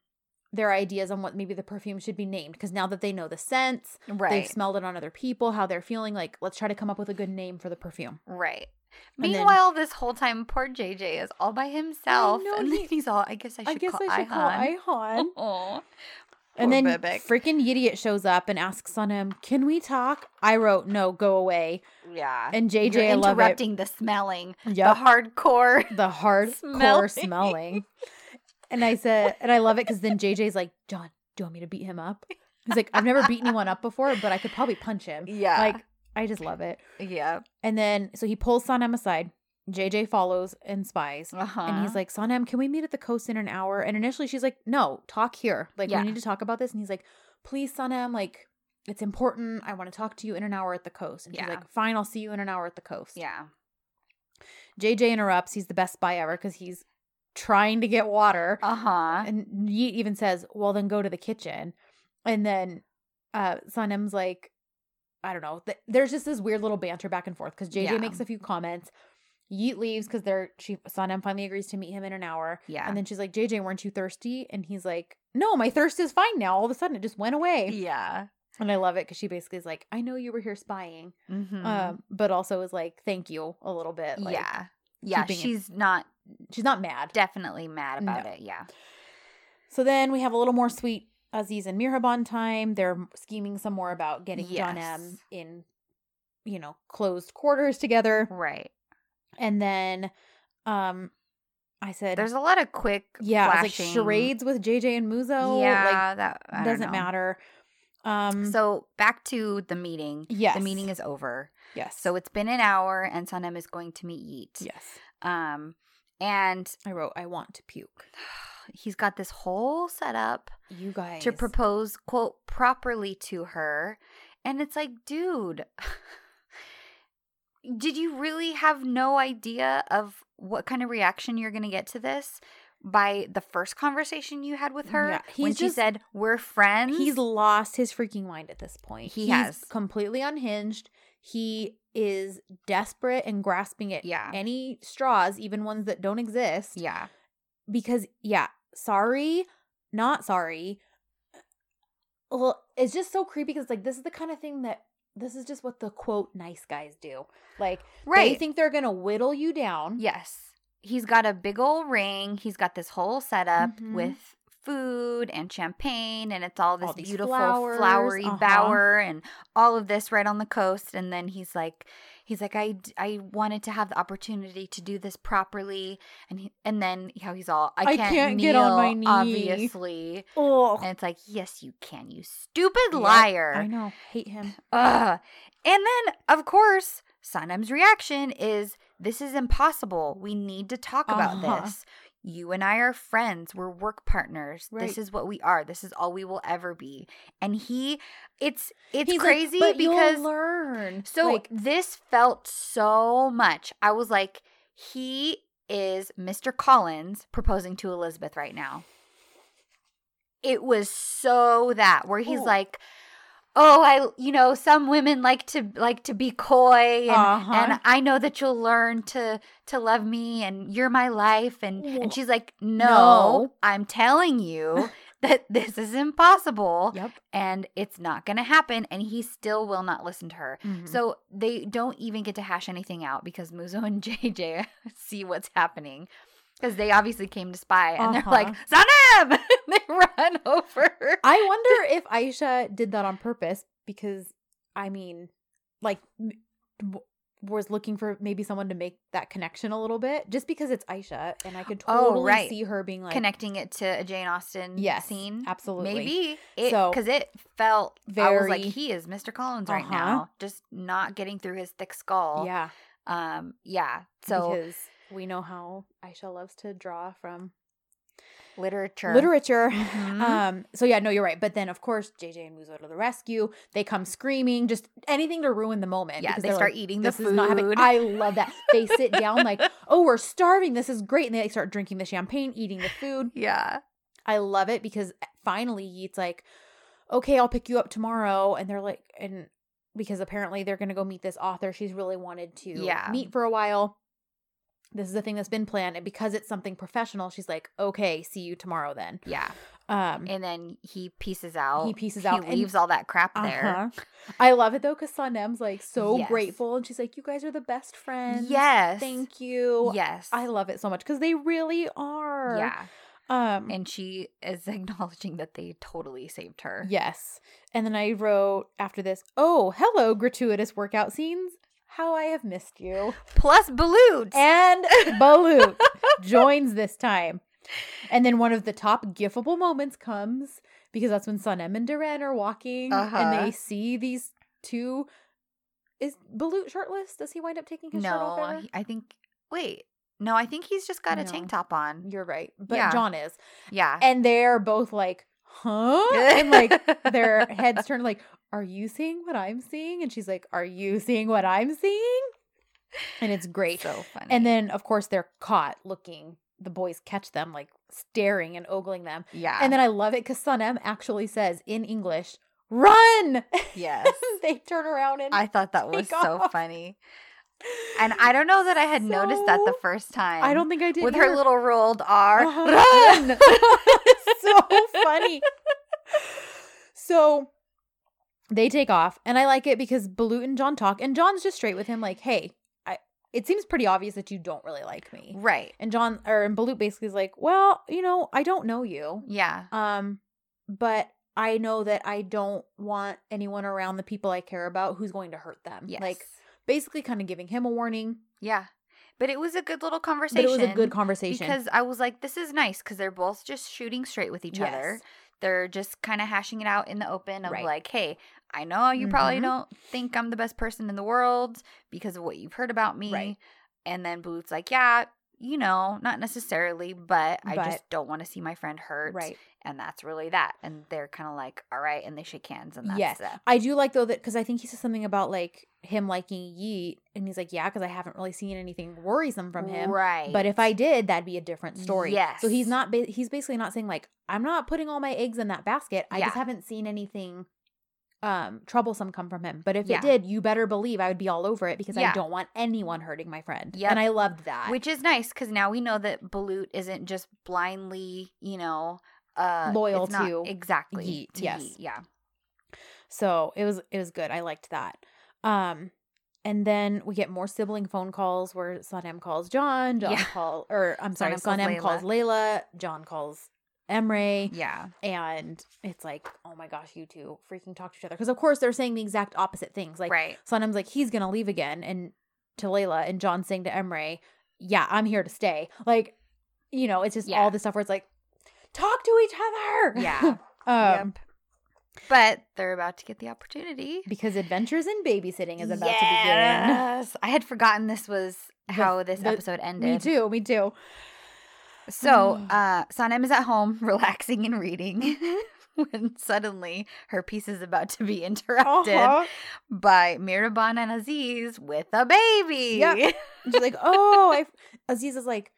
[SPEAKER 2] their ideas on what maybe the perfume should be named. Because now that they know the scents,
[SPEAKER 1] right.
[SPEAKER 2] they've smelled it on other people, how they're feeling. Like, let's try to come up with a good name for the perfume.
[SPEAKER 1] Right.
[SPEAKER 2] And then-
[SPEAKER 1] Meanwhile, this whole time, poor JJ is all by himself,
[SPEAKER 2] know,
[SPEAKER 1] and
[SPEAKER 2] he-
[SPEAKER 1] then he's all. I guess I should
[SPEAKER 2] I guess
[SPEAKER 1] call
[SPEAKER 2] I should
[SPEAKER 1] Ihan."
[SPEAKER 2] call Ihan.
[SPEAKER 1] Aw.
[SPEAKER 2] and
[SPEAKER 1] Poor
[SPEAKER 2] then
[SPEAKER 1] Bebek.
[SPEAKER 2] freaking idiot shows up and asks on him, "Can we talk?" I wrote, "No, go away."
[SPEAKER 1] yeah.
[SPEAKER 2] And JJ,
[SPEAKER 1] You're
[SPEAKER 2] I love it.
[SPEAKER 1] interrupting the smelling,
[SPEAKER 2] Yep,
[SPEAKER 1] the hardcore.
[SPEAKER 2] the hardcore
[SPEAKER 1] smelling.
[SPEAKER 2] smelling. And I said, and I love it because then JJ's like, "John, do you want me to beat him up?" He's like, "I've never beat anyone up before, but I could probably punch him."
[SPEAKER 1] Yeah.
[SPEAKER 2] Like, I just love it.
[SPEAKER 1] yeah.
[SPEAKER 2] And then, so he pulls Sonam aside. JJ follows and spies.
[SPEAKER 1] Uh-huh.
[SPEAKER 2] And he's like, Sonam, can we meet at the coast in an hour? And initially she's like, no, talk here. Like,
[SPEAKER 1] Yeah.
[SPEAKER 2] we need to talk about this. And he's like, please, Sonam, like, it's important. I want to talk to you in an hour at the coast. And she's
[SPEAKER 1] Yeah.
[SPEAKER 2] like, fine, I'll see you in an hour at the coast.
[SPEAKER 1] yeah.
[SPEAKER 2] JJ interrupts. He's the best spy ever because he's trying to get water.
[SPEAKER 1] Uh huh.
[SPEAKER 2] And Yi even says, well, then go to the kitchen. And then uh, Sonam's like, I don't know. Th- there's just this weird little banter back and forth because JJ
[SPEAKER 1] Yeah.
[SPEAKER 2] makes a few comments. Yeet leaves because they're she Sonam finally agrees to meet him in an hour.
[SPEAKER 1] Yeah.
[SPEAKER 2] And then she's like, JJ, weren't you thirsty? And he's like, No, my thirst is fine now. All of a sudden, it just went away.
[SPEAKER 1] yeah.
[SPEAKER 2] And I love it because she basically is like, I know you were here spying,
[SPEAKER 1] Mm-hmm.
[SPEAKER 2] um, but also is like, Thank you a little bit. Like,
[SPEAKER 1] yeah. Yeah.
[SPEAKER 2] keeping it-
[SPEAKER 1] She's not
[SPEAKER 2] She's not mad.
[SPEAKER 1] definitely mad about
[SPEAKER 2] No.
[SPEAKER 1] it. Yeah.
[SPEAKER 2] So then we have a little more sweet Aziz and Miraban time. They're scheming some more about getting John M
[SPEAKER 1] Yes.
[SPEAKER 2] in, you know, closed quarters together.
[SPEAKER 1] Right.
[SPEAKER 2] And then um, I said,
[SPEAKER 1] There's a lot of quick.
[SPEAKER 2] Yeah, it's like
[SPEAKER 1] flashing-
[SPEAKER 2] charades with JJ and Muzo.
[SPEAKER 1] Yeah. that I
[SPEAKER 2] Like,
[SPEAKER 1] don't
[SPEAKER 2] doesn't
[SPEAKER 1] know.
[SPEAKER 2] matter. Um,
[SPEAKER 1] So back to the meeting.
[SPEAKER 2] yes.
[SPEAKER 1] The meeting is over.
[SPEAKER 2] Yes.
[SPEAKER 1] So it's been an hour, and Sonam is going to meet Yeet.
[SPEAKER 2] Yes.
[SPEAKER 1] Um, and
[SPEAKER 2] I wrote, I want to puke.
[SPEAKER 1] he's got this whole setup
[SPEAKER 2] You guys.
[SPEAKER 1] to propose, quote, properly to her. And it's like, dude, did you really have no idea of what kind of reaction you're going to get to this? by the first conversation you had with her
[SPEAKER 2] Yeah,
[SPEAKER 1] when
[SPEAKER 2] he's
[SPEAKER 1] she
[SPEAKER 2] just-
[SPEAKER 1] said we're friends.
[SPEAKER 2] He's lost his freaking mind at this point.
[SPEAKER 1] He
[SPEAKER 2] He's
[SPEAKER 1] has.
[SPEAKER 2] completely unhinged. He is desperate and grasping at
[SPEAKER 1] Yeah.
[SPEAKER 2] any straws, even ones that don't exist.
[SPEAKER 1] yeah,
[SPEAKER 2] Because yeah, sorry, not sorry. Well, it's just so creepy because like this is the kind of thing that this is just what the quote nice guys do. Like they
[SPEAKER 1] right.
[SPEAKER 2] think they're gonna whittle you down.
[SPEAKER 1] yes, he's got a big old ring. He's got this whole setup
[SPEAKER 2] Mhm.
[SPEAKER 1] with food and champagne, and it's all this
[SPEAKER 2] All these
[SPEAKER 1] beautiful
[SPEAKER 2] flowers,
[SPEAKER 1] flowery
[SPEAKER 2] uh-huh.
[SPEAKER 1] bower and all of this right on the coast. And then he's like, he's like, I I wanted to have the opportunity to do this properly, and he, and then how he's all, I
[SPEAKER 2] I
[SPEAKER 1] can't,
[SPEAKER 2] can't get on my
[SPEAKER 1] kneel,
[SPEAKER 2] knee."
[SPEAKER 1] obviously.
[SPEAKER 2] Oh,
[SPEAKER 1] And it's like, yes, you can, you stupid
[SPEAKER 2] Yep, I
[SPEAKER 1] liar.
[SPEAKER 2] know. Hate him.
[SPEAKER 1] Ugh. And then, of course, Sonam's reaction is, this is impossible. We need to talk
[SPEAKER 2] Uh-huh.
[SPEAKER 1] about this. You and I are friends. We're work partners.
[SPEAKER 2] Right.
[SPEAKER 1] This is what we are. This is all we will ever be. And he, it's it's
[SPEAKER 2] He's like,
[SPEAKER 1] crazy
[SPEAKER 2] "But you'll
[SPEAKER 1] because
[SPEAKER 2] learn.
[SPEAKER 1] so
[SPEAKER 2] like,
[SPEAKER 1] this felt so much. I was like, he is Mr. Collins proposing to Elizabeth right now. It was so that where he's
[SPEAKER 2] Ooh.
[SPEAKER 1] like, "Oh, I you know, some women like to like to be coy and
[SPEAKER 2] Uh-huh.
[SPEAKER 1] and I know that you'll learn to to love me and you're my life and
[SPEAKER 2] Wha-
[SPEAKER 1] and she's like, "No,
[SPEAKER 2] No.
[SPEAKER 1] I'm telling you that this is impossible
[SPEAKER 2] yep.
[SPEAKER 1] and it's not going to happen and he still will not listen to her."
[SPEAKER 2] So
[SPEAKER 1] So they don't even get to hash anything out because Muzo and JJ see what's happening because they obviously came to spy and
[SPEAKER 2] Uh-huh.
[SPEAKER 1] they're like, Zanam! they run over.
[SPEAKER 2] I wonder if Aisha did that on purpose because I mean, like, m- w- was looking for maybe someone to make that connection a little bit, just because it's Aisha, and I could
[SPEAKER 1] Oh,
[SPEAKER 2] totally
[SPEAKER 1] right.
[SPEAKER 2] see her being like,
[SPEAKER 1] Connecting it to a Jane Austen
[SPEAKER 2] Yes,
[SPEAKER 1] scene.
[SPEAKER 2] absolutely.
[SPEAKER 1] Maybe.
[SPEAKER 2] So-
[SPEAKER 1] Because it felt, I was like,
[SPEAKER 2] Very-
[SPEAKER 1] he is Mr. Collins right
[SPEAKER 2] Uh-huh.
[SPEAKER 1] now, just not getting through his thick skull.
[SPEAKER 2] yeah,
[SPEAKER 1] Um, yeah. So
[SPEAKER 2] because we know how Aisha loves to draw from
[SPEAKER 1] literature.
[SPEAKER 2] literature.
[SPEAKER 1] Mhm.
[SPEAKER 2] Um, so yeah, no, you're right. But then of course JJ and Muzo to the rescue. They come screaming, just anything to ruin the moment.
[SPEAKER 1] yeah,
[SPEAKER 2] because
[SPEAKER 1] they
[SPEAKER 2] they're
[SPEAKER 1] start
[SPEAKER 2] like,
[SPEAKER 1] eating the
[SPEAKER 2] this
[SPEAKER 1] food.
[SPEAKER 2] is not happening. I love that. They sit down like, oh, we're starving. This is great. And they like, start drinking the champagne, eating the food.
[SPEAKER 1] yeah.
[SPEAKER 2] I love it because eh, finally Yeet's like, okay, I'll pick you up tomorrow. And they're like, and because apparently they're gonna go meet this author she's really wanted to
[SPEAKER 1] Yeah.
[SPEAKER 2] meet for a while. This is the thing that's been planned, and because it's something professional, she's like, "Okay, see you tomorrow then."
[SPEAKER 1] Yeah.
[SPEAKER 2] Um,
[SPEAKER 1] and then he pieces out.
[SPEAKER 2] pieces out
[SPEAKER 1] He
[SPEAKER 2] and-
[SPEAKER 1] leaves all that crap there.
[SPEAKER 2] Uh-huh. I love it though because Sanem's like so
[SPEAKER 1] Yes.
[SPEAKER 2] grateful and she's like, You guys are the best friends.
[SPEAKER 1] Yes.
[SPEAKER 2] Thank you.
[SPEAKER 1] Yes.
[SPEAKER 2] I love it so much because they really are.
[SPEAKER 1] Yeah.
[SPEAKER 2] Um
[SPEAKER 1] And she is acknowledging that they totally saved her.
[SPEAKER 2] Yes. And then I wrote after this, Oh, hello, gratuitous workout scenes. How I have missed you.
[SPEAKER 1] Plus Balut.
[SPEAKER 2] And Balut joins this time. And then one of the top gifable moments comes because that's when Sanem and Duran are walking and
[SPEAKER 1] Uh-huh.
[SPEAKER 2] they see these two. Is Balut shirtless? Does he wind up taking his shirt off?
[SPEAKER 1] no,
[SPEAKER 2] ever?
[SPEAKER 1] he- I think wait. No, I think he's just got a
[SPEAKER 2] No.
[SPEAKER 1] tank top on.
[SPEAKER 2] You're right. But
[SPEAKER 1] Yeah.
[SPEAKER 2] John is.
[SPEAKER 1] Yeah.
[SPEAKER 2] And they're both like, huh? And like their heads turn like, are you seeing what I'm seeing? And she's like, are you seeing what I'm seeing? And it's great.
[SPEAKER 1] so funny.
[SPEAKER 2] And then, of course, they're caught looking. The boys catch them, like staring and ogling them.
[SPEAKER 1] yeah.
[SPEAKER 2] And then I love it because Son M actually says in English, run!
[SPEAKER 1] yes.
[SPEAKER 2] they turn around and
[SPEAKER 1] I thought that was
[SPEAKER 2] Take
[SPEAKER 1] so
[SPEAKER 2] off.
[SPEAKER 1] funny. And I don't know that I had noticed that the
[SPEAKER 2] So-
[SPEAKER 1] first time.
[SPEAKER 2] I don't think I did.
[SPEAKER 1] with
[SPEAKER 2] either.
[SPEAKER 1] her little rolled R.
[SPEAKER 2] Uh-huh.
[SPEAKER 1] Run!
[SPEAKER 2] so funny. So they take off, and I like it because Balut and John talk, and John's just straight with him, like, "Hey, I, it seems pretty obvious that you don't really like me."
[SPEAKER 1] Right.
[SPEAKER 2] And John or and Balut basically is like, "Well, you know, I don't know you,
[SPEAKER 1] Yeah.
[SPEAKER 2] um, but I know that I don't want anyone around the people I care about who's going to hurt them."
[SPEAKER 1] Yes.
[SPEAKER 2] Like basically, kind of giving him a warning,
[SPEAKER 1] Yeah. But it was a good little
[SPEAKER 2] but
[SPEAKER 1] conversation.
[SPEAKER 2] it was a good conversation
[SPEAKER 1] Because I was like, this is nice because they're both just shooting straight with each other.
[SPEAKER 2] Yes.
[SPEAKER 1] They're just kind of hashing it out in the open of
[SPEAKER 2] Right.
[SPEAKER 1] like, hey, I know you probably
[SPEAKER 2] Mhm.
[SPEAKER 1] don't think I'm the best person in the world because of what you've heard about me.
[SPEAKER 2] Right.
[SPEAKER 1] And then Balut's like, yeah, you know, not necessarily, but, I
[SPEAKER 2] But-
[SPEAKER 1] just don't want to see my friend hurt.
[SPEAKER 2] Right.
[SPEAKER 1] And that's really that. And they're kind of like, all right. And they shake hands and that's
[SPEAKER 2] Yes.
[SPEAKER 1] it.
[SPEAKER 2] I do like though that because I think he says something about like him liking Yeet, and he's like, yeah, because I haven't really seen anything worrisome from him.
[SPEAKER 1] Right.
[SPEAKER 2] But if I did, that'd be a different story. So he's
[SPEAKER 1] Yes.
[SPEAKER 2] not. Ba- he's basically not saying like I'm not putting all my eggs in that basket. I just
[SPEAKER 1] Yeah.
[SPEAKER 2] haven't seen anything um troublesome come from him. But if
[SPEAKER 1] Yeah.
[SPEAKER 2] it did, you better believe I would be all over it because
[SPEAKER 1] Yeah.
[SPEAKER 2] I don't want anyone hurting my friend.
[SPEAKER 1] Yep.
[SPEAKER 2] And I loved that.
[SPEAKER 1] Which is nice because now we know that Balut isn't just blindly, you know, uh,
[SPEAKER 2] Loyal
[SPEAKER 1] it's not-
[SPEAKER 2] to
[SPEAKER 1] exactly
[SPEAKER 2] Yeet,
[SPEAKER 1] to
[SPEAKER 2] yes.
[SPEAKER 1] Yeet, yeah,
[SPEAKER 2] So it was it was good. I liked that. Um and then we get more sibling phone calls where Sanem calls John, John
[SPEAKER 1] Yeah.
[SPEAKER 2] call or I'm sorry,
[SPEAKER 1] Sanem calls
[SPEAKER 2] Sanem calls Layla, John calls Emre,
[SPEAKER 1] yeah,
[SPEAKER 2] and it's like, oh my gosh, you two freaking talk to each other. Because of course they're saying the exact opposite things. Like
[SPEAKER 1] right,
[SPEAKER 2] Sanem's like, he's gonna leave again and to Layla and John saying to Emre, Yeah, I'm here to stay. Like, you know, it's just
[SPEAKER 1] Yeah.
[SPEAKER 2] all the stuff where it's like, talk to each other.
[SPEAKER 1] yeah.
[SPEAKER 2] um
[SPEAKER 1] yep. But they're about to get the opportunity.
[SPEAKER 2] because adventures in babysitting is about to begin.
[SPEAKER 1] yes, I had forgotten this was
[SPEAKER 2] The-
[SPEAKER 1] how this
[SPEAKER 2] the-
[SPEAKER 1] episode ended.
[SPEAKER 2] Me too. Me too.
[SPEAKER 1] So, uh, Sanem is at home relaxing and reading when suddenly her piece is about to be interrupted
[SPEAKER 2] Uh-huh.
[SPEAKER 1] by Miraban and Aziz with a baby.
[SPEAKER 2] Yep. And she's like, "Oh, I." Aziz is like,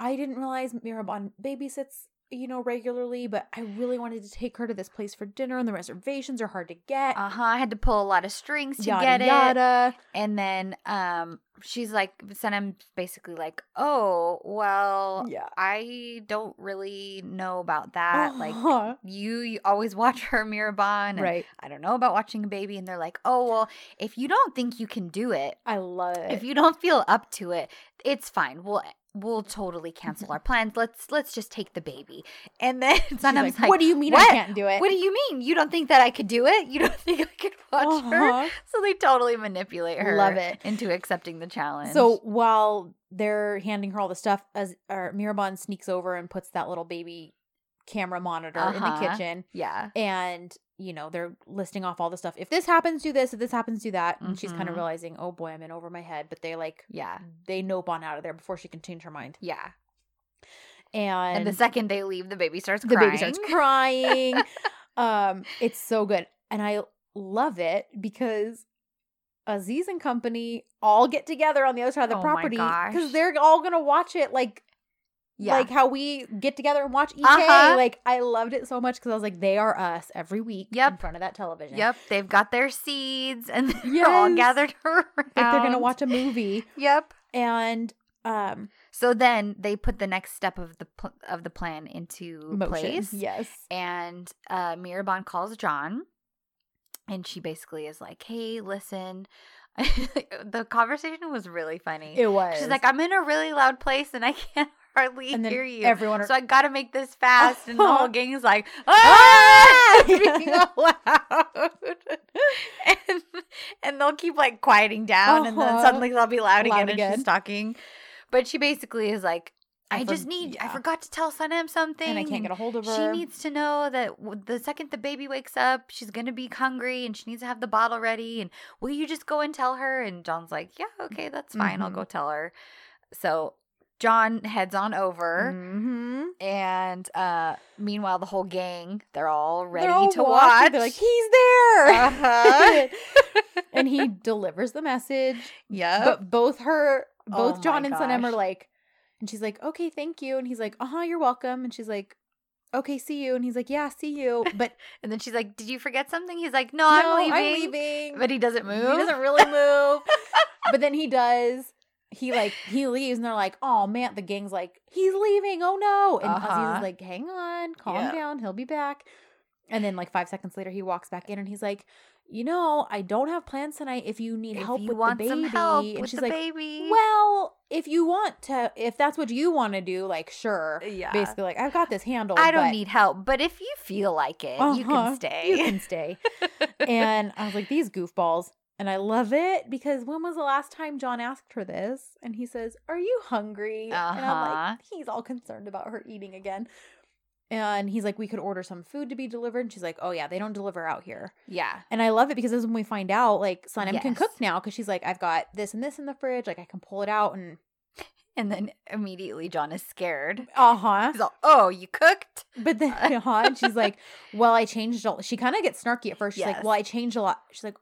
[SPEAKER 2] "I didn't realize Miraban babysits, you know, regularly, but I really wanted to take her to this place for dinner, and the reservations are hard to get."
[SPEAKER 1] Uh huh. I had to pull a lot of strings to
[SPEAKER 2] yada
[SPEAKER 1] get it.
[SPEAKER 2] yada.
[SPEAKER 1] And then um, she's like, Sanem's basically like, oh, well,
[SPEAKER 2] Yeah.
[SPEAKER 1] I don't really know about that. Like,
[SPEAKER 2] Uh-huh.
[SPEAKER 1] you, you always watch her Miraban. And
[SPEAKER 2] right.
[SPEAKER 1] I don't know about watching a baby. And they're like, oh, well, if you don't think you can do it,
[SPEAKER 2] I love it.
[SPEAKER 1] if you don't feel up to it, it's fine. We'll we'll totally cancel our plans. Let's let's just take the baby. And then
[SPEAKER 2] She's
[SPEAKER 1] Sanem's like,
[SPEAKER 2] "What do you mean
[SPEAKER 1] "What?
[SPEAKER 2] I can't do it?"
[SPEAKER 1] what do you mean? You don't think that I could do it? You don't think I could watch her?
[SPEAKER 2] Uh-huh.
[SPEAKER 1] So they totally manipulate her
[SPEAKER 2] Love it.
[SPEAKER 1] into accepting the challenge.
[SPEAKER 2] So while they're handing her all the stuff, as or Miraban sneaks over and puts that little baby camera monitor in the
[SPEAKER 1] Uh-huh.
[SPEAKER 2] kitchen,
[SPEAKER 1] yeah.
[SPEAKER 2] and you know they're listing off all the stuff if this happens do this if this happens do that and she's kind
[SPEAKER 1] Mhm.
[SPEAKER 2] of realizing oh boy i'm in over my head but they like
[SPEAKER 1] Yeah.
[SPEAKER 2] they nope on out of there before she can change her mind
[SPEAKER 1] Yeah. And,
[SPEAKER 2] and,
[SPEAKER 1] the second they leave, the baby starts
[SPEAKER 2] the
[SPEAKER 1] crying.
[SPEAKER 2] baby starts crying um it's so good and i love it because aziz and company all get together on the other side of the
[SPEAKER 1] Oh my
[SPEAKER 2] property
[SPEAKER 1] gosh.
[SPEAKER 2] because they're all gonna watch it like
[SPEAKER 1] Yeah.
[SPEAKER 2] like how we get together and watch ek
[SPEAKER 1] Uh-huh.
[SPEAKER 2] like i loved it so much because i was like they are us every week in
[SPEAKER 1] Yep.
[SPEAKER 2] front of that television
[SPEAKER 1] yep. They've got their seeds and they're all
[SPEAKER 2] Yes.
[SPEAKER 1] gathered around.
[SPEAKER 2] like they're gonna watch a movie
[SPEAKER 1] Yep.
[SPEAKER 2] and um
[SPEAKER 1] So then they put the next step of the pl- of the plan into place.
[SPEAKER 2] yes
[SPEAKER 1] And uh, Mirabon calls John, and she basically is like, "Hey, listen." the conversation was really funny.
[SPEAKER 2] it was
[SPEAKER 1] She's like, "I'm in a really loud place and I can't hardly
[SPEAKER 2] and then
[SPEAKER 1] hear you."
[SPEAKER 2] everyone
[SPEAKER 1] so I gotta make this fast, and the
[SPEAKER 2] Uh-huh.
[SPEAKER 1] whole gang's like, "Ah!" being all loud, and and they'll keep like quieting down, and then
[SPEAKER 2] Uh-huh.
[SPEAKER 1] suddenly they'll be loud,
[SPEAKER 2] Loud
[SPEAKER 1] again, and
[SPEAKER 2] again.
[SPEAKER 1] she's talking. But she basically is like,
[SPEAKER 2] I
[SPEAKER 1] "I, just
[SPEAKER 2] forg-
[SPEAKER 1] need. I
[SPEAKER 2] yeah.
[SPEAKER 1] forgot to tell Sunem something,
[SPEAKER 2] and i
[SPEAKER 1] and
[SPEAKER 2] can't get a hold of her
[SPEAKER 1] she needs to know that w- the second the baby wakes up, she's gonna be hungry and she needs to have the bottle ready. And will you just go and tell her? And John's like, yeah, okay, that's fine. I'll
[SPEAKER 2] Mhm.
[SPEAKER 1] go tell her. So John heads on over,
[SPEAKER 2] mm-hmm.
[SPEAKER 1] and uh, meanwhile, the whole gang they're all ready
[SPEAKER 2] They're all
[SPEAKER 1] to
[SPEAKER 2] watching.
[SPEAKER 1] watch.
[SPEAKER 2] they're like he's there
[SPEAKER 1] uh-huh.
[SPEAKER 2] and he delivers the message
[SPEAKER 1] yeah,
[SPEAKER 2] but both her both
[SPEAKER 1] Oh
[SPEAKER 2] john
[SPEAKER 1] my
[SPEAKER 2] and Sunem are
[SPEAKER 1] gosh.
[SPEAKER 2] like and she's like okay thank you and he's like uh-huh you're welcome and she's like okay see you and he's like yeah see you but
[SPEAKER 1] and then she's like, "Did you forget something?" He's like, "No,
[SPEAKER 2] no,
[SPEAKER 1] I'm, leaving.
[SPEAKER 2] I'm leaving
[SPEAKER 1] But he doesn't move.
[SPEAKER 2] He doesn't really move. but then he does. He like he leaves and they're like, oh man, the gang's like, he's leaving. Oh no. And Aziz
[SPEAKER 1] Uh-huh.
[SPEAKER 2] is like, hang on, calm
[SPEAKER 1] Yeah.
[SPEAKER 2] down, he'll be back. And then like five seconds later he walks back in and he's like, you know, I don't have plans tonight if you need
[SPEAKER 1] If
[SPEAKER 2] help
[SPEAKER 1] you
[SPEAKER 2] with
[SPEAKER 1] want
[SPEAKER 2] the baby.
[SPEAKER 1] some help
[SPEAKER 2] and
[SPEAKER 1] with
[SPEAKER 2] she's
[SPEAKER 1] the
[SPEAKER 2] like,
[SPEAKER 1] baby,
[SPEAKER 2] Well, if you want to if that's what you want to do, like sure.
[SPEAKER 1] yeah,
[SPEAKER 2] Basically, like I've got this handled.
[SPEAKER 1] I don't
[SPEAKER 2] but
[SPEAKER 1] need help, but if you feel like it, you
[SPEAKER 2] Uh-huh.
[SPEAKER 1] can stay.
[SPEAKER 2] You can stay. and I was like, these goofballs. And I love it because when was the last time John asked her this? And he says, Are you hungry? And I'm
[SPEAKER 1] Uh-huh.
[SPEAKER 2] like, he's all concerned about her eating again. And he's like, We could order some food to be delivered. And she's like, Oh, yeah, they don't deliver out here.
[SPEAKER 1] yeah.
[SPEAKER 2] And I love it because this is when we find out, like, Sonam can
[SPEAKER 1] Yes.
[SPEAKER 2] cook now because she's like, I've got this and this in the fridge. Like, I can pull it out. And
[SPEAKER 1] And then immediately John is scared.
[SPEAKER 2] Uh huh.
[SPEAKER 1] He's all, oh, you cooked?
[SPEAKER 2] But then
[SPEAKER 1] Uh,
[SPEAKER 2] uh-huh, and she's like, "Well, I changed." A, she kind of gets snarky at first. She's like,
[SPEAKER 1] Yes.
[SPEAKER 2] "Well, I changed a lot." She's like,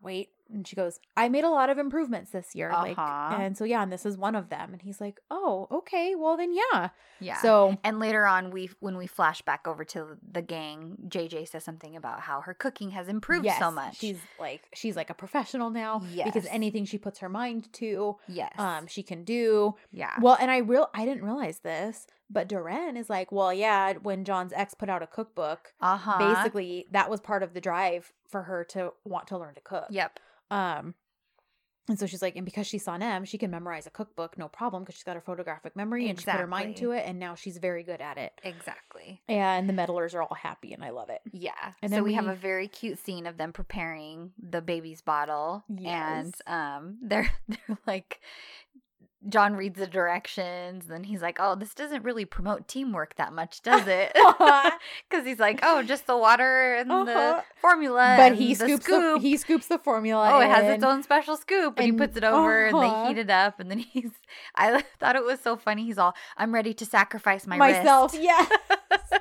[SPEAKER 2] "Wait," and she goes, "I made a lot of improvements this year,
[SPEAKER 1] Uh-huh.
[SPEAKER 2] like, and so yeah, and this is one of them." And he's like, "Oh, okay, well then, yeah."
[SPEAKER 1] Yeah. So
[SPEAKER 2] So
[SPEAKER 1] and later on, we when we flash back over to the gang, JJ says something about how her cooking has improved so
[SPEAKER 2] yes,
[SPEAKER 1] much.
[SPEAKER 2] She's like, she's like a professional now because
[SPEAKER 1] Yes.
[SPEAKER 2] anything she puts her mind to,
[SPEAKER 1] yes.
[SPEAKER 2] um, she can do.
[SPEAKER 1] yeah.
[SPEAKER 2] Well, and I real I didn't realize this, but Duran is like, well, yeah, when John's ex put out a cookbook,
[SPEAKER 1] Uh huh.
[SPEAKER 2] basically that was part of the drive for her to want to learn to cook.
[SPEAKER 1] Yep.
[SPEAKER 2] Um, and so she's like, and because she saw Nem, she can memorize a cookbook no problem because she's got her photographic memory and she put her mind to
[SPEAKER 1] Exactly.
[SPEAKER 2] it, and now she's very good at it.
[SPEAKER 1] Exactly.
[SPEAKER 2] And the meddlers are all happy, and I love it.
[SPEAKER 1] Yeah.
[SPEAKER 2] And
[SPEAKER 1] so
[SPEAKER 2] then
[SPEAKER 1] we, have
[SPEAKER 2] we-
[SPEAKER 1] a very cute scene of them preparing the baby's bottle,
[SPEAKER 2] Yes.
[SPEAKER 1] and um, they're they're like, John reads the directions, and then he's like, "Oh, this doesn't really promote teamwork that much, does it?" Because he's like, "Oh, just the water and
[SPEAKER 2] Uh-huh.
[SPEAKER 1] the formula."
[SPEAKER 2] but
[SPEAKER 1] and Um,
[SPEAKER 2] he
[SPEAKER 1] the
[SPEAKER 2] scoops
[SPEAKER 1] scoop.
[SPEAKER 2] The, he scoops the formula.
[SPEAKER 1] Oh, it has
[SPEAKER 2] in.
[SPEAKER 1] its own special scoop, and, he
[SPEAKER 2] and-
[SPEAKER 1] puts it over, and
[SPEAKER 2] uh-huh.
[SPEAKER 1] they heat it up, and then he's. I thought it was so funny. He's all, "I'm ready to sacrifice my
[SPEAKER 2] myself.
[SPEAKER 1] Wrist.
[SPEAKER 2] Yeah.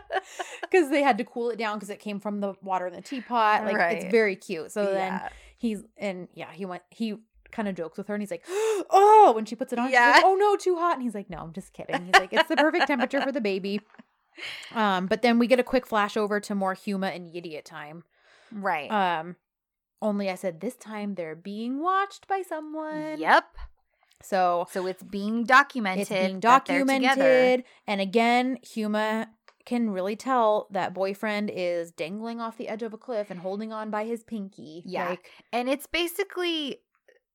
[SPEAKER 2] Because they had to cool it down because it came from the water in the teapot. Like it's
[SPEAKER 1] Right.
[SPEAKER 2] very cute. So then
[SPEAKER 1] Yeah.
[SPEAKER 2] he's and yeah, he went he kind of jokes with her and he's like, oh, when she puts it on, she's like,
[SPEAKER 1] Yeah.
[SPEAKER 2] oh no, too hot. And he's like, no, I'm just kidding. He's like, it's the perfect temperature for the baby. Um, but then we get a quick flash over to more Huma and Idiot time.
[SPEAKER 1] right.
[SPEAKER 2] Um, only I said this time they're being watched by someone.
[SPEAKER 1] yep.
[SPEAKER 2] So
[SPEAKER 1] So it's being documented.
[SPEAKER 2] um, it's being
[SPEAKER 1] that they're together.
[SPEAKER 2] documented and again huma can really tell that boyfriend is dangling off the edge of a cliff and holding on by his pinky
[SPEAKER 1] Yeah.
[SPEAKER 2] like
[SPEAKER 1] And it's basically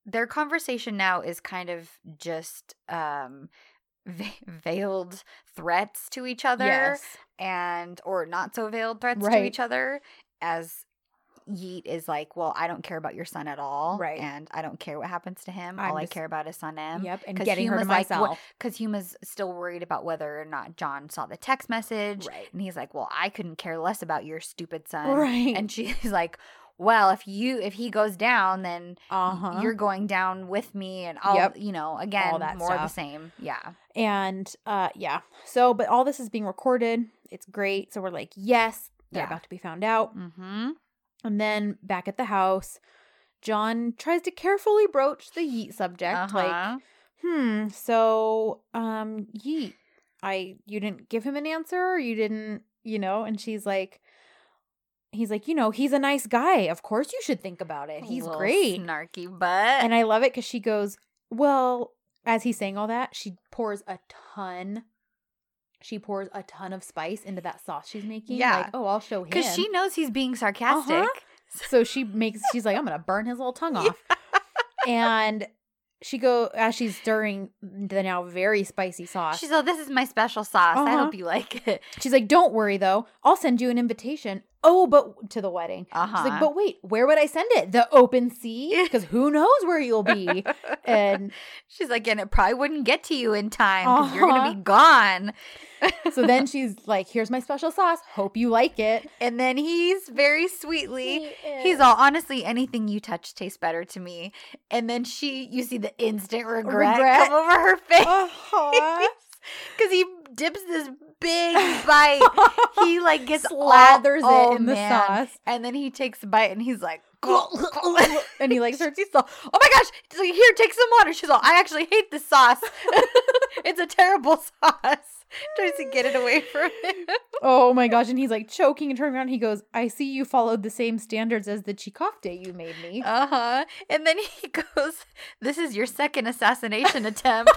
[SPEAKER 1] their conversation now is kind of just um ve- veiled threats to each other
[SPEAKER 2] yes
[SPEAKER 1] and or not so veiled threats
[SPEAKER 2] Right.
[SPEAKER 1] to each other as Yeet is like, "Well, I don't care about your son at all,
[SPEAKER 2] Right.
[SPEAKER 1] and I don't care what happens to him.
[SPEAKER 2] I'm
[SPEAKER 1] all
[SPEAKER 2] just-
[SPEAKER 1] I care about is son M."
[SPEAKER 2] yep and
[SPEAKER 1] 'cause
[SPEAKER 2] getting her to
[SPEAKER 1] Huma's like, what-
[SPEAKER 2] myself
[SPEAKER 1] Because Huma's still worried about whether or not John saw the text message,
[SPEAKER 2] right
[SPEAKER 1] and he's like, "Well, I couldn't care less about your stupid son."
[SPEAKER 2] right
[SPEAKER 1] and she's like well if you if he goes down then
[SPEAKER 2] uh-huh
[SPEAKER 1] you're going down with me and all
[SPEAKER 2] Yep.
[SPEAKER 1] you know again
[SPEAKER 2] All that
[SPEAKER 1] more of the
[SPEAKER 2] stuff.
[SPEAKER 1] same yeah
[SPEAKER 2] and uh yeah so but all this is being recorded it's great so we're like yes they're
[SPEAKER 1] Yeah.
[SPEAKER 2] about to be found out
[SPEAKER 1] mm-hmm
[SPEAKER 2] and then back at the house john tries to carefully broach the yeet subject like
[SPEAKER 1] Uh-huh.
[SPEAKER 2] Hmm. So, um, yeet. I you didn't give him an answer. Or you didn't, you know. And she's like, he's like, you know, he's a nice guy. Of course, you should think about it. He's great.
[SPEAKER 1] snarky but
[SPEAKER 2] And I love it because she goes, well, as he's saying all that, she pours a ton. She pours a ton of spice into that sauce she's making.
[SPEAKER 1] Yeah.
[SPEAKER 2] Like, oh, I'll show him.
[SPEAKER 1] because she knows he's
[SPEAKER 2] Uh-huh.
[SPEAKER 1] being sarcastic
[SPEAKER 2] So she makes she's like, I'm gonna burn his little tongue off. And she go as she's stirring the now very spicy sauce.
[SPEAKER 1] she's like this is my special sauce i
[SPEAKER 2] Uh-huh.
[SPEAKER 1] hope you like it
[SPEAKER 2] She's like, Don't worry though, I'll send you an invitation. Oh, but to the wedding.
[SPEAKER 1] uh-huh
[SPEAKER 2] She's like, But wait, where would I send it? The open sea? Because who knows where you'll be. And
[SPEAKER 1] she's like and it probably wouldn't get to you in time 'cause you're
[SPEAKER 2] Uh-huh.
[SPEAKER 1] gonna be gone
[SPEAKER 2] so then she's like, Here's my special sauce. Hope you like it.
[SPEAKER 1] and then he's very sweetly He's all honestly anything you touch tastes better to me. And then she you see the instant regret,
[SPEAKER 2] Regret.
[SPEAKER 1] come over her face
[SPEAKER 2] uh-huh.
[SPEAKER 1] cuz he dips this big bite. He like gets all-
[SPEAKER 2] slathers
[SPEAKER 1] oh,
[SPEAKER 2] it in
[SPEAKER 1] man.
[SPEAKER 2] the sauce.
[SPEAKER 1] And then he takes a bite and he's like Oh
[SPEAKER 2] And he likes her
[SPEAKER 1] my gosh, He's like, here take some water. She's all I actually hate this sauce. it's a terrible sauce. Tries to get it away from him.
[SPEAKER 2] Oh my gosh. And he's like choking and turning around. He goes, I see you followed the same standards as the Chikofte you made me.
[SPEAKER 1] Uh-huh. And then he goes, This is your second assassination attempt.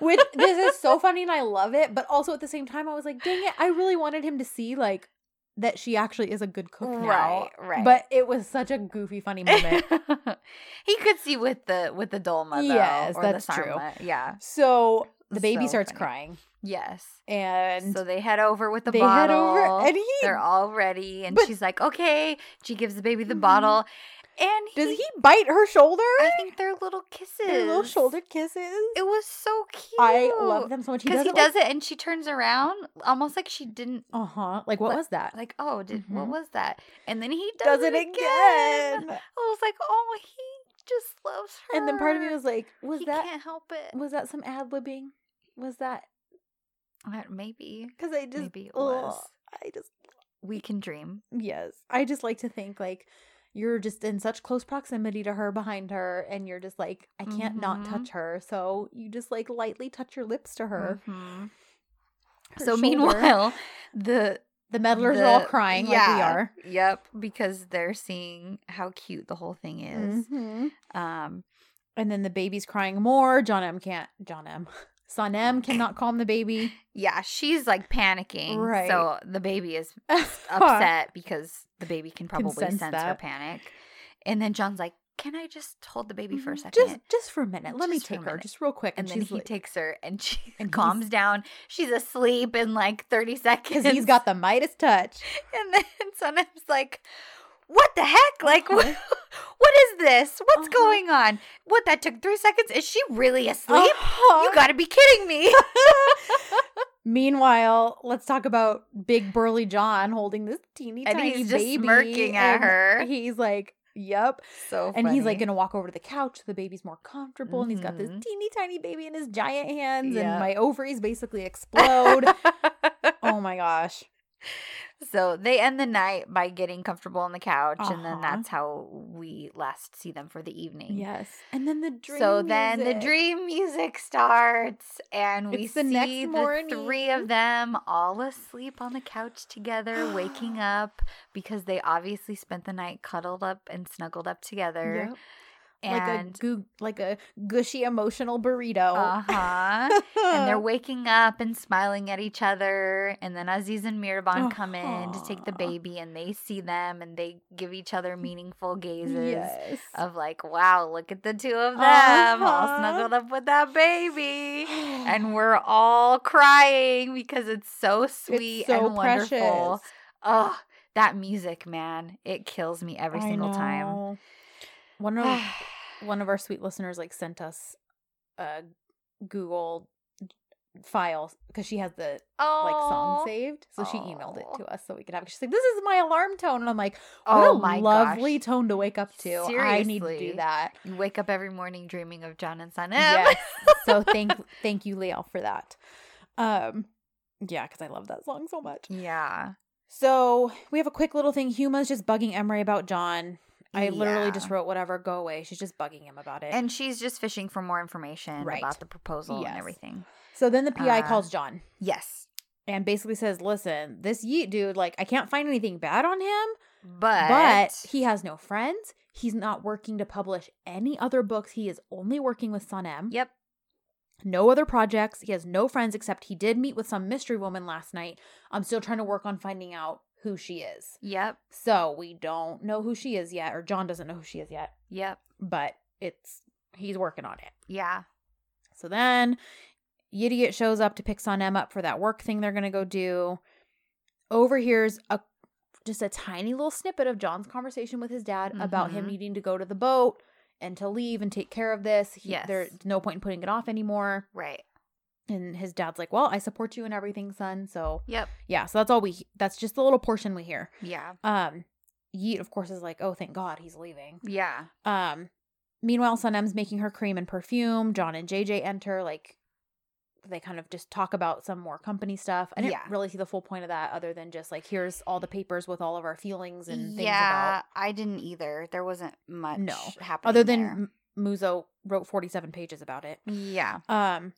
[SPEAKER 2] Which this is so funny and I love it. But also at the same time, I was like, dang it, I really wanted him to see like that she actually is a good cook now.
[SPEAKER 1] right.
[SPEAKER 2] But it was such a goofy, funny moment.
[SPEAKER 1] he could see with the with the dolma though,
[SPEAKER 2] Yes,
[SPEAKER 1] or
[SPEAKER 2] that's
[SPEAKER 1] the
[SPEAKER 2] true.
[SPEAKER 1] sarma. Yeah.
[SPEAKER 2] so the baby
[SPEAKER 1] So
[SPEAKER 2] starts
[SPEAKER 1] funny.
[SPEAKER 2] crying.
[SPEAKER 1] Yes.
[SPEAKER 2] And
[SPEAKER 1] so they head over with the
[SPEAKER 2] they head
[SPEAKER 1] bottle.
[SPEAKER 2] over and he
[SPEAKER 1] They're all ready, and
[SPEAKER 2] But-
[SPEAKER 1] she's like, "Okay." She gives the baby the
[SPEAKER 2] Mhm.
[SPEAKER 1] bottle, and he,
[SPEAKER 2] does he bite her shoulder?
[SPEAKER 1] I think they're little kisses.
[SPEAKER 2] Their little shoulder kisses.
[SPEAKER 1] It was so cute.
[SPEAKER 2] I love them so much.
[SPEAKER 1] because he
[SPEAKER 2] doesn't, like,
[SPEAKER 1] does it, and she turns around, almost like she didn't.
[SPEAKER 2] Uh huh. Like, what
[SPEAKER 1] Like-
[SPEAKER 2] was that?
[SPEAKER 1] Like, oh, did
[SPEAKER 2] Mhm.
[SPEAKER 1] what was that? And then he does,
[SPEAKER 2] does it again.
[SPEAKER 1] I was like, oh, he just loves her.
[SPEAKER 2] And then part of me was like, was
[SPEAKER 1] Uh, he
[SPEAKER 2] that
[SPEAKER 1] can't help it.
[SPEAKER 2] was that some ad libbing? Was that
[SPEAKER 1] Uh, Maybe,
[SPEAKER 2] because I just
[SPEAKER 1] maybe it
[SPEAKER 2] ugh,
[SPEAKER 1] was.
[SPEAKER 2] I just
[SPEAKER 1] We can dream.
[SPEAKER 2] yes, I just like to think like you're just in such close proximity to her behind her, and you're just like I can't not
[SPEAKER 1] Mhm.
[SPEAKER 2] touch her, so you just like lightly touch your lips to her.
[SPEAKER 1] Mhm.
[SPEAKER 2] her
[SPEAKER 1] Mm. So
[SPEAKER 2] shoulder.
[SPEAKER 1] meanwhile, the
[SPEAKER 2] the meddlers are all
[SPEAKER 1] the-
[SPEAKER 2] crying like we
[SPEAKER 1] yeah,
[SPEAKER 2] are.
[SPEAKER 1] Yep, because they're seeing how cute the whole thing is.
[SPEAKER 2] Mhm.
[SPEAKER 1] Um,
[SPEAKER 2] And then the baby's crying more. John M can't. John M. Son M cannot calm the baby.
[SPEAKER 1] yeah, she's like panicking.
[SPEAKER 2] Right.
[SPEAKER 1] So the baby is upset because the baby can probably
[SPEAKER 2] sense
[SPEAKER 1] sense, her
[SPEAKER 2] that.
[SPEAKER 1] panic. And then John's like, "Can I just hold the baby for a
[SPEAKER 2] Mhm.
[SPEAKER 1] second?
[SPEAKER 2] Just just for a minute. Let me
[SPEAKER 1] Just for a
[SPEAKER 2] take her
[SPEAKER 1] minute.
[SPEAKER 2] just real quick.
[SPEAKER 1] and then
[SPEAKER 2] she's
[SPEAKER 1] he
[SPEAKER 2] like,
[SPEAKER 1] takes her and she
[SPEAKER 2] And he's-
[SPEAKER 1] calms down. She's asleep in like 30 seconds.
[SPEAKER 2] because he's got the Midas touch.
[SPEAKER 1] and then sometimes like, what the heck? Like, what, what is this? What's
[SPEAKER 2] Uh-huh.
[SPEAKER 1] going on? What, that took three seconds? Is she really asleep?
[SPEAKER 2] Uh-huh.
[SPEAKER 1] You gotta be kidding me.
[SPEAKER 2] Meanwhile, let's talk about big burly John holding this teeny
[SPEAKER 1] And
[SPEAKER 2] tiny
[SPEAKER 1] he's just
[SPEAKER 2] baby
[SPEAKER 1] smirking at
[SPEAKER 2] and
[SPEAKER 1] her.
[SPEAKER 2] He's like, "Yep,"
[SPEAKER 1] so
[SPEAKER 2] and he's like
[SPEAKER 1] funny.
[SPEAKER 2] gonna walk over to the couch. so The baby's more comfortable, and he's got this
[SPEAKER 1] Mhm.
[SPEAKER 2] teeny tiny baby in his giant hands, and
[SPEAKER 1] Yep.
[SPEAKER 2] my ovaries basically explode. oh my gosh!
[SPEAKER 1] so they end the night by getting comfortable on the couch, and
[SPEAKER 2] Uh-huh.
[SPEAKER 1] then that's how we last see them for the evening.
[SPEAKER 2] Yes, and then the dream.
[SPEAKER 1] so then the
[SPEAKER 2] music.
[SPEAKER 1] dream music starts, and we
[SPEAKER 2] It's the
[SPEAKER 1] see
[SPEAKER 2] next
[SPEAKER 1] the
[SPEAKER 2] morning.
[SPEAKER 1] three of them all asleep on the couch together, waking up because they obviously spent the night cuddled up and snuggled up together.
[SPEAKER 2] Yep.
[SPEAKER 1] And
[SPEAKER 2] like a goo- like a gushy emotional burrito.
[SPEAKER 1] uh huh. and they're waking up and smiling at each other. And then Aziz and Mirabon
[SPEAKER 2] Oh,
[SPEAKER 1] come in to take the
[SPEAKER 2] Uh-huh.
[SPEAKER 1] baby, and they see them and they give each other meaningful gazes.
[SPEAKER 2] yes.
[SPEAKER 1] Of like, wow, look at the two of them all
[SPEAKER 2] Uh-huh.
[SPEAKER 1] snuggled up with that baby. and we're all crying because it's so sweet and wonderful. Ugh, that music, man, it kills me every
[SPEAKER 2] I
[SPEAKER 1] single time.
[SPEAKER 2] know. One of one of our sweet listeners like sent us a Google file because she has the like song
[SPEAKER 1] Aw.
[SPEAKER 2] saved, so she emailed it
[SPEAKER 1] Aw.
[SPEAKER 2] to us so we could have. She's like, "This is my alarm tone," and I'm like, "What
[SPEAKER 1] Oh
[SPEAKER 2] a
[SPEAKER 1] my
[SPEAKER 2] lovely
[SPEAKER 1] gosh.
[SPEAKER 2] tone to wake up to." I need to do
[SPEAKER 1] Seriously.
[SPEAKER 2] that.
[SPEAKER 1] You wake up every morning dreaming of John and Son M.
[SPEAKER 2] Yes. so thank thank you, Leal, for that. Um, yeah, because I love that song so much.
[SPEAKER 1] yeah.
[SPEAKER 2] So we have a quick little thing. Huma's just bugging Emery about John. I literally
[SPEAKER 1] Yeah.
[SPEAKER 2] just wrote whatever, go away. She's just bugging him about it.
[SPEAKER 1] And she's just fishing for more information
[SPEAKER 2] Eh Right.
[SPEAKER 1] about the proposal
[SPEAKER 2] Yes.
[SPEAKER 1] and everything.
[SPEAKER 2] so then the PI
[SPEAKER 1] uh,
[SPEAKER 2] calls John
[SPEAKER 1] Yes.
[SPEAKER 2] and basically says, Listen, this yeet dude, like, I can't find anything bad on him,
[SPEAKER 1] But,
[SPEAKER 2] but he has no friends. He's not working to publish any other books. He is only working with Son M.
[SPEAKER 1] Yep.
[SPEAKER 2] No other projects. He has no friends except he did meet with some mystery woman last night. I'm still trying to work on finding out who she is.
[SPEAKER 1] Yep.
[SPEAKER 2] So we don't know who she is yet, or John doesn't know who she is yet.
[SPEAKER 1] Yep.
[SPEAKER 2] but it's he's working on it.
[SPEAKER 1] Yeah.
[SPEAKER 2] So then Idiot shows up to pick Son M up for that work thing they're gonna go do. Overhears a just a tiny little snippet of John's conversation with his dad about him
[SPEAKER 1] Mhm.
[SPEAKER 2] needing to go to the boat and to leave and take care of this. He,
[SPEAKER 1] Yes.
[SPEAKER 2] There's no point in putting it off anymore.
[SPEAKER 1] Right.
[SPEAKER 2] And his dad's like, Well, I support you in everything, son. So
[SPEAKER 1] Yep.
[SPEAKER 2] yeah, so that's all we that's just the little portion we hear.
[SPEAKER 1] Yeah.
[SPEAKER 2] Um Yeet, of course, is like, Oh, thank God he's leaving.
[SPEAKER 1] Yeah.
[SPEAKER 2] Um, meanwhile, Sun M's making her cream and perfume. John and JJ enter. Like, they kind of just talk about some more company stuff. I didn't
[SPEAKER 1] Yeah.
[SPEAKER 2] really see the full point of that, other than just like, here's all the papers with all of our feelings and things
[SPEAKER 1] Yeah.
[SPEAKER 2] about.
[SPEAKER 1] I didn't either. There wasn't much
[SPEAKER 2] No.
[SPEAKER 1] happening.
[SPEAKER 2] Other than
[SPEAKER 1] there.
[SPEAKER 2] M- Muzo wrote 47 pages about it.
[SPEAKER 1] Yeah.
[SPEAKER 2] Um,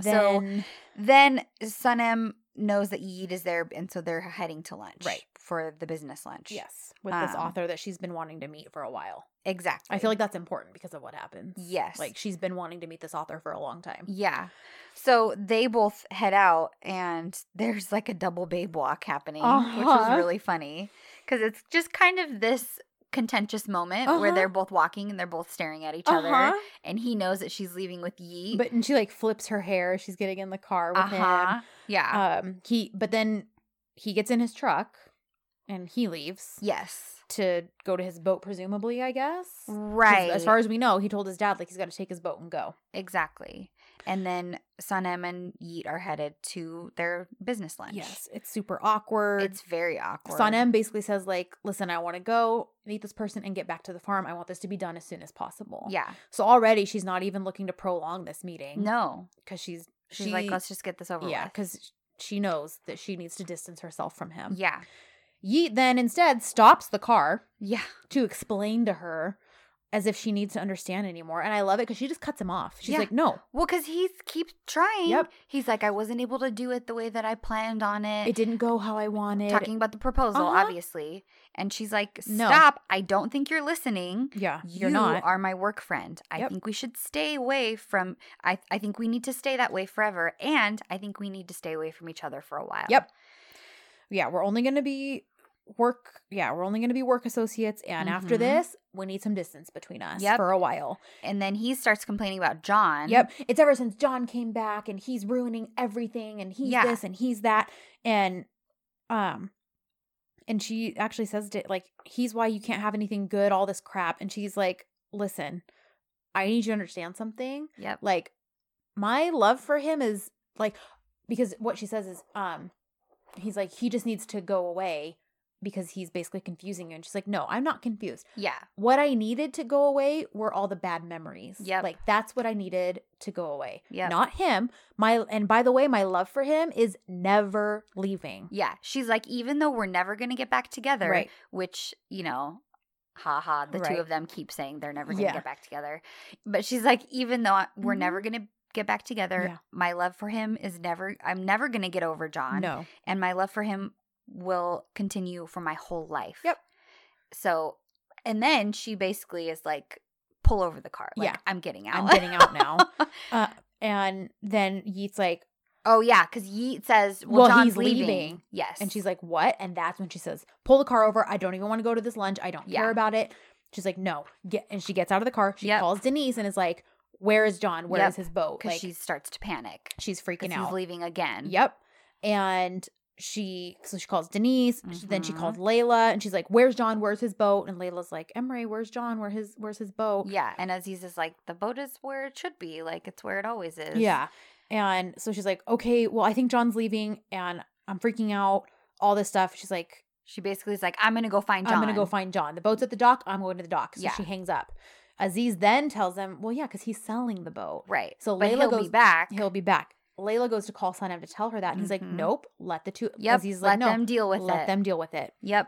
[SPEAKER 1] So-
[SPEAKER 2] then
[SPEAKER 1] Then Sunim knows that Yeed is there, and so they're heading to lunch
[SPEAKER 2] Right.
[SPEAKER 1] for the business lunch.
[SPEAKER 2] yes, with this
[SPEAKER 1] Um,
[SPEAKER 2] author that she's been wanting to meet for a while.
[SPEAKER 1] exactly.
[SPEAKER 2] I feel like that's important because of what happens.
[SPEAKER 1] yes,
[SPEAKER 2] Like she's been wanting to meet this author for a long time.
[SPEAKER 1] yeah. So they both head out, and there's like a double babe walk happening, which was
[SPEAKER 2] Uh-huh.
[SPEAKER 1] really funny because it's just kind of this contentious moment where
[SPEAKER 2] Uh-huh.
[SPEAKER 1] they're both walking and they're both staring at each
[SPEAKER 2] Uh-huh.
[SPEAKER 1] other, and he knows that she's leaving with Yeet.
[SPEAKER 2] But uh-huh. and she like flips her hair. She's getting in the car with
[SPEAKER 1] uh
[SPEAKER 2] him.
[SPEAKER 1] huh, yeah,
[SPEAKER 2] um he but then he gets in his truck and he leaves
[SPEAKER 1] yes,
[SPEAKER 2] to go to his boat presumably i guess 'Cause
[SPEAKER 1] right.
[SPEAKER 2] as far as we know he told his dad like he's got to take his boat and go
[SPEAKER 1] Exactly. And then Sanem and Yeet are headed to their business lunch.
[SPEAKER 2] Yes, it's super awkward.
[SPEAKER 1] It's very awkward.
[SPEAKER 2] Sanem basically says like, "Listen, I want to go meet this person and get back to the farm. I want this to be done as soon as possible."
[SPEAKER 1] Yeah.
[SPEAKER 2] So already she's not even looking to prolong this meeting.
[SPEAKER 1] No.
[SPEAKER 2] because she's
[SPEAKER 1] She's
[SPEAKER 2] she-
[SPEAKER 1] like, let's just get this over
[SPEAKER 2] yeah,
[SPEAKER 1] with.
[SPEAKER 2] because she knows that she needs to distance herself from him.
[SPEAKER 1] Yeah.
[SPEAKER 2] Yeet then instead stops the car
[SPEAKER 1] Yeah.
[SPEAKER 2] to explain to her as if she needs to understand anymore. And I love it because she just cuts him off. She's
[SPEAKER 1] Yeah.
[SPEAKER 2] like, "No,
[SPEAKER 1] Well, because he keeps trying.
[SPEAKER 2] Yep.
[SPEAKER 1] He's like, I wasn't able to do it the way that I planned on it.
[SPEAKER 2] it didn't go how I wanted."
[SPEAKER 1] Talking about the proposal,
[SPEAKER 2] Uh-huh.
[SPEAKER 1] obviously. And she's like,
[SPEAKER 2] No.
[SPEAKER 1] stop. I don't think you're listening.
[SPEAKER 2] yeah,
[SPEAKER 1] you
[SPEAKER 2] you're not.
[SPEAKER 1] are my work friend. I
[SPEAKER 2] Yep.
[SPEAKER 1] think we should stay away from I I think we need to stay that way forever and I think we need to stay away from each other for a while.
[SPEAKER 2] Yep. yeah, we're only going to be work. Yeah, we're only going to be work associates. And after
[SPEAKER 1] Mhm.
[SPEAKER 2] this, we need some distance between us
[SPEAKER 1] Yep.
[SPEAKER 2] for a while.
[SPEAKER 1] And then he starts complaining about John.
[SPEAKER 2] Yep. It's ever since John came back and he's ruining everything and he's
[SPEAKER 1] Yeah.
[SPEAKER 2] this and he's that. And, um, and she actually says to like he's why you can't have anything good all this crap and she's like listen i need you to understand something
[SPEAKER 1] Yep.
[SPEAKER 2] like my love for him is like because what she says is um he's like he just needs to go away because he's basically confusing you and she's like no i'm not confused
[SPEAKER 1] Yeah.
[SPEAKER 2] what i needed to go away were all the bad memories
[SPEAKER 1] Yep.
[SPEAKER 2] like that's what i needed to go away
[SPEAKER 1] Yep.
[SPEAKER 2] not him my and by the way my love for him is never leaving
[SPEAKER 1] Yeah. She's like, even though we're never gonna get back together,
[SPEAKER 2] right
[SPEAKER 1] which, you know, haha, the
[SPEAKER 2] Right.
[SPEAKER 1] two of them keep saying they're never gonna
[SPEAKER 2] Yeah.
[SPEAKER 1] get back together. But she's like, even though I- we're
[SPEAKER 2] Mhm.
[SPEAKER 1] never gonna get back together,
[SPEAKER 2] Yeah.
[SPEAKER 1] my love for him is never I'm never gonna get over John.
[SPEAKER 2] no
[SPEAKER 1] and my love for him will continue for my whole life.
[SPEAKER 2] Yep.
[SPEAKER 1] So, and then she basically is like, pull over the car. Like,
[SPEAKER 2] Yeah.
[SPEAKER 1] I'm getting out.
[SPEAKER 2] i'm getting out now uh, and then yeet's like
[SPEAKER 1] oh, yeah. Cause Yeet says, well,
[SPEAKER 2] Well,
[SPEAKER 1] John's
[SPEAKER 2] he's
[SPEAKER 1] leaving.
[SPEAKER 2] leaving.
[SPEAKER 1] Yes.
[SPEAKER 2] And she's like, "What?" And that's when she says, "Pull the car over. I don't even want to go to this lunch. I don't
[SPEAKER 1] Yeah.
[SPEAKER 2] care about it." She's like, "No." Get and she gets out of the car. She
[SPEAKER 1] Yep.
[SPEAKER 2] calls Denise and is like, "Where is John? Where is
[SPEAKER 1] Yep.
[SPEAKER 2] his boat?"
[SPEAKER 1] because
[SPEAKER 2] Like
[SPEAKER 1] she starts to panic.
[SPEAKER 2] she's
[SPEAKER 1] 'cause
[SPEAKER 2] freaking
[SPEAKER 1] he's
[SPEAKER 2] out.
[SPEAKER 1] leaving again.
[SPEAKER 2] Yep. And she so she calls Denise. she- Then she
[SPEAKER 1] Mhm.
[SPEAKER 2] calls Layla and she's like, "Where's John? Where's his boat?" And Layla's like, "Emery, where's John? Where his where's his boat?"
[SPEAKER 1] Yeah. Oh, And Aziz is like, the boat is where it should be. Like, it's where it always is.
[SPEAKER 2] Yeah. And so she's like, "Okay, well, I think John's leaving, and I'm freaking out." All this stuff. She's like,
[SPEAKER 1] She basically is like, I'm going to go find John.
[SPEAKER 2] I'm gonna go find John. The boat's at the dock. I'm going to the dock. So
[SPEAKER 1] Yeah.
[SPEAKER 2] she hangs up. Aziz then tells them, "Well, yeah, because he's selling the boat.
[SPEAKER 1] Right.
[SPEAKER 2] So
[SPEAKER 1] But
[SPEAKER 2] Layla
[SPEAKER 1] he'll
[SPEAKER 2] goes
[SPEAKER 1] be back.
[SPEAKER 2] He'll be back." Layla goes to call Sanem to tell her that, and he's
[SPEAKER 1] Mhm.
[SPEAKER 2] like, "Nope, let the two.
[SPEAKER 1] Yep.
[SPEAKER 2] Aziz is
[SPEAKER 1] let
[SPEAKER 2] like, "No,
[SPEAKER 1] them deal with
[SPEAKER 2] let
[SPEAKER 1] it.
[SPEAKER 2] them deal with it."
[SPEAKER 1] Yep.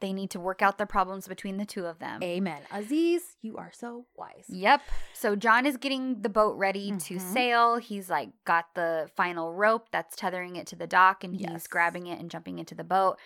[SPEAKER 1] They need to work out the problems between the two of them.
[SPEAKER 2] Amen. Aziz, you are so wise.
[SPEAKER 1] Yep. So John is getting the boat ready to
[SPEAKER 2] Mhm.
[SPEAKER 1] sail. He's like got the final rope that's tethering it to the dock and he's
[SPEAKER 2] Yes.
[SPEAKER 1] grabbing it and jumping into the boat.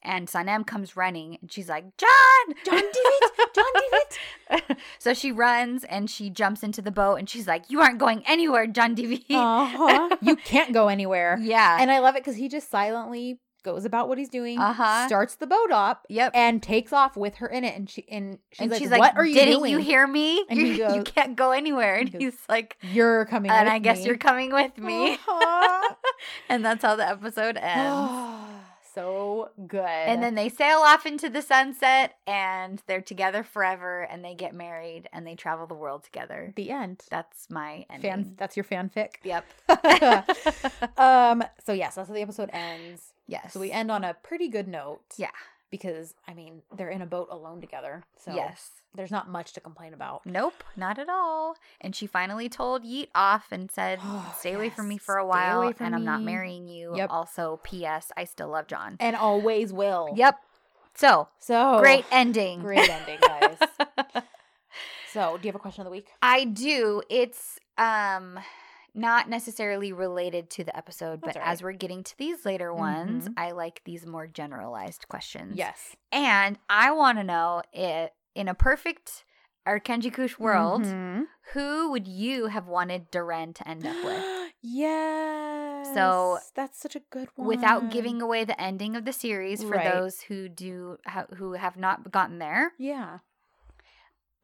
[SPEAKER 1] And Sanem comes running and she's like, John!
[SPEAKER 2] John did it. John did it.
[SPEAKER 1] so she runs and she jumps into the boat and she's like, You aren't going anywhere, John DV.
[SPEAKER 2] Uh-huh. You can't go anywhere.
[SPEAKER 1] yeah.
[SPEAKER 2] And I love it because he just silently goes about what he's doing.
[SPEAKER 1] Uh-huh.
[SPEAKER 2] Starts the boat up
[SPEAKER 1] yep.
[SPEAKER 2] and takes off with her in it, and she and she's,
[SPEAKER 1] and
[SPEAKER 2] like,
[SPEAKER 1] she's like,
[SPEAKER 2] "What are you
[SPEAKER 1] Didn't
[SPEAKER 2] doing?
[SPEAKER 1] you hear me?
[SPEAKER 2] And
[SPEAKER 1] you,
[SPEAKER 2] he
[SPEAKER 1] you
[SPEAKER 2] goes-
[SPEAKER 1] can't go anywhere. And
[SPEAKER 2] he goes,
[SPEAKER 1] he's like,
[SPEAKER 2] You're coming,
[SPEAKER 1] And
[SPEAKER 2] with
[SPEAKER 1] I guess
[SPEAKER 2] me."
[SPEAKER 1] you're coming with me.
[SPEAKER 2] Uh-huh.
[SPEAKER 1] and that's how the episode ends.
[SPEAKER 2] so good.
[SPEAKER 1] And then they sail off into the sunset and they're together forever and they get married and they travel the world together.
[SPEAKER 2] the end.
[SPEAKER 1] That's my ending.
[SPEAKER 2] Fan, that's your fanfic.
[SPEAKER 1] Yep.
[SPEAKER 2] um. So yes, that's how the episode ends.
[SPEAKER 1] yes.
[SPEAKER 2] So we end on a pretty good note.
[SPEAKER 1] Yeah.
[SPEAKER 2] Because I mean, they're in a boat alone together. So
[SPEAKER 1] Yes.
[SPEAKER 2] there's not much to complain about.
[SPEAKER 1] Nope, not at all. And she finally told Yeet off and said,
[SPEAKER 2] Oh,
[SPEAKER 1] Stay away from me
[SPEAKER 2] yes.
[SPEAKER 1] for a
[SPEAKER 2] Stay
[SPEAKER 1] while
[SPEAKER 2] away
[SPEAKER 1] and
[SPEAKER 2] from
[SPEAKER 1] I'm not
[SPEAKER 2] me."
[SPEAKER 1] marrying you.
[SPEAKER 2] Yep.
[SPEAKER 1] Also, P.S. I still love John.
[SPEAKER 2] And always will.
[SPEAKER 1] Yep. So
[SPEAKER 2] So
[SPEAKER 1] great ending.
[SPEAKER 2] Oh, Great ending, guys. so do you have a question of the week?
[SPEAKER 1] I do. It's um not necessarily related to the episode,
[SPEAKER 2] That's
[SPEAKER 1] but
[SPEAKER 2] all right.
[SPEAKER 1] as we're getting to these later ones,
[SPEAKER 2] Mhm.
[SPEAKER 1] I like these more generalized questions.
[SPEAKER 2] Yes.
[SPEAKER 1] And I want to know if in a perfect or Kenji Kush world,
[SPEAKER 2] Mhm.
[SPEAKER 1] who would you have wanted Duran to end up with?
[SPEAKER 2] yes. that's such a good one.
[SPEAKER 1] Without giving away the ending of the series for
[SPEAKER 2] Right.
[SPEAKER 1] those who do ha- who have not gotten there,
[SPEAKER 2] Yeah.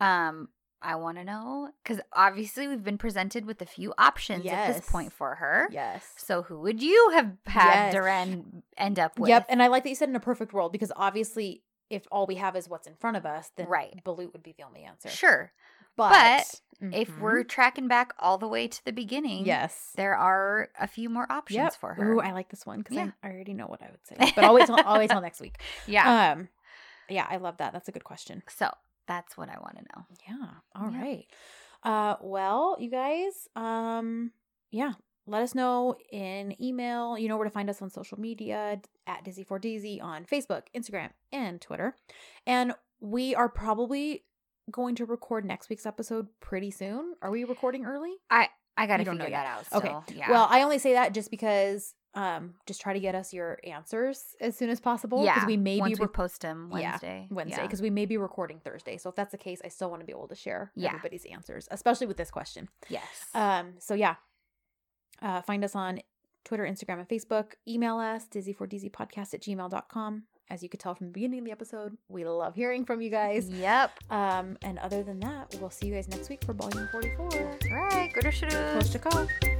[SPEAKER 1] Um, I want to know because obviously we've been presented with a few options at this
[SPEAKER 2] Yes.
[SPEAKER 1] point for her.
[SPEAKER 2] Yes.
[SPEAKER 1] So who would you have had
[SPEAKER 2] Yes.
[SPEAKER 1] Duran end up with?
[SPEAKER 2] Yep. And I like that you said in a perfect world because obviously, if all we have is what's in front of us, then
[SPEAKER 1] Right.
[SPEAKER 2] Balut would be the only answer.
[SPEAKER 1] sure.
[SPEAKER 2] But,
[SPEAKER 1] If
[SPEAKER 2] Mhm.
[SPEAKER 1] we're tracking back all the way to the beginning,
[SPEAKER 2] yes,
[SPEAKER 1] there are a few more options
[SPEAKER 2] Yep.
[SPEAKER 1] for her.
[SPEAKER 2] Ooh, I like this one because
[SPEAKER 1] Yeah.
[SPEAKER 2] I, I already know what I would say, but always, till, always till next week.
[SPEAKER 1] yeah.
[SPEAKER 2] Um, yeah, I love that. That's a good question.
[SPEAKER 1] so that's what I want to know.
[SPEAKER 2] Yeah. all
[SPEAKER 1] Yeah.
[SPEAKER 2] right. Uh, well, you guys, um, yeah, let us know in email. You know where to find us on social media d- at Dizzy4Dizzy on Facebook, Instagram, and Twitter. And we are probably going to record next week's episode pretty soon. Are we recording early?
[SPEAKER 1] I got to
[SPEAKER 2] You don't know
[SPEAKER 1] figure that out.
[SPEAKER 2] Okay.
[SPEAKER 1] still. Yeah.
[SPEAKER 2] Well, I only say that just because um just try to get us your answers as soon as possible because
[SPEAKER 1] yeah.
[SPEAKER 2] we may
[SPEAKER 1] Once
[SPEAKER 2] be
[SPEAKER 1] we
[SPEAKER 2] rec-
[SPEAKER 1] post them
[SPEAKER 2] Yeah,
[SPEAKER 1] Wednesday.
[SPEAKER 2] Wednesday
[SPEAKER 1] Yeah.
[SPEAKER 2] because we may be recording Thursday. So if that's the case, I still want to be able to share
[SPEAKER 1] Yeah.
[SPEAKER 2] everybody's answers, especially with this question.
[SPEAKER 1] Yes.
[SPEAKER 2] Um, so yeah. Uh, find us on Twitter, Instagram, and Facebook. Email us, dizzy4dizzypodcast at gmail.com. As you could tell from the beginning of the episode, we love hearing from you guys.
[SPEAKER 1] yep.
[SPEAKER 2] Um, and other than that, we'll see you guys next week for volume 44.
[SPEAKER 1] All right. Good
[SPEAKER 2] Coach to call.
[SPEAKER 1] Bye.